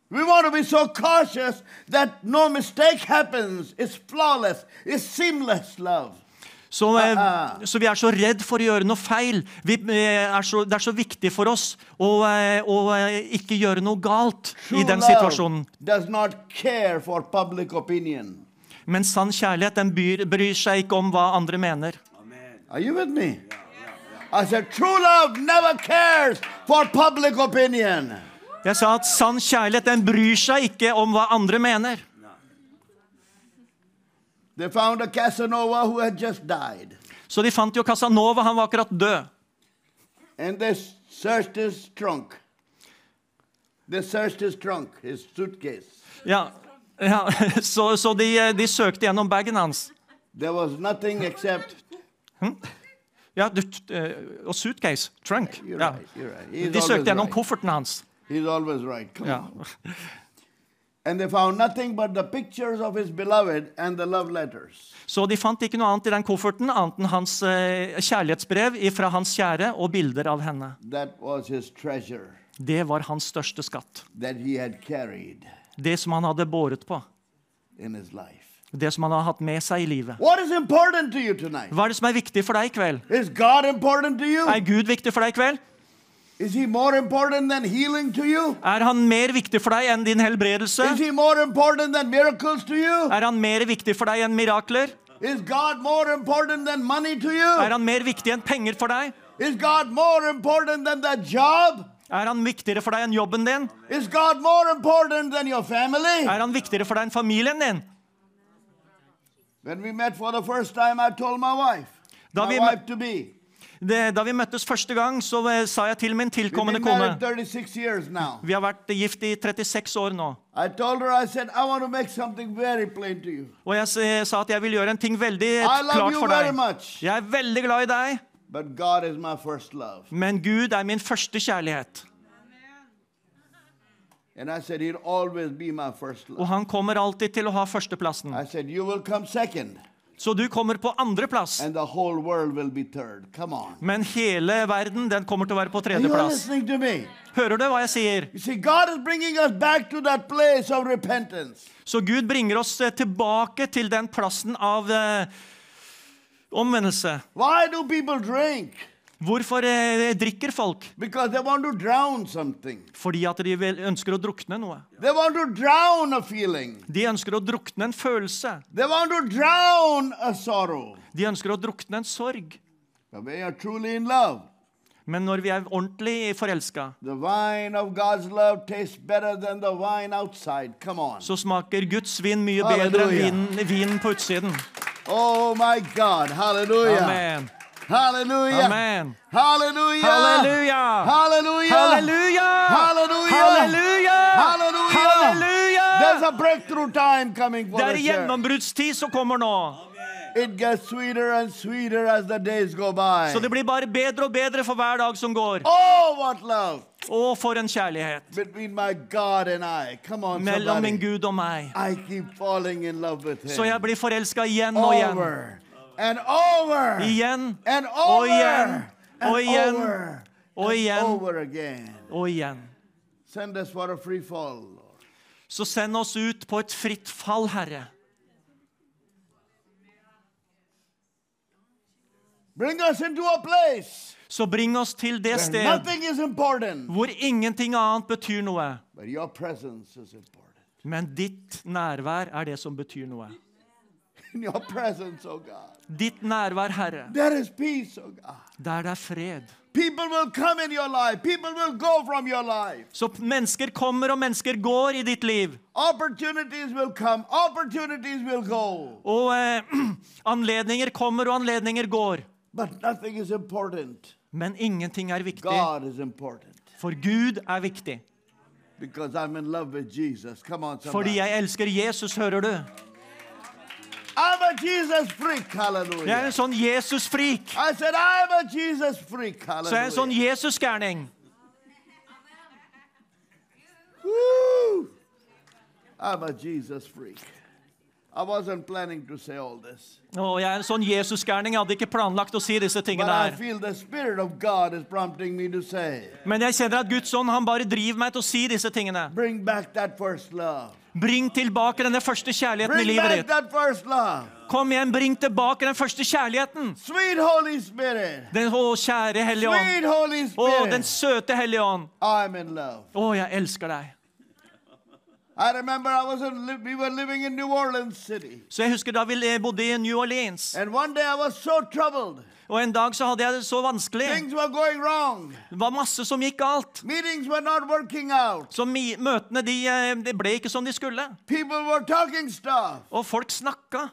We want to be so cautious that no mistake happens. It's flawless. It's seamless love. Så, eh, så vi er så redd for å gjøre noe feil. Vi, eh, er så, det er så viktig for oss å, eh, å eh, ikke gjøre noe galt i den situasjonen. does not care for public opinion. Men sann kjærlighet den byr, bryr seg ikke om hva andre mener. Are you with me? I said, true love never cares for public opinion. Jeg sa at sann kjærlighet den bryr seg ikke om hva andre mener. They found a Casanova who had just died. Så de fant jo Casanova, han var akkurat død. And they searched his trunk. They searched his trunk, his suitcase. Ja, ja, så, så de, eh, de søkte gjennom bagen hans. Hm? There was nothing except. Ja, du, t- eh, og suitcase. Trunk. You're Ja. right, you're right. He's De always søkte gjennom right. kofferten hans. He's always right. Come Ja. on. And they found nothing but the pictures of his beloved and the love letters. Så de fant ikke noe annet i den kofferten annet enn hans eh, kjærlighetsbrev fra hans kjære og bilder av henne. That was his treasure Det var hans største skatt. that he had carried. det som han hadde båret på. in his life. Det som han har hatt med seg i livet. What is important to you tonight? Hva er det som er viktig for deg i kveld? Is God important to you? Er Gud viktig for deg i kveld? Is he more important than healing to you? Er han mer viktig for deg enn din helbredelse? Is he more important than miracles to you? Er han mer viktig for deg enn mirakler? Is God more important than money to Er you? han mer viktig enn penger for deg? Is God more important than that job? Er han viktigere for deg enn jobben din? Is God more important than your family? Er han viktigere for deg enn familien din? When we met for the first time, I told my wife, Da my vi, wife to be. det, da vi møttes første gang, så eh, sa jeg til min We've tilkommende been married kone 36 years now. Vi har vært gift i 36 år nå. I told her, I said, I want to make something very plain to you. Og jeg s- eh, sa at jeg vil gjøre en ting veldig eh, I love klart you for very deg. much, Jeg er veldig glad i deg, but God is my first love. men Gud er min første kjærlighet. And I said, He'll always be my first Og love. han kommer alltid til å ha førsteplassen. I said, You will come second, Så du kommer på andreplass, and the whole world will be third. Come on. men hele verden den kommer til å være på Are you tredjeplass. listening to me? Hører du hva jeg sier? You see, God is bringing us back to that place of repentance. Så Gud bringer oss eh, tilbake til den plassen av eh, omvendelse. Why do people drink? Hvorfor eh, drikker folk? Because they want to drown something. Fordi at de vel ønsker å drukne noe. They want to drown a feeling. De ønsker å drukne en følelse. They want to drown a sorrow. De ønsker å drukne en sorg. But when you're truly in love, Men når vi er ordentlig forelska, the wine of God's love tastes better than the wine outside. Come on. så smaker Guds vin mye bedre enn vinen, Halleluja. vinen på utsiden. Oh my God. Hallelujah. Amen. Hallelujah. Amen. Hallelujah. Halleluja! Hallelujah. Halleluja! Hallelujah. Halleluja! Hallelujah. There's Halleluja! a breakthrough time coming for Det the er church. gjennombruddstid som kommer nå. It gets sweeter and sweeter as the days go by. Så det blir bare bedre og bedre for hver dag som går. oh, what love Og for en kjærlighet between my God and I. Come on, mellom min somebody. Gud og meg. I keep falling in love with Him. Så jeg blir forelska igjen og igjen. over and over Igjen and og over igjen and og igjen over og igjen over again. og igjen. Send us for a free fall, Lord. Så send oss ut på et fritt fall, Herre. Bring us into a place Så bring oss til det where sted nothing is important, hvor ingenting annet betyr noe. but your presence is important. Men ditt nærvær er det som betyr noe. In your presence, oh God, Ditt nærvær, Herre, there is peace, oh God. der det er fred. People will come in your life. People will go from your life. Så mennesker kommer, og mennesker går i ditt liv. Opportunities will come. Opportunities will go. Og eh, anledninger kommer, og anledninger går. But nothing is important. Men ingenting er viktig, God is important. for Gud er viktig. Because I'm in love with Jesus. Come on, Fordi somebody. jeg elsker Jesus, hører du? I'm a Jesus freak. Jeg er Hallelujah. en sånn Jesus-frik. I said, I'm a Jesus freak. Så jeg er en sånn Hallelujah. Jesus-gærning. Woo! I'm a Jesus freak. I wasn't planning to say all this. Og jeg er en sånn Jesus-gærning. Jeg hadde ikke planlagt å si disse But tingene I her. feel the Spirit of God is prompting me to say, Men jeg kjenner at Guds ånd han bare driver meg til å si disse tingene. bring back that first love. Bring tilbake denne første kjærligheten i Bring livet back ditt. that first love. Kom igjen, bring tilbake den første kjærligheten. Sweet Holy Spirit. Den, å, kjære Hellige Sweet Ånd. Holy Å, den Spirit. søte Hellige Ånd. I'm in love. Å, jeg elsker deg. I remember I was in, li- we were living in New Orleans City. Så jeg husker da vi bodde i New Orleans, And one day I was so troubled. og en dag så hadde jeg det så vanskelig. Things were going wrong. Det var masse som gikk galt. Meetings were not working out. Så mi- møtene de, eh, de ble ikke som de skulle. People were talking stuff. Og folk snakka.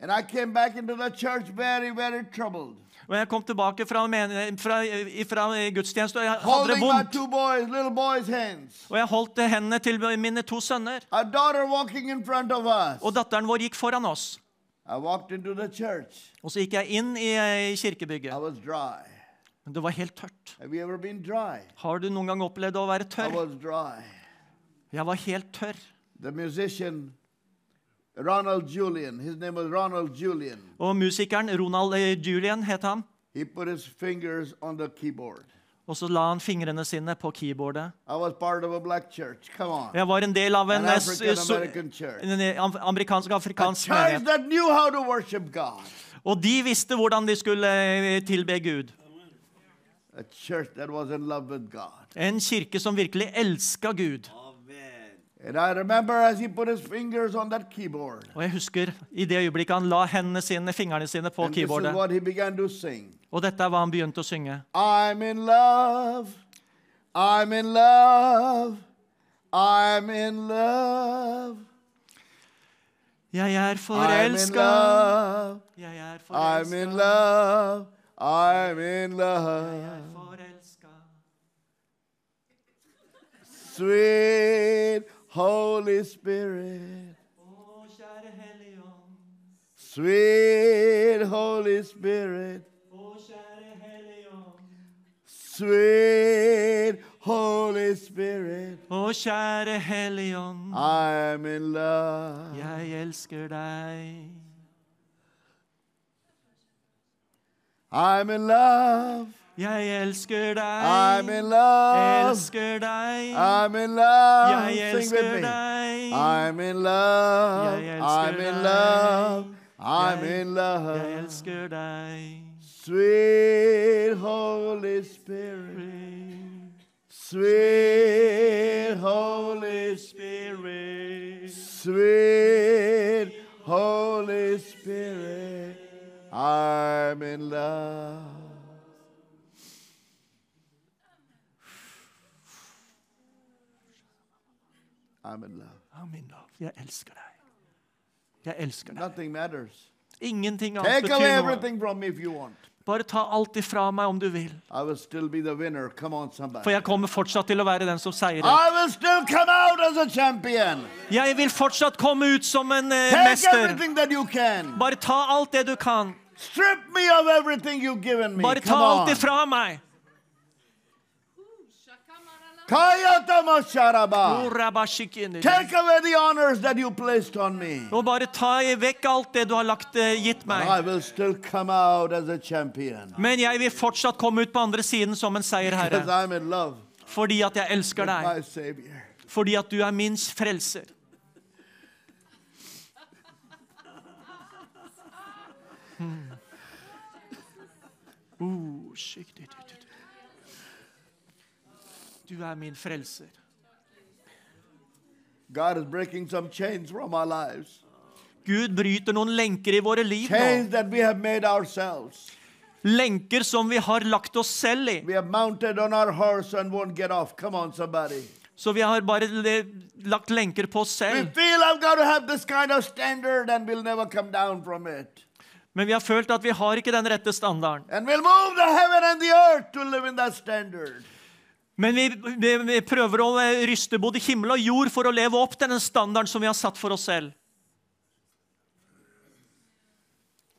And I came back into the church very, very troubled. Og jeg kom tilbake fra, men- fra, fra gudstjeneste, og jeg hadde det Holding my vondt. two boys, little boys' hands. Og jeg holdt hendene til mine to sønner. Our daughter walking in front of us. Og datteren vår gikk foran oss. I walked into the church. Og så gikk jeg inn i, eh, i I kirkebygget. was dry. Men det var helt tørt. Have you ever been dry? Har du noen gang opplevd å være I tørr? was dry. Jeg var helt tørr. The musician Ronald Julian, his name was Ronald Julian. Og musikeren Ronald eh, Julian het han. He put his fingers on the keyboard. Og så la han fingrene sine på keyboardet. I was part of a black church. Come on. Jeg var en del av An en, eh, s- African so- American church. en eh, am- amerikansk A afrikansk church menighet. that knew how to worship God. Og de visste hvordan de skulle eh, tilbe Gud. A church that was in love with God. En kirke som virkelig elska Gud. And I remember as he put his fingers on that keyboard. Og jeg husker i det øyeblikket han la hendene sine, fingrene sine på And this is keyboardet. what he began to sing. Og dette er hva han begynte å synge. I'm in love. I'm in love. I'm in love. Jeg er I'm in forelska. love. Jeg er I'm forelska. in love. I'm in love. Forelska. Sweet Holy Spirit. Å, kjære Helligånd. Sweet Holy Spirit. Å, kjære Helligånd. Sweet Holy Spirit. Å, kjære Helligånd. I'm in love. Jeg elsker deg. I'm in love. Jeg elsker I'm deg. in love. Elsker deg. I'm in love. Jeg Sing Ah, with elsker me. Ah. deg. I'm in love. Jeg elsker I'm in deg. love. I'm Jeg- in Jeg love. elsker deg. Sweet Holy Spirit. Sweet Holy Spirit. Sweet Holy Spirit. I'm in love. I'm in love. Ja, min lov, jeg elsker deg. Jeg elsker deg. Nothing matters. Ingenting annet Take away betyr noe. everything from me if you want. Bare ta alt ifra meg om du vil. I will still be the winner. Come on, For somebody. jeg kommer fortsatt til å være den som seirer. I will still come out as a champion. Jeg vil fortsatt komme ut som en eh, Take mester. everything that you can. Bare ta alt det du kan. Strip me of everything you've given me. Bare ta Come alt on. ifra meg. Kayatama Sharaba. Orabashikini. Ah. Take away the honors that you placed on me. Og bare ta i vekk alt det du har lagt, eh, gitt I meg. will still come out as a champion. Men jeg vil fortsatt komme ut på andre siden som en Because seierherre. I'm in love Fordi at jeg elsker with deg. my Savior. Fordi at du er min frelser. Hmm. Mm. Oh, skyk, du, du, du, du. du er min frelser. God is breaking some chains from our lives. Gud bryter noen lenker i våre liv nå. Chains that we have made ourselves. Lenker som vi har lagt oss selv i. We have mounted on our horse and won't get off. Come on, somebody. Så vi har bare le- lagt lenker på oss We selv. feel I've got to have this kind of standard and we'll never come down from it. Men vi har følt at vi har ikke den rette standarden. And we'll move the heaven and the earth to live in that standard. Men vi, vi, vi prøver å eh, ryste både himmel og jord for å leve opp til den standarden som vi har satt for oss selv.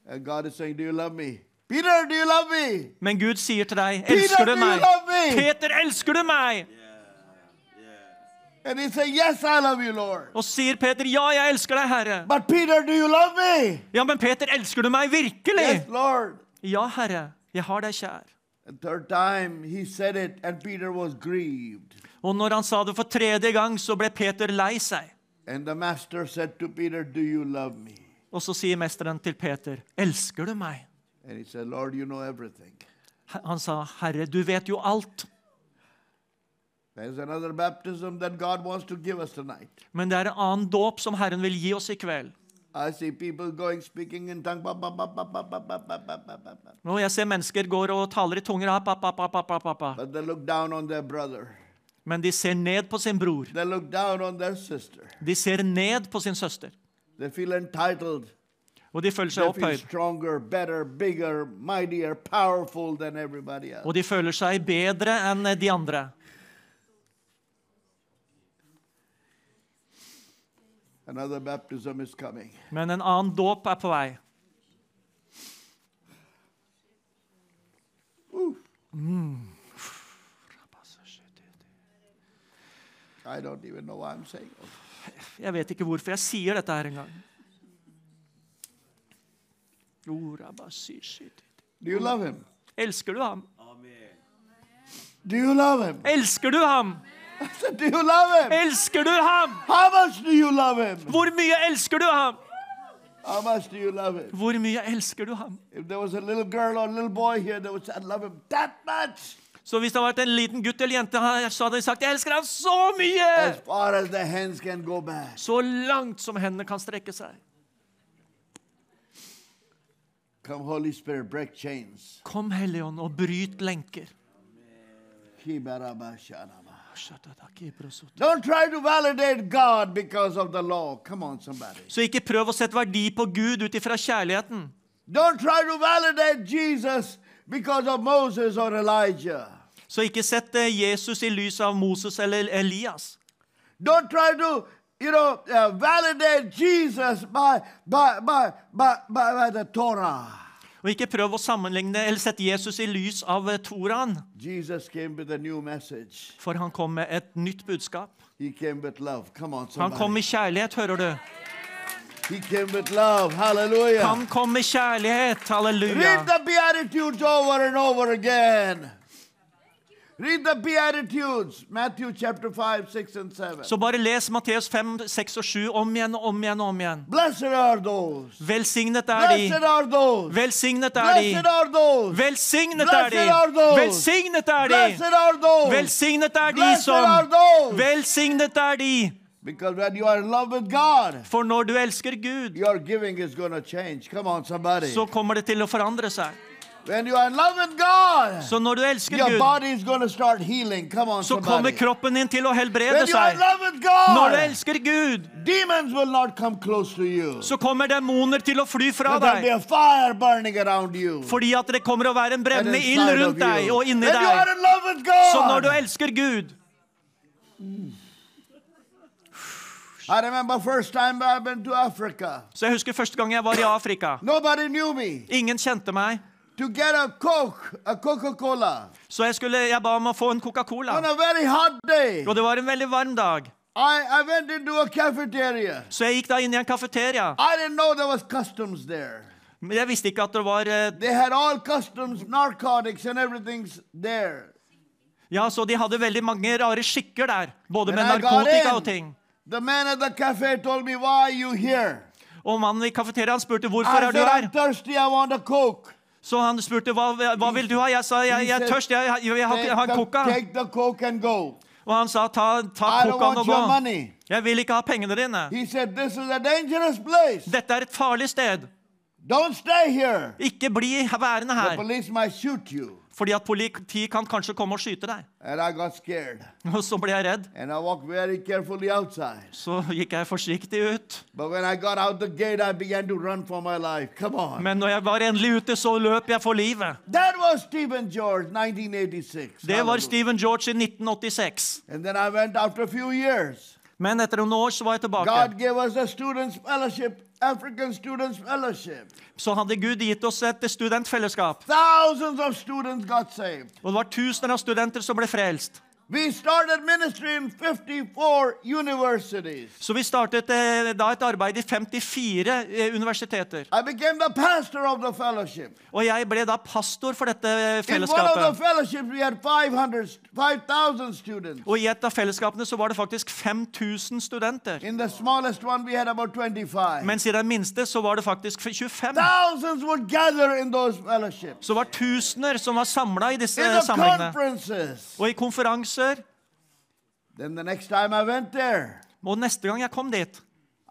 And God is saying, Do you love me? Peter, do you love me? Men Gud sier til deg, Peter, do elsker du you meg? love me? Peter, elsker du meg? And he said, Yes, I love you, Lord. Og sier Peter, ja, jeg elsker deg, Herre. But Peter, do you love me? Ja, men Peter, elsker du meg virkelig? Yes, Lord. Ja, Herre, jeg har deg kjær. And third time he said it, and Peter was grieved. Og når han sa det for tredje gang, så ble Peter lei seg. And the master said to Peter, Do you love me? Og så sier mesteren til Peter, elsker du meg? And he said, Lord, you know everything. He- Han sa, Herre, du vet jo alt. There's another baptism that God wants to give us tonight. Men det er en annen dåp som Herren vil gi oss i kveld. I see people going speaking in tongue. ba, ba, ba, ba, ba, ba, ba, ba, ba, ba, ba, ba. Nå jeg ser mennesker går og taler i tunger, app, app, app, app, app, app, app. But they look down on their brother. men de ser ned på sin bror. They look down on their sister. De ser ned på sin søster. They feel entitled. Og de føler seg They feel opphøyd. stronger, better, bigger, mightier, powerful than everybody else. Og de føler seg bedre enn de andre. Another baptism is coming. Men en annen dåp er på vei. I don't even know why I'm saying it. Jeg vet ikke hvorfor jeg sier dette her engang. Orabasishititi. Do you love him? Elsker du ham? Do you love him? Elsker du ham? I said, Do you love him? Elsker du ham? How much do you love him? Hvor mye elsker du ham? How much do you love him? Hvor mye elsker du ham? If there was a little girl or a little boy here, they would say, I love him that much. Så hvis det hadde vært en liten gutt eller jente her, så hadde de sagt 'Jeg elsker ham så As mye!' far as the hands can go back. Så langt som hendene kan strekke seg. Come, Holy Spirit, break chains. Kom, Helligånd, og bryt lenker. Kibarabashanama. Don't try to validate God because of the law. Come on, somebody. Så ikke prøv å sette verdi på Gud ut ifra kjærligheten. Don't try to validate Jesus because of Moses or Elijah. Så ikke sett eh, Jesus i lys av Moses eller Elias. Don't try to, you know, uh, validate Jesus by, by, by, by, by, by the Torah. Og ikke prøv å sammenligne eller sette Jesus i lys av eh, Toraen, Jesus came with a new message. for han kom med et nytt budskap. He came with love. Come on, Han somebody. kom i kjærlighet, hører du. He came with love. Hallelujah. Han kom i kjærlighet. Halleluja. Read the Beatitudes over and over again. Read the Beatitudes, Matthew chapter 5, 6, and 7. Så bare les Matteus 5, 6 og 7 om igjen og om igjen og om igjen. Blessed are those. Velsignet er Blessed de. are those. Velsignet er de. Blessed are those. Velsignet er de. Blessed are those. Velsignet er Blessed de. are those. Velsignet Blessed are er de som those. Velsignet er de. Because when you are in love with God, For når du elsker Gud, your giving is going to change. Come on, somebody. så kommer det til å forandre seg. When you are in love with God, Så når du elsker your Gud, body is going to start healing. Come on, så kommer somebody. kroppen din til å helbrede When you are in seg. love with Når du God, elsker Gud, demons will not come close to you. så kommer demoner til å fly fra Let there be deg. a fire burning around you. Fordi at det kommer å være en and brennende ild inside of rundt deg you. og inni When you deg. are in love with Så når du God. elsker Gud I remember first time I went to Africa. Så jeg husker første gang jeg var i Afrika. Nobody knew me. Ingen kjente meg. To get a Coke, a Coca-Cola, Så jeg, skulle, jeg ba om å få en Coca-Cola. on a very hot day, Og det var en veldig varm dag. I, I went into a cafeteria. Så jeg gikk da inn i en kafeteria. I didn't know there was customs there. Men jeg visste ikke at det var eh, They had all customs, narcotics, and everything's there. Ja, så de hadde veldig mange rare skikker der. Både When med I got narkotika in, og ting. The man at the cafe told me, "Why are you here?" Og mannen i kafeteriaen spurte I hvorfor er said, du her. "I'm thirsty. I want a Coke." Så han spurte hva, hva vil du ha. Jeg sa jeg, jeg er tørst, jeg, jeg, jeg, har- Take jeg har the- coca. Take the Coke and go. Og han sa ta, ta I don't cocaen want og your gå. money. Jeg vil ikke ha pengene dine. He said, This is a dangerous place. Dette er et farlig sted. Don't stay here. Ikke bli værende The her. police might shoot you. Fordi at politiet kan kanskje komme og skyte deg. And I got scared. Og så ble jeg redd. And I walked very carefully outside. Så gikk jeg forsiktig ut. But when I got out the gate, I began to run for my life. Come on. Men når jeg var endelig ute, så løp jeg for livet. That was Stephen George, 1986. Det var Hallelujah. Stephen George i 1986. And then I went after a few years. Men etter noen år så var jeg God tilbake. gave us a students' fellowship, African students' fellowship. Så hadde Gud gitt oss et studentfellesskap. Thousands of students got saved. Og det var tusener av studenter som ble frelst. We started ministry in 54 universities. Så vi startet eh, da et arbeid i 54 eh, universiteter. I became the pastor of the fellowship. Og jeg ble da pastor for dette eh, In one of the fellesskapet. fellowships, we had 500, st- 5,000 students. Og i et av fellesskapene så var det faktisk 5000 studenter. In the smallest one, we had about 25. Mens i den minste så var det faktisk 25. Thousands would gather in those fellowships. Så var tusener som var samla i disse In eh, the samlingene. conferences. Og i konferanser. Then the next time I went there, Og neste gang jeg kom dit,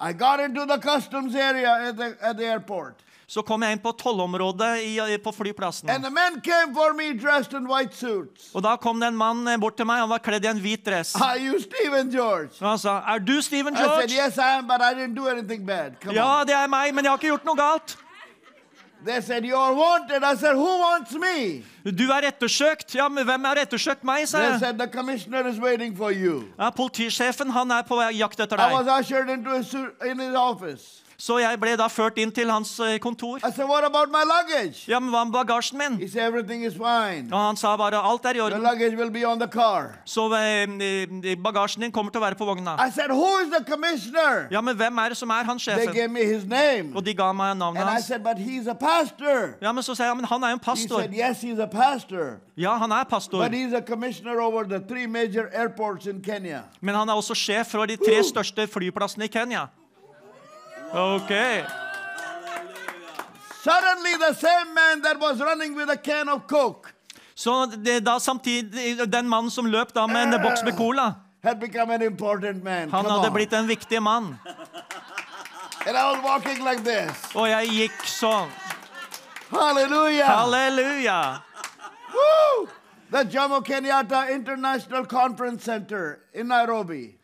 I got into the customs area at the, at the airport. så kom jeg inn på tollområdet i, i- på And flyplassen. the men came for me dressed in white suits. Og da kom det en mann eh, bort til meg. Han var kledd i en hvit dress. Are you Stephen George? Og han sa, 'Er du Steven I said, George?' yes, I am, but I didn't do anything bad. Come Ja, on. det er meg, men jeg har ikke gjort noe galt. They said, you're wanted. I said, who wants me? Du er ettersøkt. Ja, men hvem er ettersøkt? Meg, sa They jeg. said, the commissioner is waiting for you. Ja, Politisjefen, han er på jakt etter I was deg. ushered into his, su- in his office. Så jeg ble da ført inn til hans eh, kontor. I said, What about my luggage? Ja, men hva med bagasjen min? He said, Everything is fine. Og han sa bare alt er i The orden. luggage will be on the car. Så eh, eh, bagasjen din kommer til å være på vogna. I said, Who is the commissioner? Ja, men hvem er det som er han They sjefen? gave me his name. Og de ga meg navnet And I hans. said, But he's a pastor. Ja, men så sa jeg, men han er jo en He pastor. said, Yes, he's a pastor. Ja, han er But pastor. he's a commissioner over the three major airports in Kenya. Men han er også sjef for de tre største flyplassene i Kenya. Ok. Suddenly, the same man that was running with a can of Coke Så det, da samtidig, den mannen som løp da med en boks med cola, had become an important man. han Come hadde on. blitt en viktig mann. And I was walking like this. Og jeg gikk sånn. Hallelujah. Halleluja! Woo! The Jomo Kenyatta International Conference Center in Nairobi.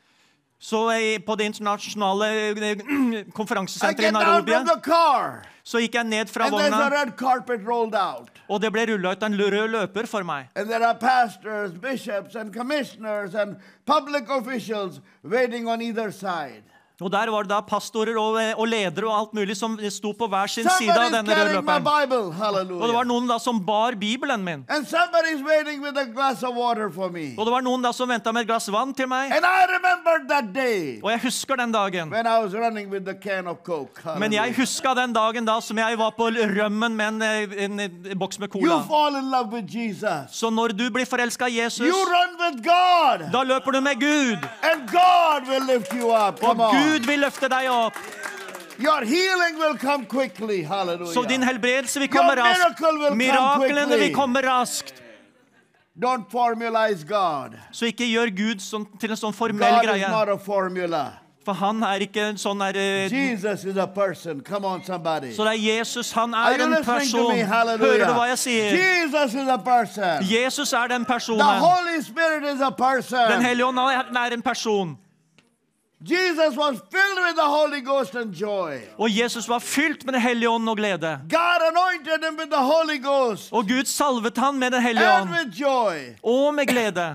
Så jeg, på det internasjonale eh, I konferansesenteret i get down Nairobi from the car, så gikk jeg ned fra and there's a vogna, red carpet rolled out. og det ble rulla ut en rød løper for meg. And there are pastors, bishops, and commissioners and public officials waiting on either side. Og der var det da pastorer og, eh, og ledere og alt mulig som sto på hver sin side av Somebody's denne røde carrying my løperen. Bible. Og det var Hallelujah. noen da som bar Bibelen min. And somebody's waiting with a glass of water for me. Og det var noen da som venta med et glass vann til meg. And I remembered that day Og jeg husker den dagen. when I was running with the can of Coke. Men jeg Hallelujah. huska den dagen da som jeg var på rømmen med en, eh, en, en boks med You cola. fall in love with Jesus. Så når du blir forelska i Jesus, You run with God. da løper du med Gud. And God will lift you up. Og Come on. Gud vil løfte deg opp. Your healing will come quickly. Hallelujah. Så din helbredelse vil komme Oh, Your raskt. miracle will come Miraklene quickly. vil komme raskt. Don't formalize God. Så ikke gjør Gud sånn, til en sånn formell God is greie. not a formula. For han er ikke en sånn der, eh, Jesus is a person. Come on, somebody. Så det er Jesus, han Are er you en listening to person. me? Hører du hva Hallelujah. jeg sier? Jesus is a person. Jesus er den The personen. Holy Spirit is a Den person. hellige ånd er- er en person. Jesus was filled with the Holy Ghost and joy. Og Jesus var fylt med Den hellige ånd og glede. God anointed him with the Holy Ghost Og Gud salvet han med Den hellige and ånd with joy. og med glede.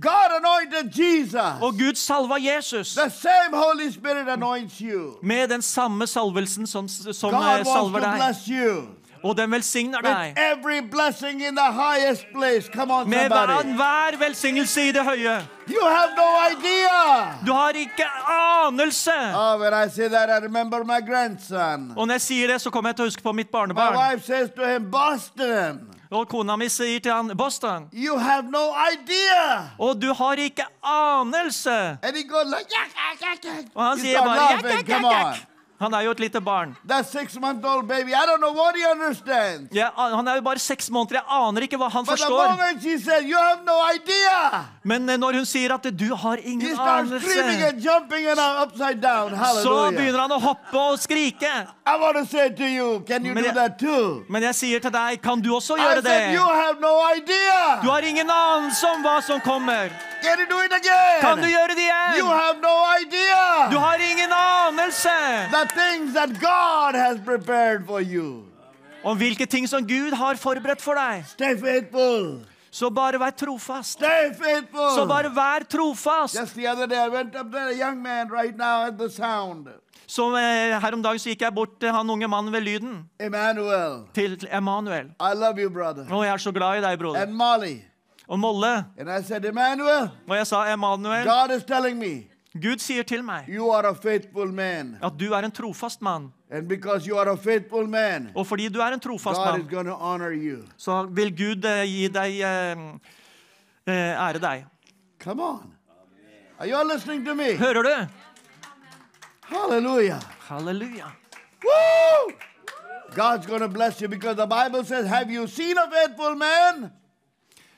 God anointed Jesus. Og Gud salva Jesus The same Holy Spirit anoints you. med den samme salvelsen som, som eh, God wants to salver deg. bless you Og den velsigner with deg every blessing in the highest place. Come on, med hver- somebody. enhver velsignelse i det høye. You have no idea. Du har ikke anelse! Oh, when I say that, I remember my grandson. Og når jeg sier det, så kommer jeg til å huske på My mitt barnebarn. wife says to him, Boston, Og kona mi sier til han Boston. you have no idea. Og du har ikke anelse! And he goes like, yak, yak, yak, yak. Og han You sier start bare yak, laughing. yak, Come yak, on. yak. Han er jo et lite barn. That six-month-old baby, I don't know what he understands. Jeg, an- han er jo bare seks måneder. Jeg aner ikke hva han But the forstår. moment she says, you have no idea, Men eh, når hun sier at 'du har he ingen starts screaming anelse', and jumping and I'm upside down. så Hallelujah. begynner han å hoppe og skrike. I want to say to you, can you Men do jeg- that too? Men jeg sier til deg, kan du også I gjøre det? said, you have no idea. Du har ingen anelse om hva som kommer. Can you do it again? Kan du gjøre det You igjen? have no idea. Du har ingen anelse! the things that God has prepared for you. om hvilke ting som Gud har forberedt for deg. Stay faithful. Så bare vær trofast. Stay faithful. Så bare vær trofast. Just the other day, I went up there, a young man right now at the sound, Så eh, her om dagen så gikk jeg bort til han unge mannen ved lyden, Emmanuel. til Emanuel. I love you, brother. Og jeg er så glad i deg, broder. And Molly. Og Molle. And I said, Emmanuel, Og jeg sa, Emanuel, God is telling me, Gud sier til meg you are a faithful man. at du er en trofast mann. And because you are a faithful man, Og fordi du er en trofast God is mann, going to honor you. så vil Gud eh, gi deg eh, eh, ære deg. Come on. Are you all listening to me? Hører du? Hallelujah. Halleluja. Woo! God's going to bless you because the Bible says, Have you seen a faithful man?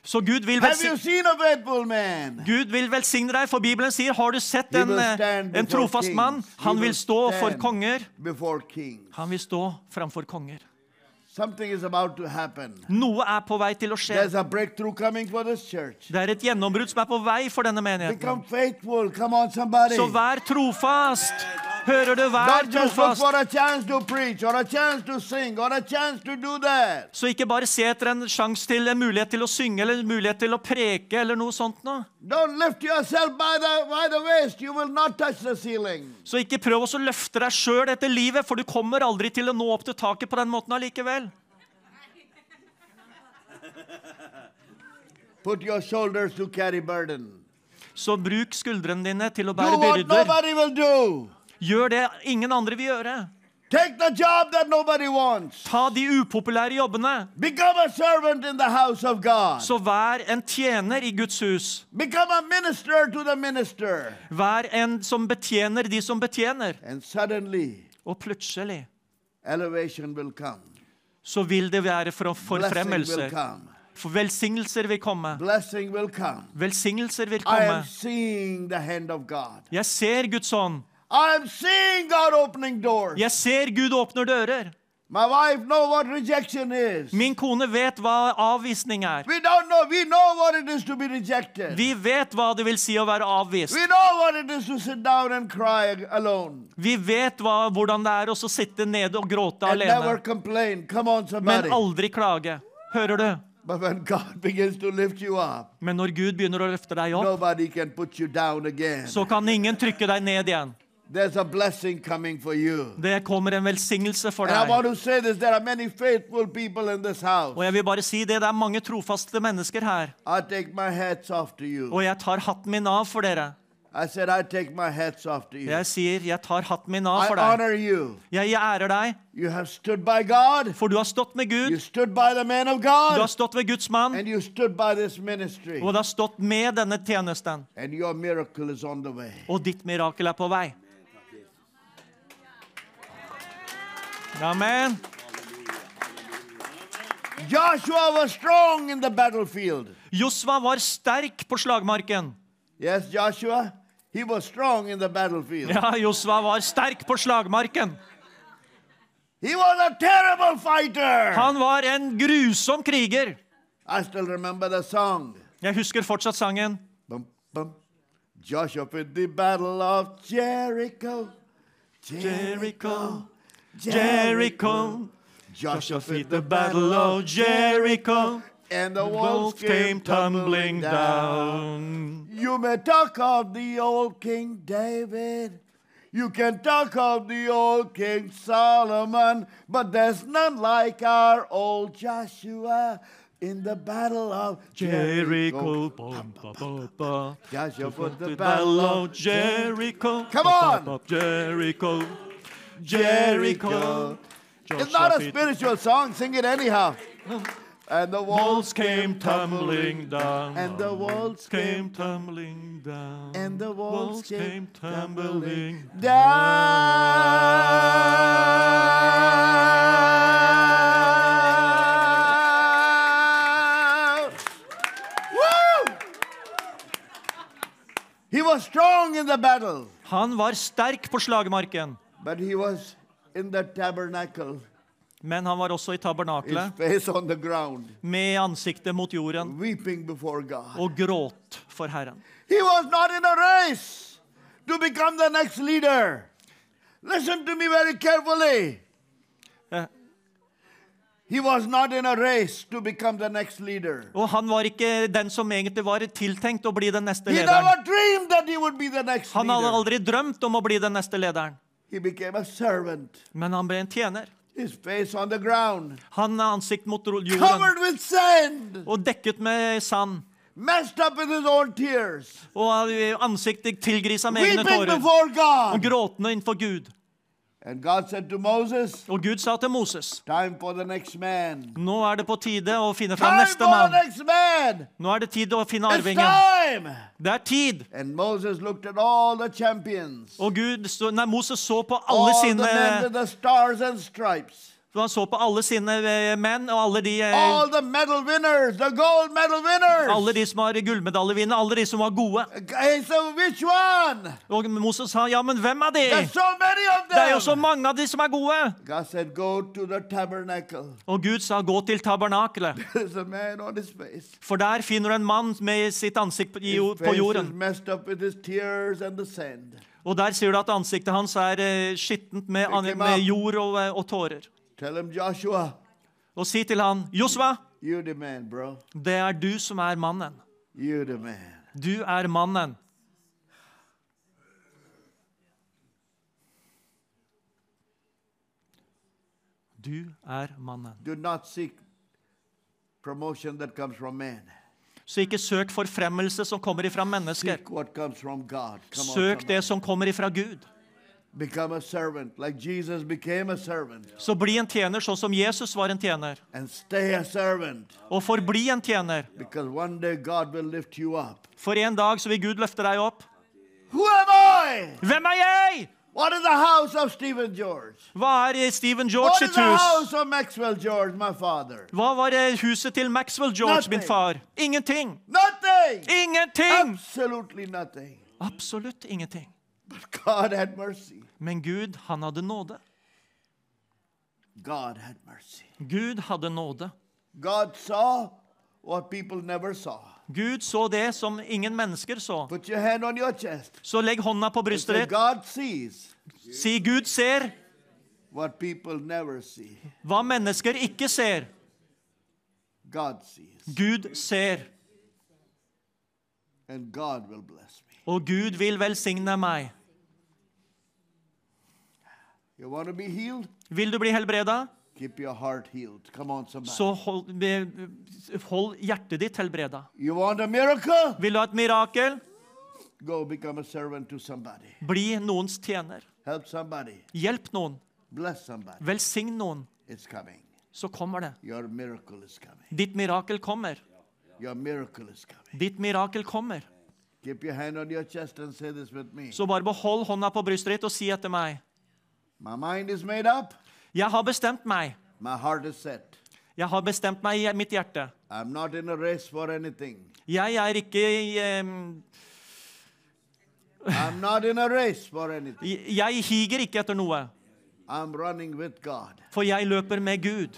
Så Gud vil, Have you velsigne, seen a faithful man? Gud vil velsigne deg, for Bibelen sier, har du sett He en, will eh, stand en before trofast kings. mann? He Han will vil stå for stand konger. Before king. Han vil stå framfor konger. Something is about to happen. Noe er på vei til å skje. There's a breakthrough coming for this church. Det er et gjennombrudd som er på vei for denne menigheten. Become faithful. Come on, somebody. Så vær trofast. hører du Not hver just look trofast. for a chance to preach or a chance to sing or a chance to do that. Så ikke bare se etter en sjanse til, en mulighet til å synge eller en mulighet til å preke eller noe sånt noe. Don't lift yourself by the, by the waist. You will not touch the ceiling. Så ikke prøv også å løfte deg sjøl etter livet, for du kommer aldri til å nå opp til taket på den måten allikevel. Put your shoulders to carry burden. Så bruk skuldrene dine til å Do bære what byrder. nobody will do. Gjør det ingen andre vil gjøre. Take the job that nobody wants. Ta de upopulære jobbene. Become a servant in the house of God. Så vær en tjener i Guds hus. Become a minister to the minister. Vær en som betjener de som betjener. And suddenly, Og plutselig elevation will come. så vil det være for Blessing will forfremmelser. come. For velsignelser vil komme. Blessing will come. Velsignelser vil I komme. am seeing the hand of God. Jeg ser Guds hånd. I am seeing God opening doors. Jeg ser Gud åpner dører. My wife know what rejection is. Min kone vet hva avvisning er. We don't know. We know what it is to be rejected. Vi vet hva det vil si å være avvist. We know what it is to sit down and cry ag- alone Vi vet hva, hvordan det er å så sitte nede og gråte and never alene, complain. Come on, somebody. men aldri klage. Hører du? But when God begins to lift you up, Men når Gud begynner å løfte deg opp, nobody can put you down again. så kan ingen trykke deg ned igjen. There's a blessing coming for you. Det kommer en velsignelse for And I want deg. to say this there are many faithful people in this house. Og jeg vil bare si det, det er mange trofaste mennesker her. I take my hats off to you. Og jeg tar hatten min av for dere. I said, I take my hats off to you. Jeg sier, jeg tar hatten min I av for deg. honor you. Jeg, jeg ærer deg, You have stood by God. for du har stått med You Gud. stood by the man of Du har God. stått ved Guds mann, And you stood by this ministry. og du har stått med denne tjenesten. And your miracle is on the way. Og ditt mirakel er på vei. Amen. Joshua was strong in the battlefield. Josva var sterk på slagmarken. Yes, Joshua? He was strong in the battlefield. Ja, Josva var sterk på slagmarken. He was a terrible fighter. Han var en grusom kriger. I still remember the song. Jeg husker fortsatt sangen. Bum, bum. Joshua in the battle of Jericho. Jericho, Jericho, Joshua defeat the battle of Jericho. And the walls Both came tumbling down. down. You may talk of the old King David. You can talk of the old King Solomon, but there's none like our old Joshua in the battle of Jericho, bum, ba, ba, ba. Joshua fought The the battle battle of of Jericho. Come on! Ba, ba, ba, Jericho, Jericho. It's not a spiritual song. Sing it anyhow. And the walls walls came tumbling down. And the walls came came tumbling down. And the walls came tumbling down. Woo! He was strong in the battle, Han var sterk på slagmarken, but he was in the tabernacle, men han var også i his tabernakelet face on the ground, med ansiktet mot jorden weeping before God. og gråt for Herren. He was not in a race to become the next leader. Listen to me very carefully. Eh, He was not in a race to become the next leader. Og han var ikke den som egentlig var tiltenkt å bli den neste He lederen. never dreamed that he would be the next Han hadde leader. aldri drømt om å bli den neste lederen, He became a servant, men han ble en tjener. his face on the ground, Han har ansikt mot ro- jorden covered with sand, og dekket med sand. messed up with his own tears, Og hadde ansiktet tilgrisa med egne weeping tårer. before Og God. gråtende innenfor Gud. And God said to Moses, Og Gud sa til Moses Time for the next man. Nå er det på tide å finne fram Time neste for the mann. next man. Nå er det tid å finne It's arvingen. time. Det er tid. And Moses looked at all the champions, Og Gud så, nei, Moses så på alle all the sine men with the stars and stripes, Han så på alle sine eh, menn og alle de, eh, all the medal winners, the gold medal alle winners. de som har gullmedaljevinner, alle de som var gode. Okay, so which one? Og Moses sa ja, men hvem er de? There's so many of Det er jo så them. mange av de som er gode. God said, Go to the tabernacle. Og Gud sa gå til tabernakelet, There's a man on his face. for der finner du en mann med sitt ansikt på, i, His på face is jorden. messed up with his tears and the sand. Og der sier du at ansiktet hans er eh, skittent med, Pick him med up. jord og, eh, og tårer. Tell him, Joshua, Og si til han, Josva, you the man, bro. det er du som er mannen. You the man. Du er mannen. Du er mannen. Do not seek promotion that comes from man. Så ikke søk forfremmelse som kommer ifra mennesker. Seek what comes from God. Come on, Søk somebody. det som kommer ifra Gud. Become a servant like Jesus became a servant. Så bli en tjener sånn som Jesus var en tjener. And stay a servant Og forbli en tjener. because one day God will lift you up. For en dag så vil Gud løfte deg opp. Who am I? Hvem er jeg? What is the house of Stephen George? Hva er Stephen George What is sitt the hus? house of Maxwell George, my father? Hva var eh, huset til Maxwell George, min Nothing. far? Ingenting. Nothing. Ingenting! Absolutely nothing. Absolutt ingenting. God had mercy. Men Gud, han hadde nåde. God had mercy. Gud hadde nåde. God saw what people never saw. Gud så det som ingen mennesker så. Put your hand on your chest. Så legg hånda på and say, brystet ditt. God sees Si Gud ser what people never see. hva mennesker ikke ser. God sees. Gud ser, And God will bless me. og Gud vil velsigne meg. You want to be healed? Vil du bli helbreda, Keep your heart healed. Come on, somebody. så hold, be- hold hjertet ditt helbreda. you want a miracle? Vil du ha et mirakel, Go become a servant to somebody. bli noens tjener. Help somebody. Hjelp noen, Bless somebody. velsign noen, It's coming. så kommer det. Your miracle is coming. Ditt mirakel kommer. Your miracle is coming. Ditt mirakel kommer. Keep your hand on your chest and say this with me. Så bare behold hånda på brystet ditt og si etter meg. My mind is made up. Jeg har bestemt meg. My heart is set. Jeg har bestemt meg i mitt hjerte. I'm not in a race for anything. Jeg er ikke i, em, I'm not in a race for anything. i- Jeg higer ikke etter noe, I'm running with God. for jeg løper med Gud.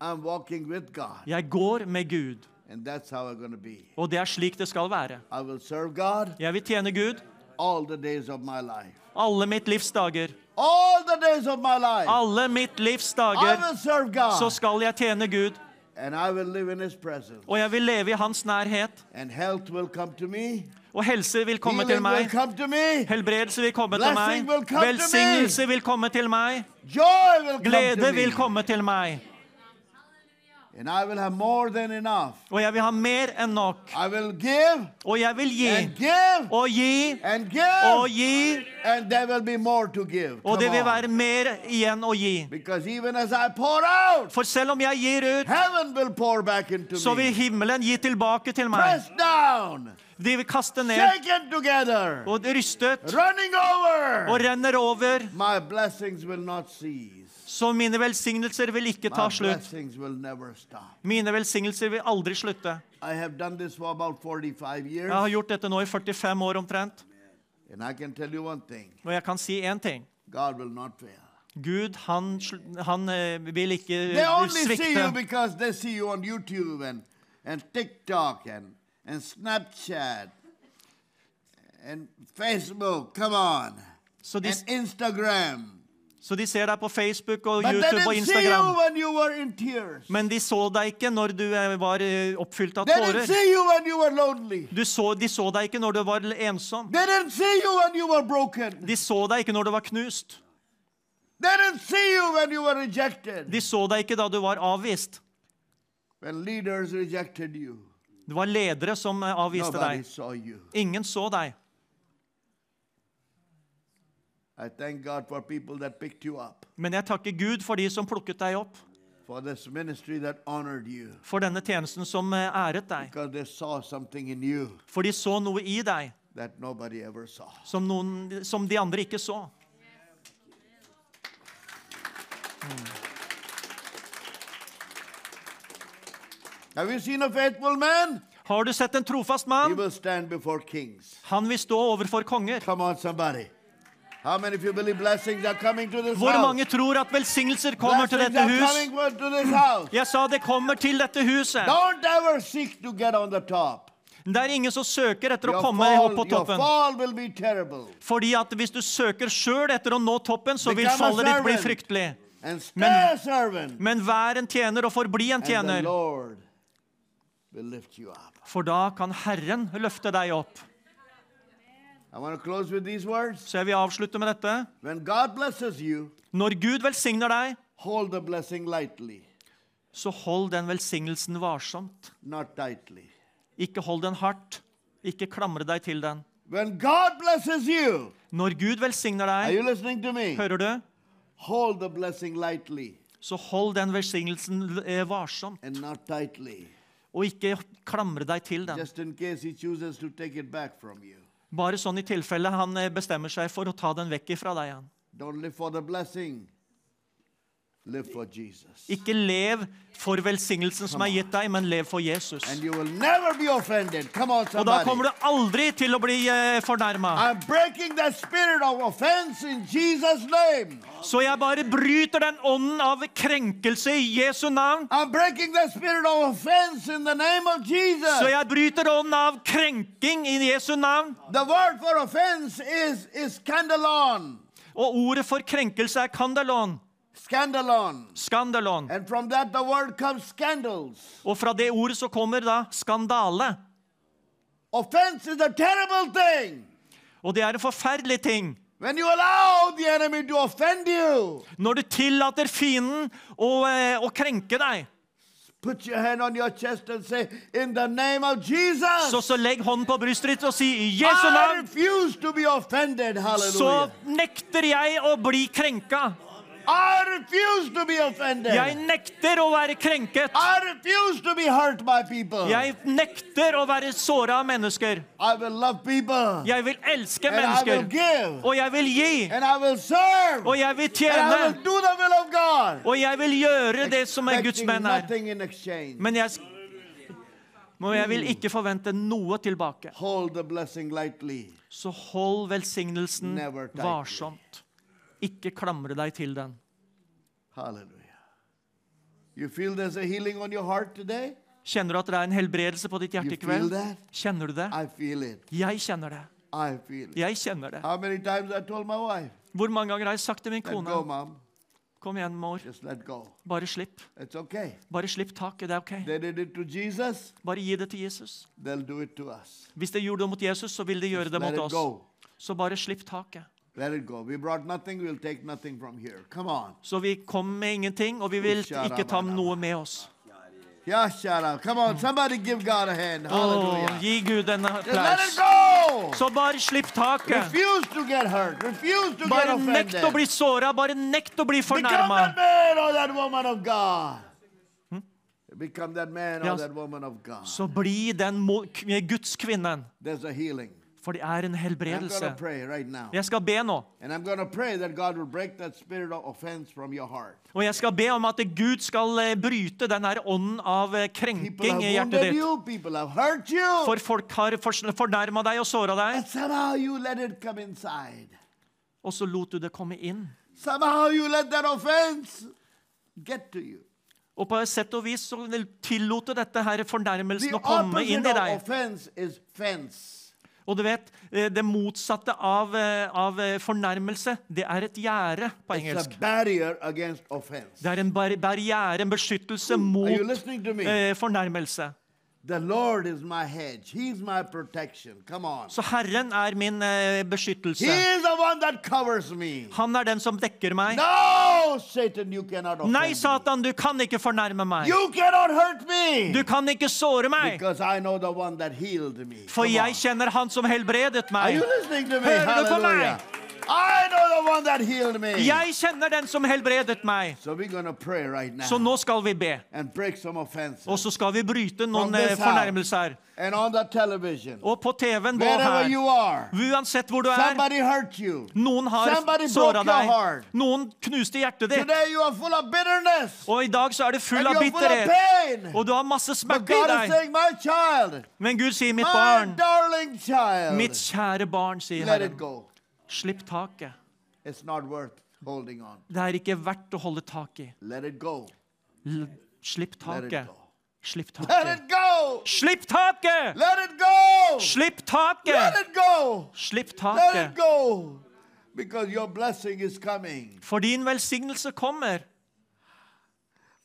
I'm walking with God. Jeg går med Gud, And that's how I'm going to be. og det er slik det skal være. I will serve God Jeg vil tjene Gud all the days of my life. alle mitt livs dager. All the days of my life. Alle mitt livs I dager will serve så God. skal jeg tjene Gud, And I will live in His presence. og jeg vil leve i Hans nærhet. And health will come to me. Og helse vil komme til Healing will meg. come to me. Helbredelse vil komme til Blessing meg. will come to me. Velsignelse vil komme til meg. Joy will come Glede to vil me. komme til meg. And I will have more than enough. Og jeg vil ha mer enn nok. I will give Oh, Og jeg vil gi. and give Og gi. and give. Og gi. And there will be more to give. Og det Come vil on. være mer igjen å gi. Because even as I pour out, For selv om jeg gir ut, heaven will pour back into så vil me. himmelen gi tilbake til meg. Pressed down, De vil kaste ned shaken together, og rystet running og over. renner over, My blessings will not cease. så mine velsignelser vil ikke ta My slutt. blessings will never stop. Mine velsignelser vil aldri slutte. I have done this for about 45 years, Jeg har gjort dette nå i 45 år omtrent, Uh-huh. and I can tell you one thing og jeg kan si én ting. God will not fail. Gud, han, sl- han eh, vil ikke eh, They only see you svikte. because they see you on YouTube and, and TikTok and, and Snapchat and Facebook. Come on. Så de, and Instagram. så de ser deg på Facebook og But they YouTube didn't og see you Instagram. when you were in tears. Men de så deg ikke når du eh, var eh, oppfylt av They didn't tårer. see you when you were lonely. Du så, de så deg ikke når du var ensom. They didn't see you when you were broken. De så deg ikke når du var knust. They didn't see you when you were rejected. De så deg ikke da du var avvist. When leaders rejected you, Det var ledere som eh, avviste nobody deg. saw you. Ingen så deg. I thank God for people that picked you up, Men jeg takker Gud for de som plukket deg opp, for this ministry that honored you, for denne tjenesten som eh, æret deg. because they saw something in you For de så noe i deg that nobody ever saw. som, noen, som de andre ikke så. Have you seen a faithful man? Har du sett en trofast He mann? will stand before kings. Han vil stå overfor konger. Come on, somebody. How many of you believe blessings are coming to this Hvor house? mange tror at velsignelser kommer til dette Blessings hus? are coming to this house. Jeg sa det kommer til dette huset. Don't ever seek to get on the top. Det er ingen som søker etter å Your komme fall- opp på your toppen. fall will be terrible. Fordi at hvis du søker sjøl etter å nå toppen, så vil Become a fallet ditt bli servant. fryktelig. And stay Men- a servant. Men vær en tjener og forbli en And the tjener, Lord will lift you up. for da kan Herren løfte deg opp. I want to close with these words. Så jeg vil avslutte med dette. When God blesses you, Når Gud velsigner deg, hold the blessing lightly, så hold den velsignelsen varsomt. not tightly. Ikke hold den hardt. Ikke klamre deg til den. When God blesses you, Når Gud velsigner are deg, you listening to me? hører du, Hold the blessing lightly så hold den velsignelsen eh, varsomt. and not tightly, Og ikke klamre deg til den. just in case He chooses to take it back from you. Bare sånn i tilfelle han eh, bestemmer seg for å ta den vekk ifra deg igjen. Don't live for the blessing, live for Jesus. Ikke lev for velsignelsen som er gitt deg, men lev for Jesus. And you will never be offended. Come on, Og da somebody. kommer du aldri til å bli eh, fornærma. I'm breaking that spirit of offense in Jesus' name. Så jeg bare bryter den ånden av krenkelse i Jesu navn. I'm breaking that spirit of offense in the name of Jesus. Så jeg bryter ånden av krenking i Jesu navn. the word for offense is, is scandalon. Og ordet for krenkelse er kandalon. Scandalon. Skandalon. And from that, the word comes scandals. Og fra det ordet så kommer da skandale. Offense is a terrible thing. Og det er en forferdelig ting. When you allow the enemy to offend you, Når du tillater fienden å, eh, å krenke deg, put your hand on your chest and say, In the name of Jesus, så, så legg hånden på brystet ditt og si i Jesu I navn, refuse to be offended. så Hallelujah. nekter jeg å bli krenka. I refuse to be offended. Jeg nekter å være krenket. I refuse to be hurt by people. Jeg nekter å være såra av mennesker. I will love people. Jeg vil elske And I will mennesker. give. Og jeg vil gi. And I will serve. Og jeg vil And tjene. I will do the will of God. Og jeg vil gjøre det som er Guds Expecting menn er. nothing in exchange. Men jeg, sk- men jeg vil ikke forvente noe tilbake. Hold the blessing lightly. Så hold velsignelsen Never tightly. varsomt. Ikke klamre deg til den. Hallelujah. You feel there's a healing on your heart today? Kjenner du at det er en helbredelse på ditt hjerte You i kveld? feel that? Kjenner du det? I feel it. Jeg kjenner det. I feel it. Jeg kjenner det. How many times I told my wife, Hvor mange ganger har jeg sagt til min let go, kone mom. Kom igjen, mor. Just let go. Bare slipp. It's okay. Bare slipp taket. Det er OK. They did it to Jesus, Bare gi det til Jesus. they'll do it to us. Hvis de gjorde det mot Jesus, så vil de gjøre Let det mot it oss. go. Så bare slipp taket. Let it go. We brought nothing, we'll take nothing from here. Come on. Så vi kom med ingenting, og vi vil ikke ta noe med oss. Yeah, shout out. Come on, somebody give God a Oh, hand. Hallelujah. Åh, gi Gud en Just let it applaus. go. Så bare slipp taket. Refuse to get hurt. Refuse to get Bare nekt offended. å bli såra. Bare nekt å bli Become fornærma. that man or that woman of God. Become that man or Hmm? Yes. that woman of God. Så bli den mo- k- Guds kvinnen. There's a healing. For det I'm er en going to helbredelse. pray right now. Jeg skal be nå. And I'm going to pray that God will break that spirit of offense from your heart. Og jeg skal be om at Gud skal eh, bryte den her ånden av eh, People krenking i have hjertet wounded ditt. you. People have hurt you. For folk har fornærma deg og såra and deg, somehow you let it come inside. og så lot du det komme inn. Somehow you let that offense get to you. Og på et sett og vis så tillot du dette her The fornærmelsen å komme opposite inn i of deg. offense is fence. Og du vet, eh, det motsatte av, eh, av eh, fornærmelse, det er et gjerde på It's engelsk. a barrier against offense. Det er en bar barriere, en beskyttelse Mm. Are you mot listening to me? eh, fornærmelse. The Lord is my hedge. He's my protection. Come on. Så Herren er min eh, He beskyttelse. is the one that covers me. Han er den som dekker meg. No, Satan, you cannot offend Nei, me. Satan, du kan ikke fornærme meg. You cannot hurt me. Du kan ikke såre meg. Because I know the one that healed me. For Come on. jeg kjenner Han som helbredet Are meg. you listening to me? Hører du på meg? Hallelujah. I know the one that healed me. Jeg kjenner den som helbredet meg. So we're going to pray right now Så nå skal vi be. and break some offenses. Og så skal vi bryte From noen this eh, house. fornærmelser. and on the television, Og på TV-en og wherever her. you are, Uansett hvor du er. somebody hurt you. Noen har Somebody såra broke your deg. heart. Noen knuste hjertet ditt. Today you are full of bitterness. Og i dag så er du full And av you're full of bitterhet. pain. Og du har masse But smerte i God is deg. saying, my child, Men Gud sier, mitt my barn, darling child, mitt kjære barn, sier let it Herren, go. slipp taket. It's not worth holding on. Det er ikke verdt å holde tak i. Let it go. L slipp Let it taket. go. Slipp Let it taket. go. Slipp taket! Let it go. Slipp Let taket! it go. Slipp Let it taket. go. Because your blessing is coming. For din velsignelse kommer.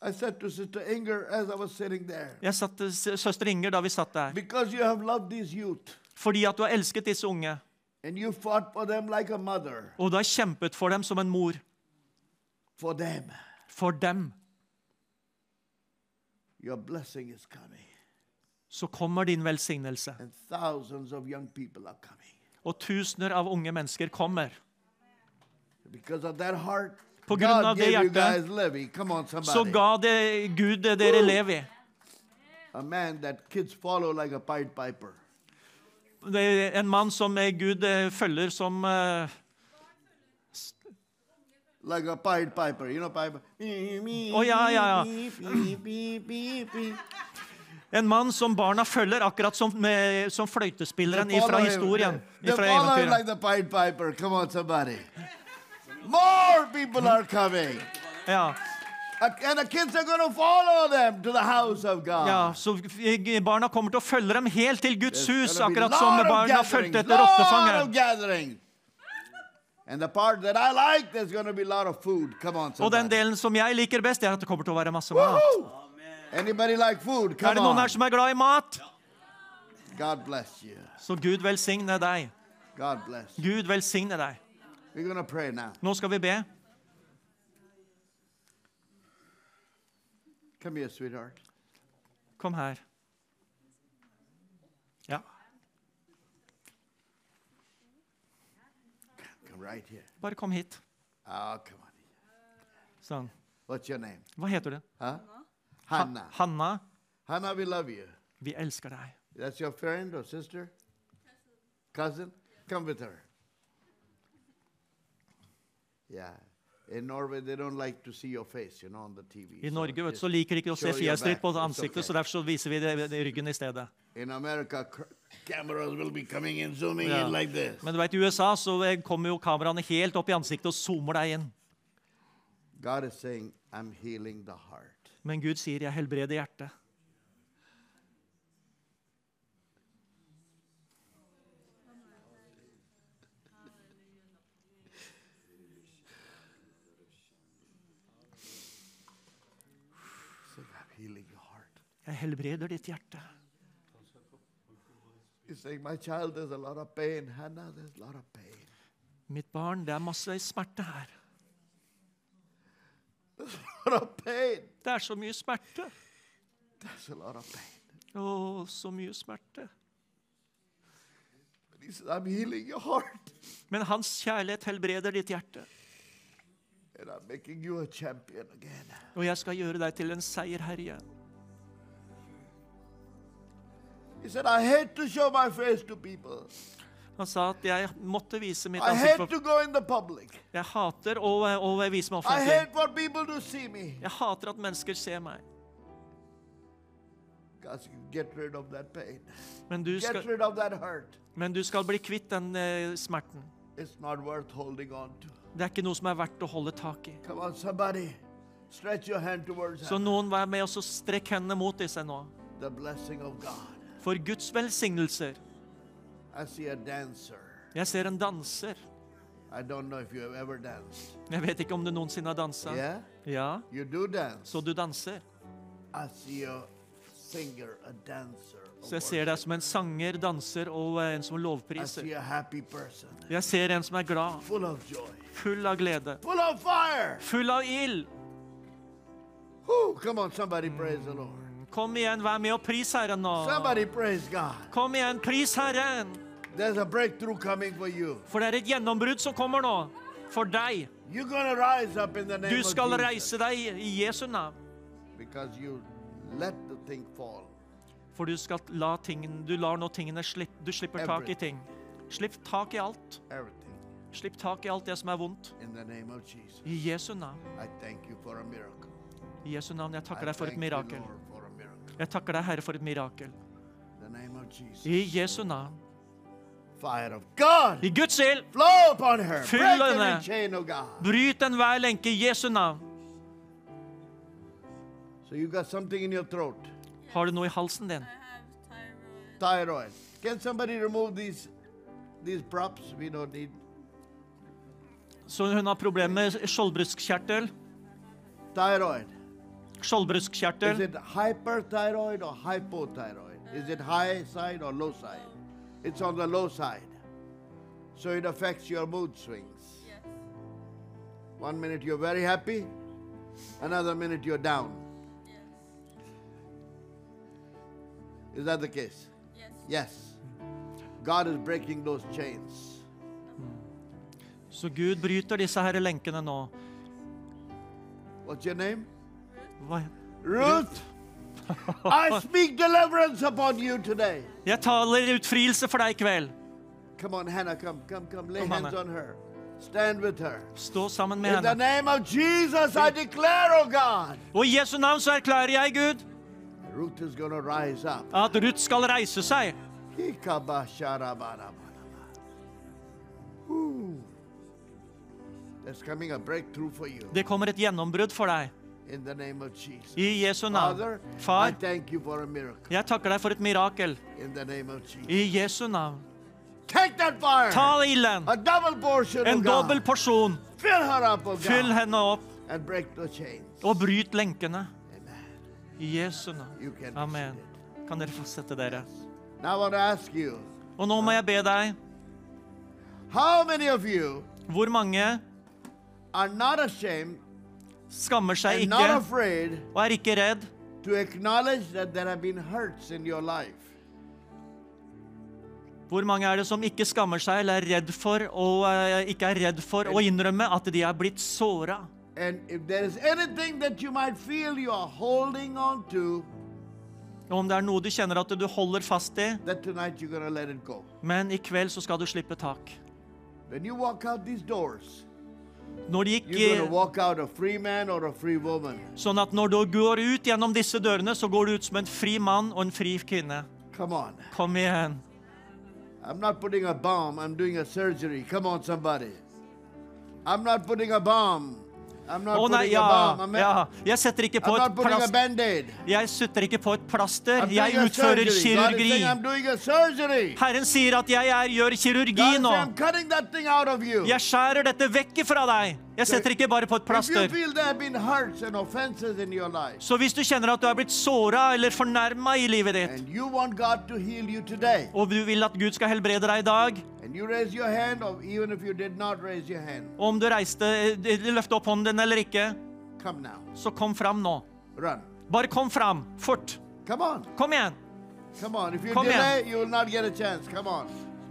I said to Sister Inger as I was sitting there, Jeg satt til s- søster Inger da vi satt der. because you have loved these youth Fordi at du har elsket disse unge, and you fought for them like a mother, og du har kjempet for dem som en mor. for them, For dem your blessing is coming. så kommer din velsignelse. And thousands of young people are coming. Og tusener av unge mennesker kommer. Because of that heart, På grunn God av det gave you hjertet, guys Levi. Come on, Så somebody. ga det Gud det dere lever i. A man that kids follow like a Pied Piper. Det er en mann som eh, Gud eh, følger som eh, Like a Pied Piper. You know Piper? Å, ja, ja, ja. En mann som barna følger, akkurat som, med, som fløytespilleren They fra follow him. historien. They Ifra follow him like eventyret. the Pied Piper. Come on, somebody. More people are coming. Ja, Uh, And the kids are going to follow them to the house of God. ja, så eh, barna kommer til å følge dem helt til There's Guds hus, gonna be akkurat lot som of barna gatherings, fulgte etter lot of rottefangeren. gathering. And the part that I like, there's going to be a lot of food. Come on, Og den somebody. delen som jeg liker best, er at det kommer til å være masse mat. Woohoo! Anybody like food? Er Come det noen her on. som er glad i mat? God bless you. Så Gud velsigne deg. God bless. you. Gud velsigne deg. We're going to pray now. Nå skal vi be. Come here, sweetheart. Kom her. Ja, Come right here. bare kom hit. Oh, come on. Sånn. What's your name? Hva heter du? Huh? Hannah. Hanna, Hannah, we love you. vi elsker deg. That's your friend or sister? Cousin? Come with her. Yeah. In Norway, they don't like to see your face, you know, on the TV. I so Norge vet, du, just- så liker de ikke å se show your fjeset ditt på back. It's ansiktet, okay. så derfor så viser vi det det i ryggen i stedet. In America, cr- cameras will be coming in, zooming Ja. in like this. Men du vet, i USA så eh, kommer jo kameraene helt opp i ansiktet og zoomer deg inn. God is saying, I'm healing the heart. Men Gud sier 'jeg helbreder hjertet'. So I'm healing your heart. Jeg helbreder ditt hjerte. He's saying, My child, there's a lot of pain. Hannah, there's a lot of pain. Mitt barn, det er masse smerte her. A lot of pain. Det er så mye smerte. There's a lot of pain. Å, så mye smerte. But he says, I'm healing your heart. Men hans kjærlighet helbreder ditt hjerte. And I'm making you a champion again. Og jeg skal gjøre deg til en seierherre. He said, I hate to show my face to people. Han sa at jeg måtte vise mitt I ansikt hate for to go in the public. Jeg hater å, å vise I meg offentlig. hate for people to see me. Jeg hater at mennesker ser meg. God said, get rid of that pain. Men du Get skal, rid of that hurt. men du skal bli kvitt den eh, smerten. It's not worth holding on to. Det er ikke noe som er verdt å holde tak i. Come on, somebody. Stretch your hand towards Så heaven. noen vær med oss og strekk hendene mot disse nå. the blessing of God. For Guds velsignelser. I see a dancer. Jeg ser en danser. I don't know if you have ever danced. Jeg vet ikke om du noensinne har dansa. Yeah? Ja, You do dance. så du danser. I see a singer, a dancer. a Så jeg ser deg som en sanger, danser og eh, en som I see lovpriser. a happy person, Jeg ser en som er glad, full of joy, full av glede, full of fire. full av ild. Whew, come on, somebody praise the Lord. Kom igjen, vær med og pris Herren nå. Somebody praise God. Kom igjen, pris Herren. There's a breakthrough coming for you. For det er et gjennombrudd som kommer nå. For deg. You're going to rise up in the Du name skal of Jesus reise deg i Jesu navn. because you let the thing fall. For du skal la tingene Du lar nå tingene slippe. Du slipper tak i ting. Slipp tak i alt. Everything Slipp tak i alt det som er vondt. in the name of Jesus. I Jesu navn. I thank you for a miracle. I Jesu navn. Jeg I takker deg for thank et you, mirakel. Lord, for a miracle. Jeg takker deg, Herre, for et mirakel. In the name of Jesus. I Jesu navn. Fire of God I Guds ild, flow upon her. Fyll Break henne. every chain of God. bryt enhver lenke i Jesu navn. So you got something in your throat. Har du noe i halsen din? Thyroid. Can somebody remove these these props? We don't need Så hun har problemer med skjoldbruskkjertel. thyroid. Is Skjoldbruskkjertel. it hyperthyroid or hypothyroid? Is it high side or low side? It's on the low side. So it affects your mood swings. Yes. One minute you're very happy, another minute you're down. Yes. Is that the case? Yes. Yes. God is breaking those chains. Så Gud bryter disse her lenkene nå. What's your name? Hva? Ruth. I speak deliverance upon you today. Jeg taler utfrielse for deg i kveld. Come on, Hannah, come, come, come. Lay Come, hands Hannah. on her. Stand with her. Stå sammen med In the henne. name of Jesus, I declare, oh God, Og i Jesu navn så erklærer jeg, Gud, Ruth is going to rise up. at Ruth skal reise seg. Kikabasharabarabara. Ooh. There's coming a breakthrough for you Det kommer et gjennombrudd for deg. in the name of Jesus. I Jesu navn. Father, I Far, thank you for a miracle jeg takker deg for et mirakel. in the name of Jesus. I Jesu navn. Take that fire, Ta ilden. a double portion, oh En God. dobbel porsjon. Fill her up, oh Fyll God, henne opp and break the chains. og bryt lenkene. Amen. I Jesu navn. You can be Amen. seated. Kan dere få sette dere? Now I want to ask you, Og nå må jeg be deg, how many of you hvor mange are not ashamed skammer seg and not ikke afraid og er ikke redd to acknowledge that there have been hurts in your life? Hvor mange er det som ikke skammer seg eller er redd for og eh, ikke er redd for å innrømme at de er blitt såra? And if there is anything that you might feel you are holding on to, Og om det er noe du kjenner at du holder fast i, that tonight you're going to let it go. men i kveld så skal du slippe tak. When you walk out these doors, Når de you're going to gikk, walk out a free man or a free woman. sånn at når du går ut gjennom disse dørene, så går du ut som en fri mann og en fri kvinne. Come on. Kom igjen. I'm not putting a bomb, I'm doing a surgery. Come on, somebody. I'm not putting a bomb. I'm not Å nei, putting a ja, bomb. I'm, ja. Jeg setter ikke I'm på not et putting a plaster. band aid. Jeg sutter ikke på et plaster. I'm doing Jeg a surgery. God utfører is kirurgi. saying, I'm doing a surgery. Herren sier at jeg er, gjør kirurgi God is nå. saying, I'm cutting that thing out of you. Jeg skjærer dette vekk fra deg. Jeg setter ikke bare på et If you plaster. feel there have been hurts and offenses in your life, Så hvis du kjenner at du er blitt såra eller fornærma i livet ditt, and you want God to heal you today, og du vil at Gud skal helbrede deg i dag, and you raise your hand, or even if you did not raise your hand, og om du reiste eller løfte opp hånden din eller ikke, come now. så kom fram nå. Run. Bare kom fram. Fort. Come on. Kom igjen. Come on. If you Kom delay, you will not get a chance. Come on.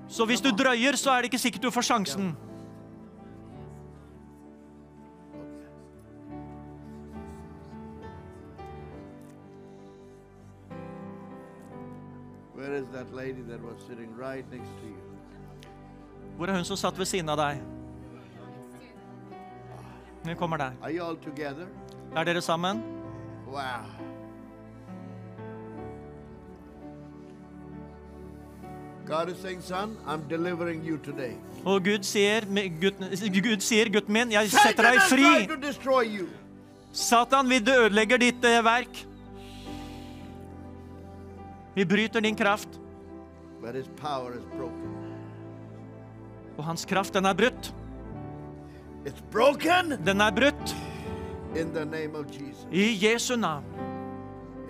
Så hvis du drøyer, så er det ikke sikkert du får sjansen. Where is that lady that was sitting right next to you? Hvor er hun som satt ved siden av deg? Hun kommer der. Are you all together? Er dere sammen? Wow. God is saying, son, I'm delivering you today. Og Gud sier, gutten, Gud sier, gutten min, jeg setter Satan deg has fri. tried to destroy you. Satan, vi ødelegger ditt eh, verk. Vi bryter din kraft, But his power is broken. og hans kraft, den er brutt. It's broken Den er brutt in the name of Jesus. i Jesu navn.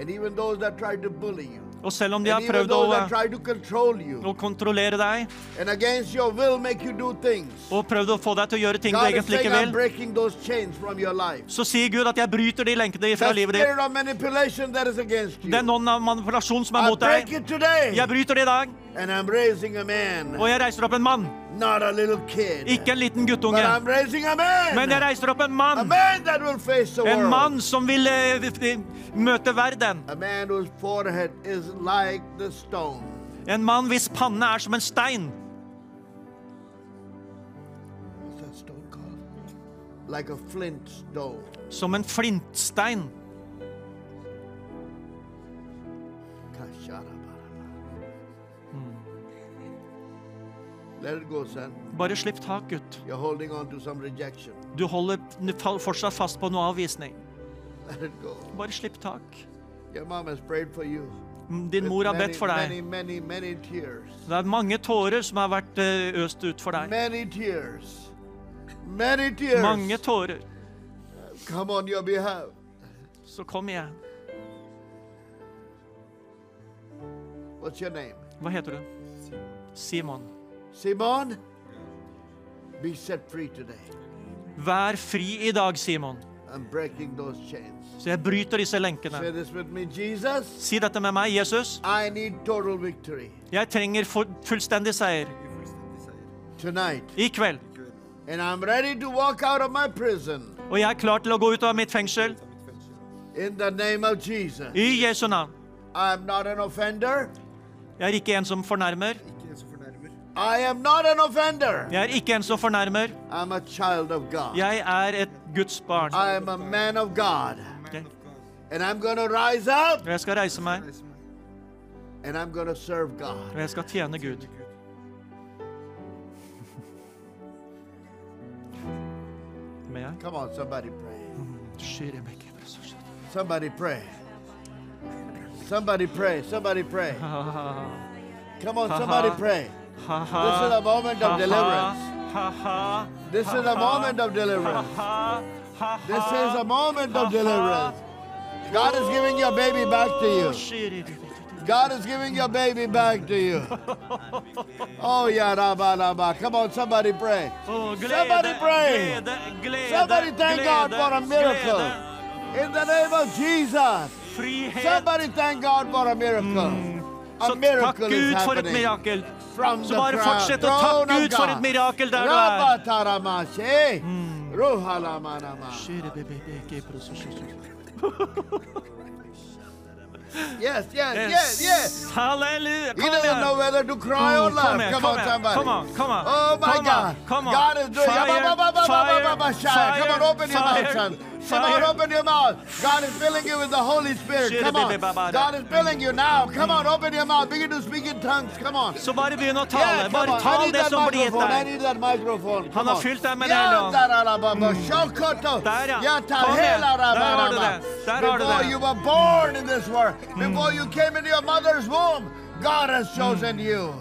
And even those that try to bully you. Og selv om de har And even prøvd å, eh, those that try to control å you. kontrollere deg, And against your will make you do things. og prøvd å få deg til å gjøre ting du God is egentlig saying, ikke I'm vil, breaking those chains from your life. så sier Gud at jeg bryter de lenkene fra The livet ditt. spirit of manipulation that is against you. Den ånden av manipulasjon som er I mot break deg, it today. jeg bryter det i dag, And I'm raising a man. og jeg reiser opp en mann. Not a little kid. Ikke en liten But guttunge, I'm raising a man. men jeg reiser opp en a mann. man that will face the En world. mann som vil eh, v- v- møte verden. A man whose forehead is like the stone. En mann hvis panne er som en stein. What's that stone called? Like a flint stone. Som en flintstein. Kasharabaraba. Let it go, son. Bare slipp tak, gutt. You're holding on to some rejection. Du holder n- fa- fortsatt fast på noe avvisning. Let it go. Bare slipp tak. Your mom has prayed for you. with Din mor har many, bedt for many, deg. many, many tears. Det er mange tårer som har vært eh, øst ut for deg. Many tears. Many tears. Mange tårer. Come on your behalf. Så kom igjen. What's your name? Hva heter du? Simon. Simon? Be set free today. Vær fri i dag, Simon. I'm breaking those chains. Så jeg bryter disse Say lenkene. this with me, Jesus. Si dette med meg, Jesus. I need total victory Jeg trenger fu- fullstendig seier. tonight. I kveld. And I'm ready to walk out of my prison Og jeg er klar til å gå ut av mitt fengsel. in the name of Jesus. I Jesu navn. I'm not an offender. Jeg er ikke en som fornærmer. I am not an offender. Jeg er ikke en som fornærmer. I'm a child of God. Jeg er et Guds barn. I am a man of God. Ok? And I'm going to rise up Og jeg skal reise meg, and I'm going to serve God. og jeg skal tjene Gud. Med jeg? Come on, somebody pray. Skyr i bekken, bare så skjønt. Somebody pray. Somebody pray. Somebody pray. Come on, somebody pray. Ha-ha. This is a moment of Ha-ha. deliverance. Ha-ha. This is a moment of deliverance. Ha-ha. This is a moment of deliverance. God is giving your baby back to you. Skyr i bekken. God is giving your baby back to you. Oh, yeah, rabba, rabba. Come on, somebody pray. Å, glede, Somebody pray. glede, glede, Somebody thank God glede, for a miracle. glede. In the name of Jesus. Frihet. Somebody thank God for a miracle. A Så takk miracle is Gud for et happening. mirakel. From Så the bare fra- fortsett å throne takke of Gud for God. et mirakel der du er. Mm. Rabataramashe. Ruhalamanama. Yes, yes, yes, yes. Halleluja. He Kom doesn't know igjen. whether to cry or laugh. Kom igjen, Come kom on, igjen, somebody. kom igjen, kom igjen. Oh my Kom God. igjen, kom igjen. God is doing. Fire, Ba, ba, ba, ba, fire, ba, ba, ba, Shia. Come fire, on, open your mouth, fire, son. Come on, fire. open your mouth. God is filling you with the Holy Spirit. Shiri Come bibi on. babada. God is filling you now. Come on, open your mouth. Begin to speak in tongus. Come on. Så bare begynn å Yeah, tale. come Bare on. I tal need det that som blir gitt microphone. I deg. need that microphone. Come Han har on. fylt deg med Ja, det nå. der er det, Baba. Sjokoto. Der, ja. Ja, ta Kom igjen. hele Der har du rabarama. det. Der har du Before det. Mm. you were born in this world, before you came into your mother's womb, God has chosen Mm. you.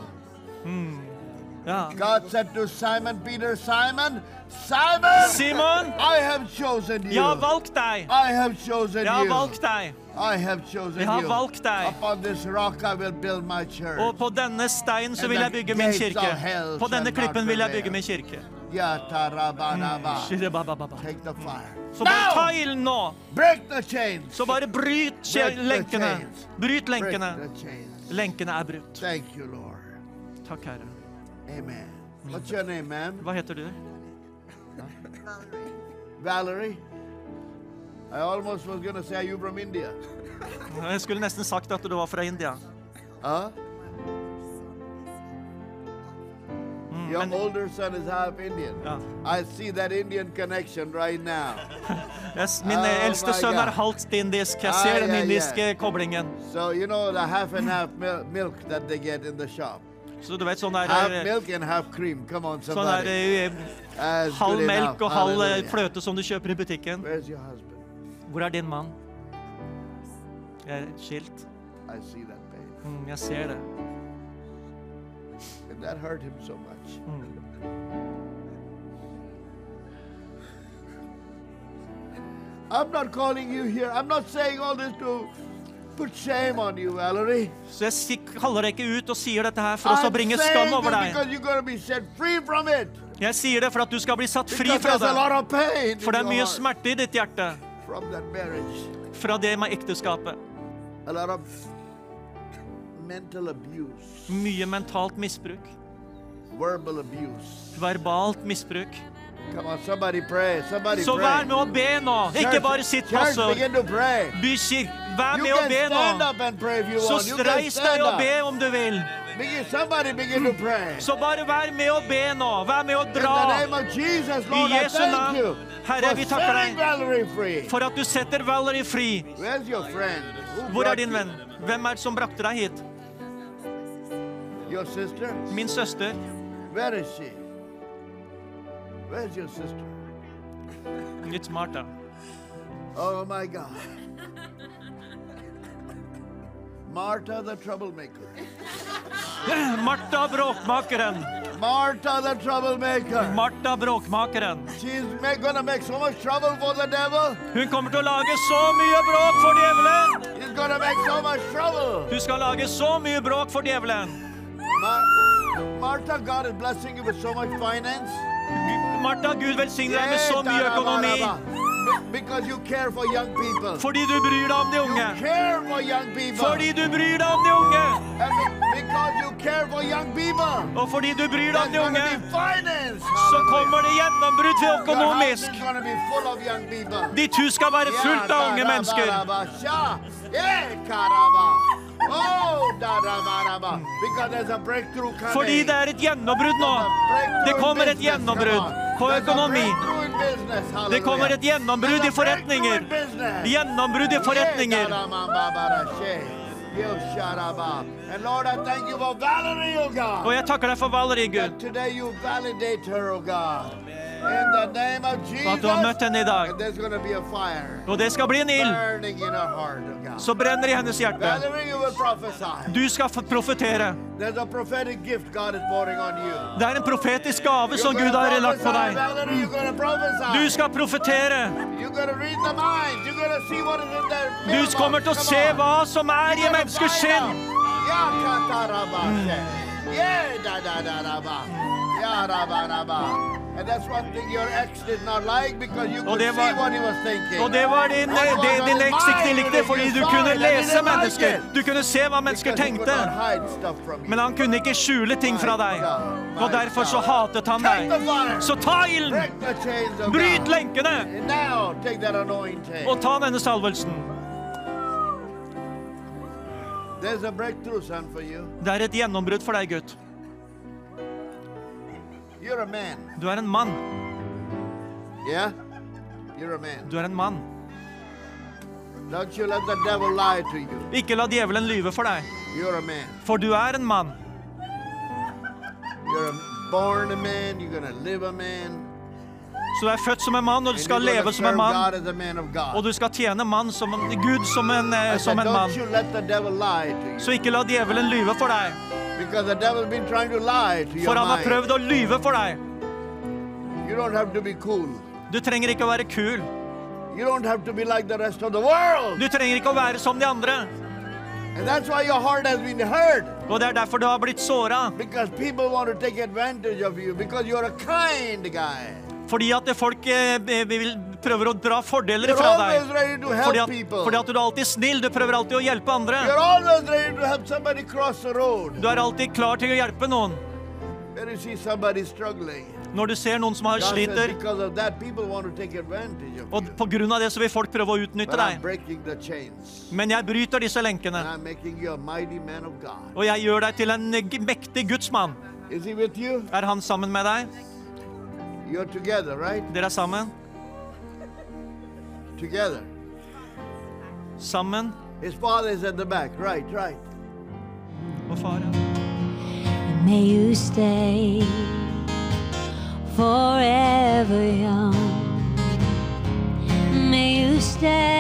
Ja. God said to Simon Peter, Simon, Simon, Simon, I have chosen you. jeg har valgt deg. I have chosen Jeg har you. valgt deg. I have chosen Jeg har you. valgt deg. Upon this rock I will build my church. Og på denne stein så vil jeg bygge min kirke. På denne klippen vil jeg bygge min kirke. Ya tarabaraba. Shiri baba baba. Take the fire. Så bare ta ilden nå. Break the chains. Så bare bryt kje- lenkene. Bryt Break lenkene. the chains. Lenkene er brutt. Thank you, Lord. Takk, Herre. Amen. What's your name, ma'am? Hva heter du? Valerie. I almost was gonna say, are you from India? Jeg skulle nesten sagt at du var fra India. Huh? Your and- older son is half Indian. Mm, Ja. I see that Indian connection right now. Jeg, s- min eh, Oh my eldste sønn God. er halvt indisk. Jeg Ah, ser den ja, ja. indiske koblingen. So you know the half and half mil- milk that they get in the shop. Så du vet, sånn er Half det. milk and half cream. Come on, Sånn er somebody. det, That's good halv enough. melk og halv eh, Hallelujah. fløte som du kjøper i butikken. Where's your husband? Hvor er din mann? Jeg er skilt. I see that pain. Mm, jeg ser det. And that hurt him so much. I'm not calling you here. I'm not saying all this to put shame on you, Valerie. Så jeg si- kaller deg ikke ut og sier dette her for I'm også å bringe saying skam over this deg. because you're going to be set free from it. Jeg sier det for at du skal bli satt fri Because fra there's a det. lot of pain in For det er your mye heart smerte i ditt hjerte from that marriage. fra det med ekteskapet. A lot of mental abuse, Mye mentalt misbruk. verbal abuse. Verbalt misbruk. Come on, somebody pray. Somebody Så pray. vær med å be nå. Ikke Church- bare sitt church, passord. begin to pray. Bykirk, vær You med å can be stand nå. up and pray if you Så want. You can reis deg stand og up. be om du vil. Begin, somebody begin to pray. Så bare vær med å be nå. Vær med å In dra. the name of Jesus, Lord, I Jesu thank navn. you Herre, for vi takker setting deg. Valerie free. For at du setter Valerie fri. Where's your friend? Who Hvor brought er din you? venn? Hvem er det som brakte deg hit? Your sister? Min søster. Where is she? Where's your sister? Litt smart, da. Oh my God. Martha the troublemaker. Martha bråkmakeren. Martha the troublemaker. Martha bråkmakeren. She's ma- gonna make so much trouble for the devil. Hun kommer til å lage så mye bråk for djevelen. She's gonna make so much trouble. Hun skal lage så mye bråk for djevelen. Mar- Martha, God is blessing you with so much finance. Martha, Gud velsigne deg med Yes, så mye økonomi. Tarabaraba. Be- Because you care for young people. Fordi du bryr deg om de unge. Care for young people. Fordi du bryr deg om de unge. And be- because you care for young people. Og fordi du bryr deg There's om de gonna be unge, finance. så kommer det gjennombrudd Your house is økonomisk. gonna be full of young people. Ditt hus skal være fullt av unge mennesker. eh, Oh, Fordi det er et gjennombrudd nå. Det kommer et gjennombrudd på økonomi. Det kommer et gjennombrudd i forretninger. Gjennombrudd i forretninger. And Lord, I thank you for Valerie, oh God. Og jeg takker deg for Valerie, That Gud, today you validate her, oh God. In the name of Jesus. for at du har møtt henne i dag. And there's going to be a fire Og det skal bli en ild burning in her heart, oh God. som brenner i hennes hjerte. Valerie, you will prophesy. Du skal få profetere. There's a prophetic gift God is pouring on you. Det er en profetisk gave som You're Gud gonna har lagt på prophesy, deg. Valerie, you're gonna Du prophesy. skal profetere. You're gonna read the minds. You're gonna see what is in their Du mailbox. kommer til å Come se on. hva som er i You're gonna menneskers find skinn. out. Ja, katarabashe. Yeah, da, da, da, da, ba. Ja, da, ba, da, ba. And that's one thing your ex did not like because you Og could det var- see what he was thinking. Og det var din, What was det, on din his eks ikke mind likte, when fordi you du saw kunne it and he lese didn't like mennesker. it. Du kunne se hva mennesker Because he could tenkte. not hide stuff from you. Men han kunne ikke skjule ting fra deg. Og derfor så hatet han Take the deg. fire. Så ta ilden! Break the chains of Bryt God. lenkene! And now take that anointing. Og ta denne salvelsen. There's a breakthrough, son, for you. Det er et gjennombrudd for deg, gutt. You're a man. Du er en mann. Yeah? You're a man. Du er en mann. Don't you let the devil lie to you. Ikke la djevelen lyve for deg, You're a man. for du er en mann. You're a born a man. You're gonna live a man. Så du er født som en mann, og and du skal you're leve gonna som en serve mann. God as a man of God. Og du skal tjene mann som en Gud som en, eh, I said, som en don't mann. you let the devil lie to you. Så ikke la djevelen lyve for deg, Because the devil's been trying to lie to your for han har mind. prøvd å lyve for deg. You don't have to be cool. Du trenger ikke å være kul. You don't have to be like the rest of the world. Du trenger ikke å være som de andre. And that's why your heart has been hurt. Og det er derfor du har blitt såra. Because people want to take advantage of you. Because you're a kind guy. Fordi at folk eh, be- vil, prøver å dra fordeler You're fra always deg. ready to help Fordi at, people. fordi at du er alltid snill. Du prøver alltid å hjelpe andre. You're always ready to help somebody cross the road. Du er alltid klar til å hjelpe noen. When you see somebody struggling. Når du ser noen som har God says sliter, because of that, people want to take advantage of og you. på grunn av det så vil folk prøve å utnytte But I'm deg. breaking the chains. Men jeg bryter disse lenkene, And I'm making you a mighty man of God. og jeg gjør deg til en g- mektig gudsmann. Is he with you? Er han sammen med deg? You're together, right? Dere er sammen? Together. Sammen? His father is at the back. Right, right. Og far, ja. May you stay forever young. May you stay.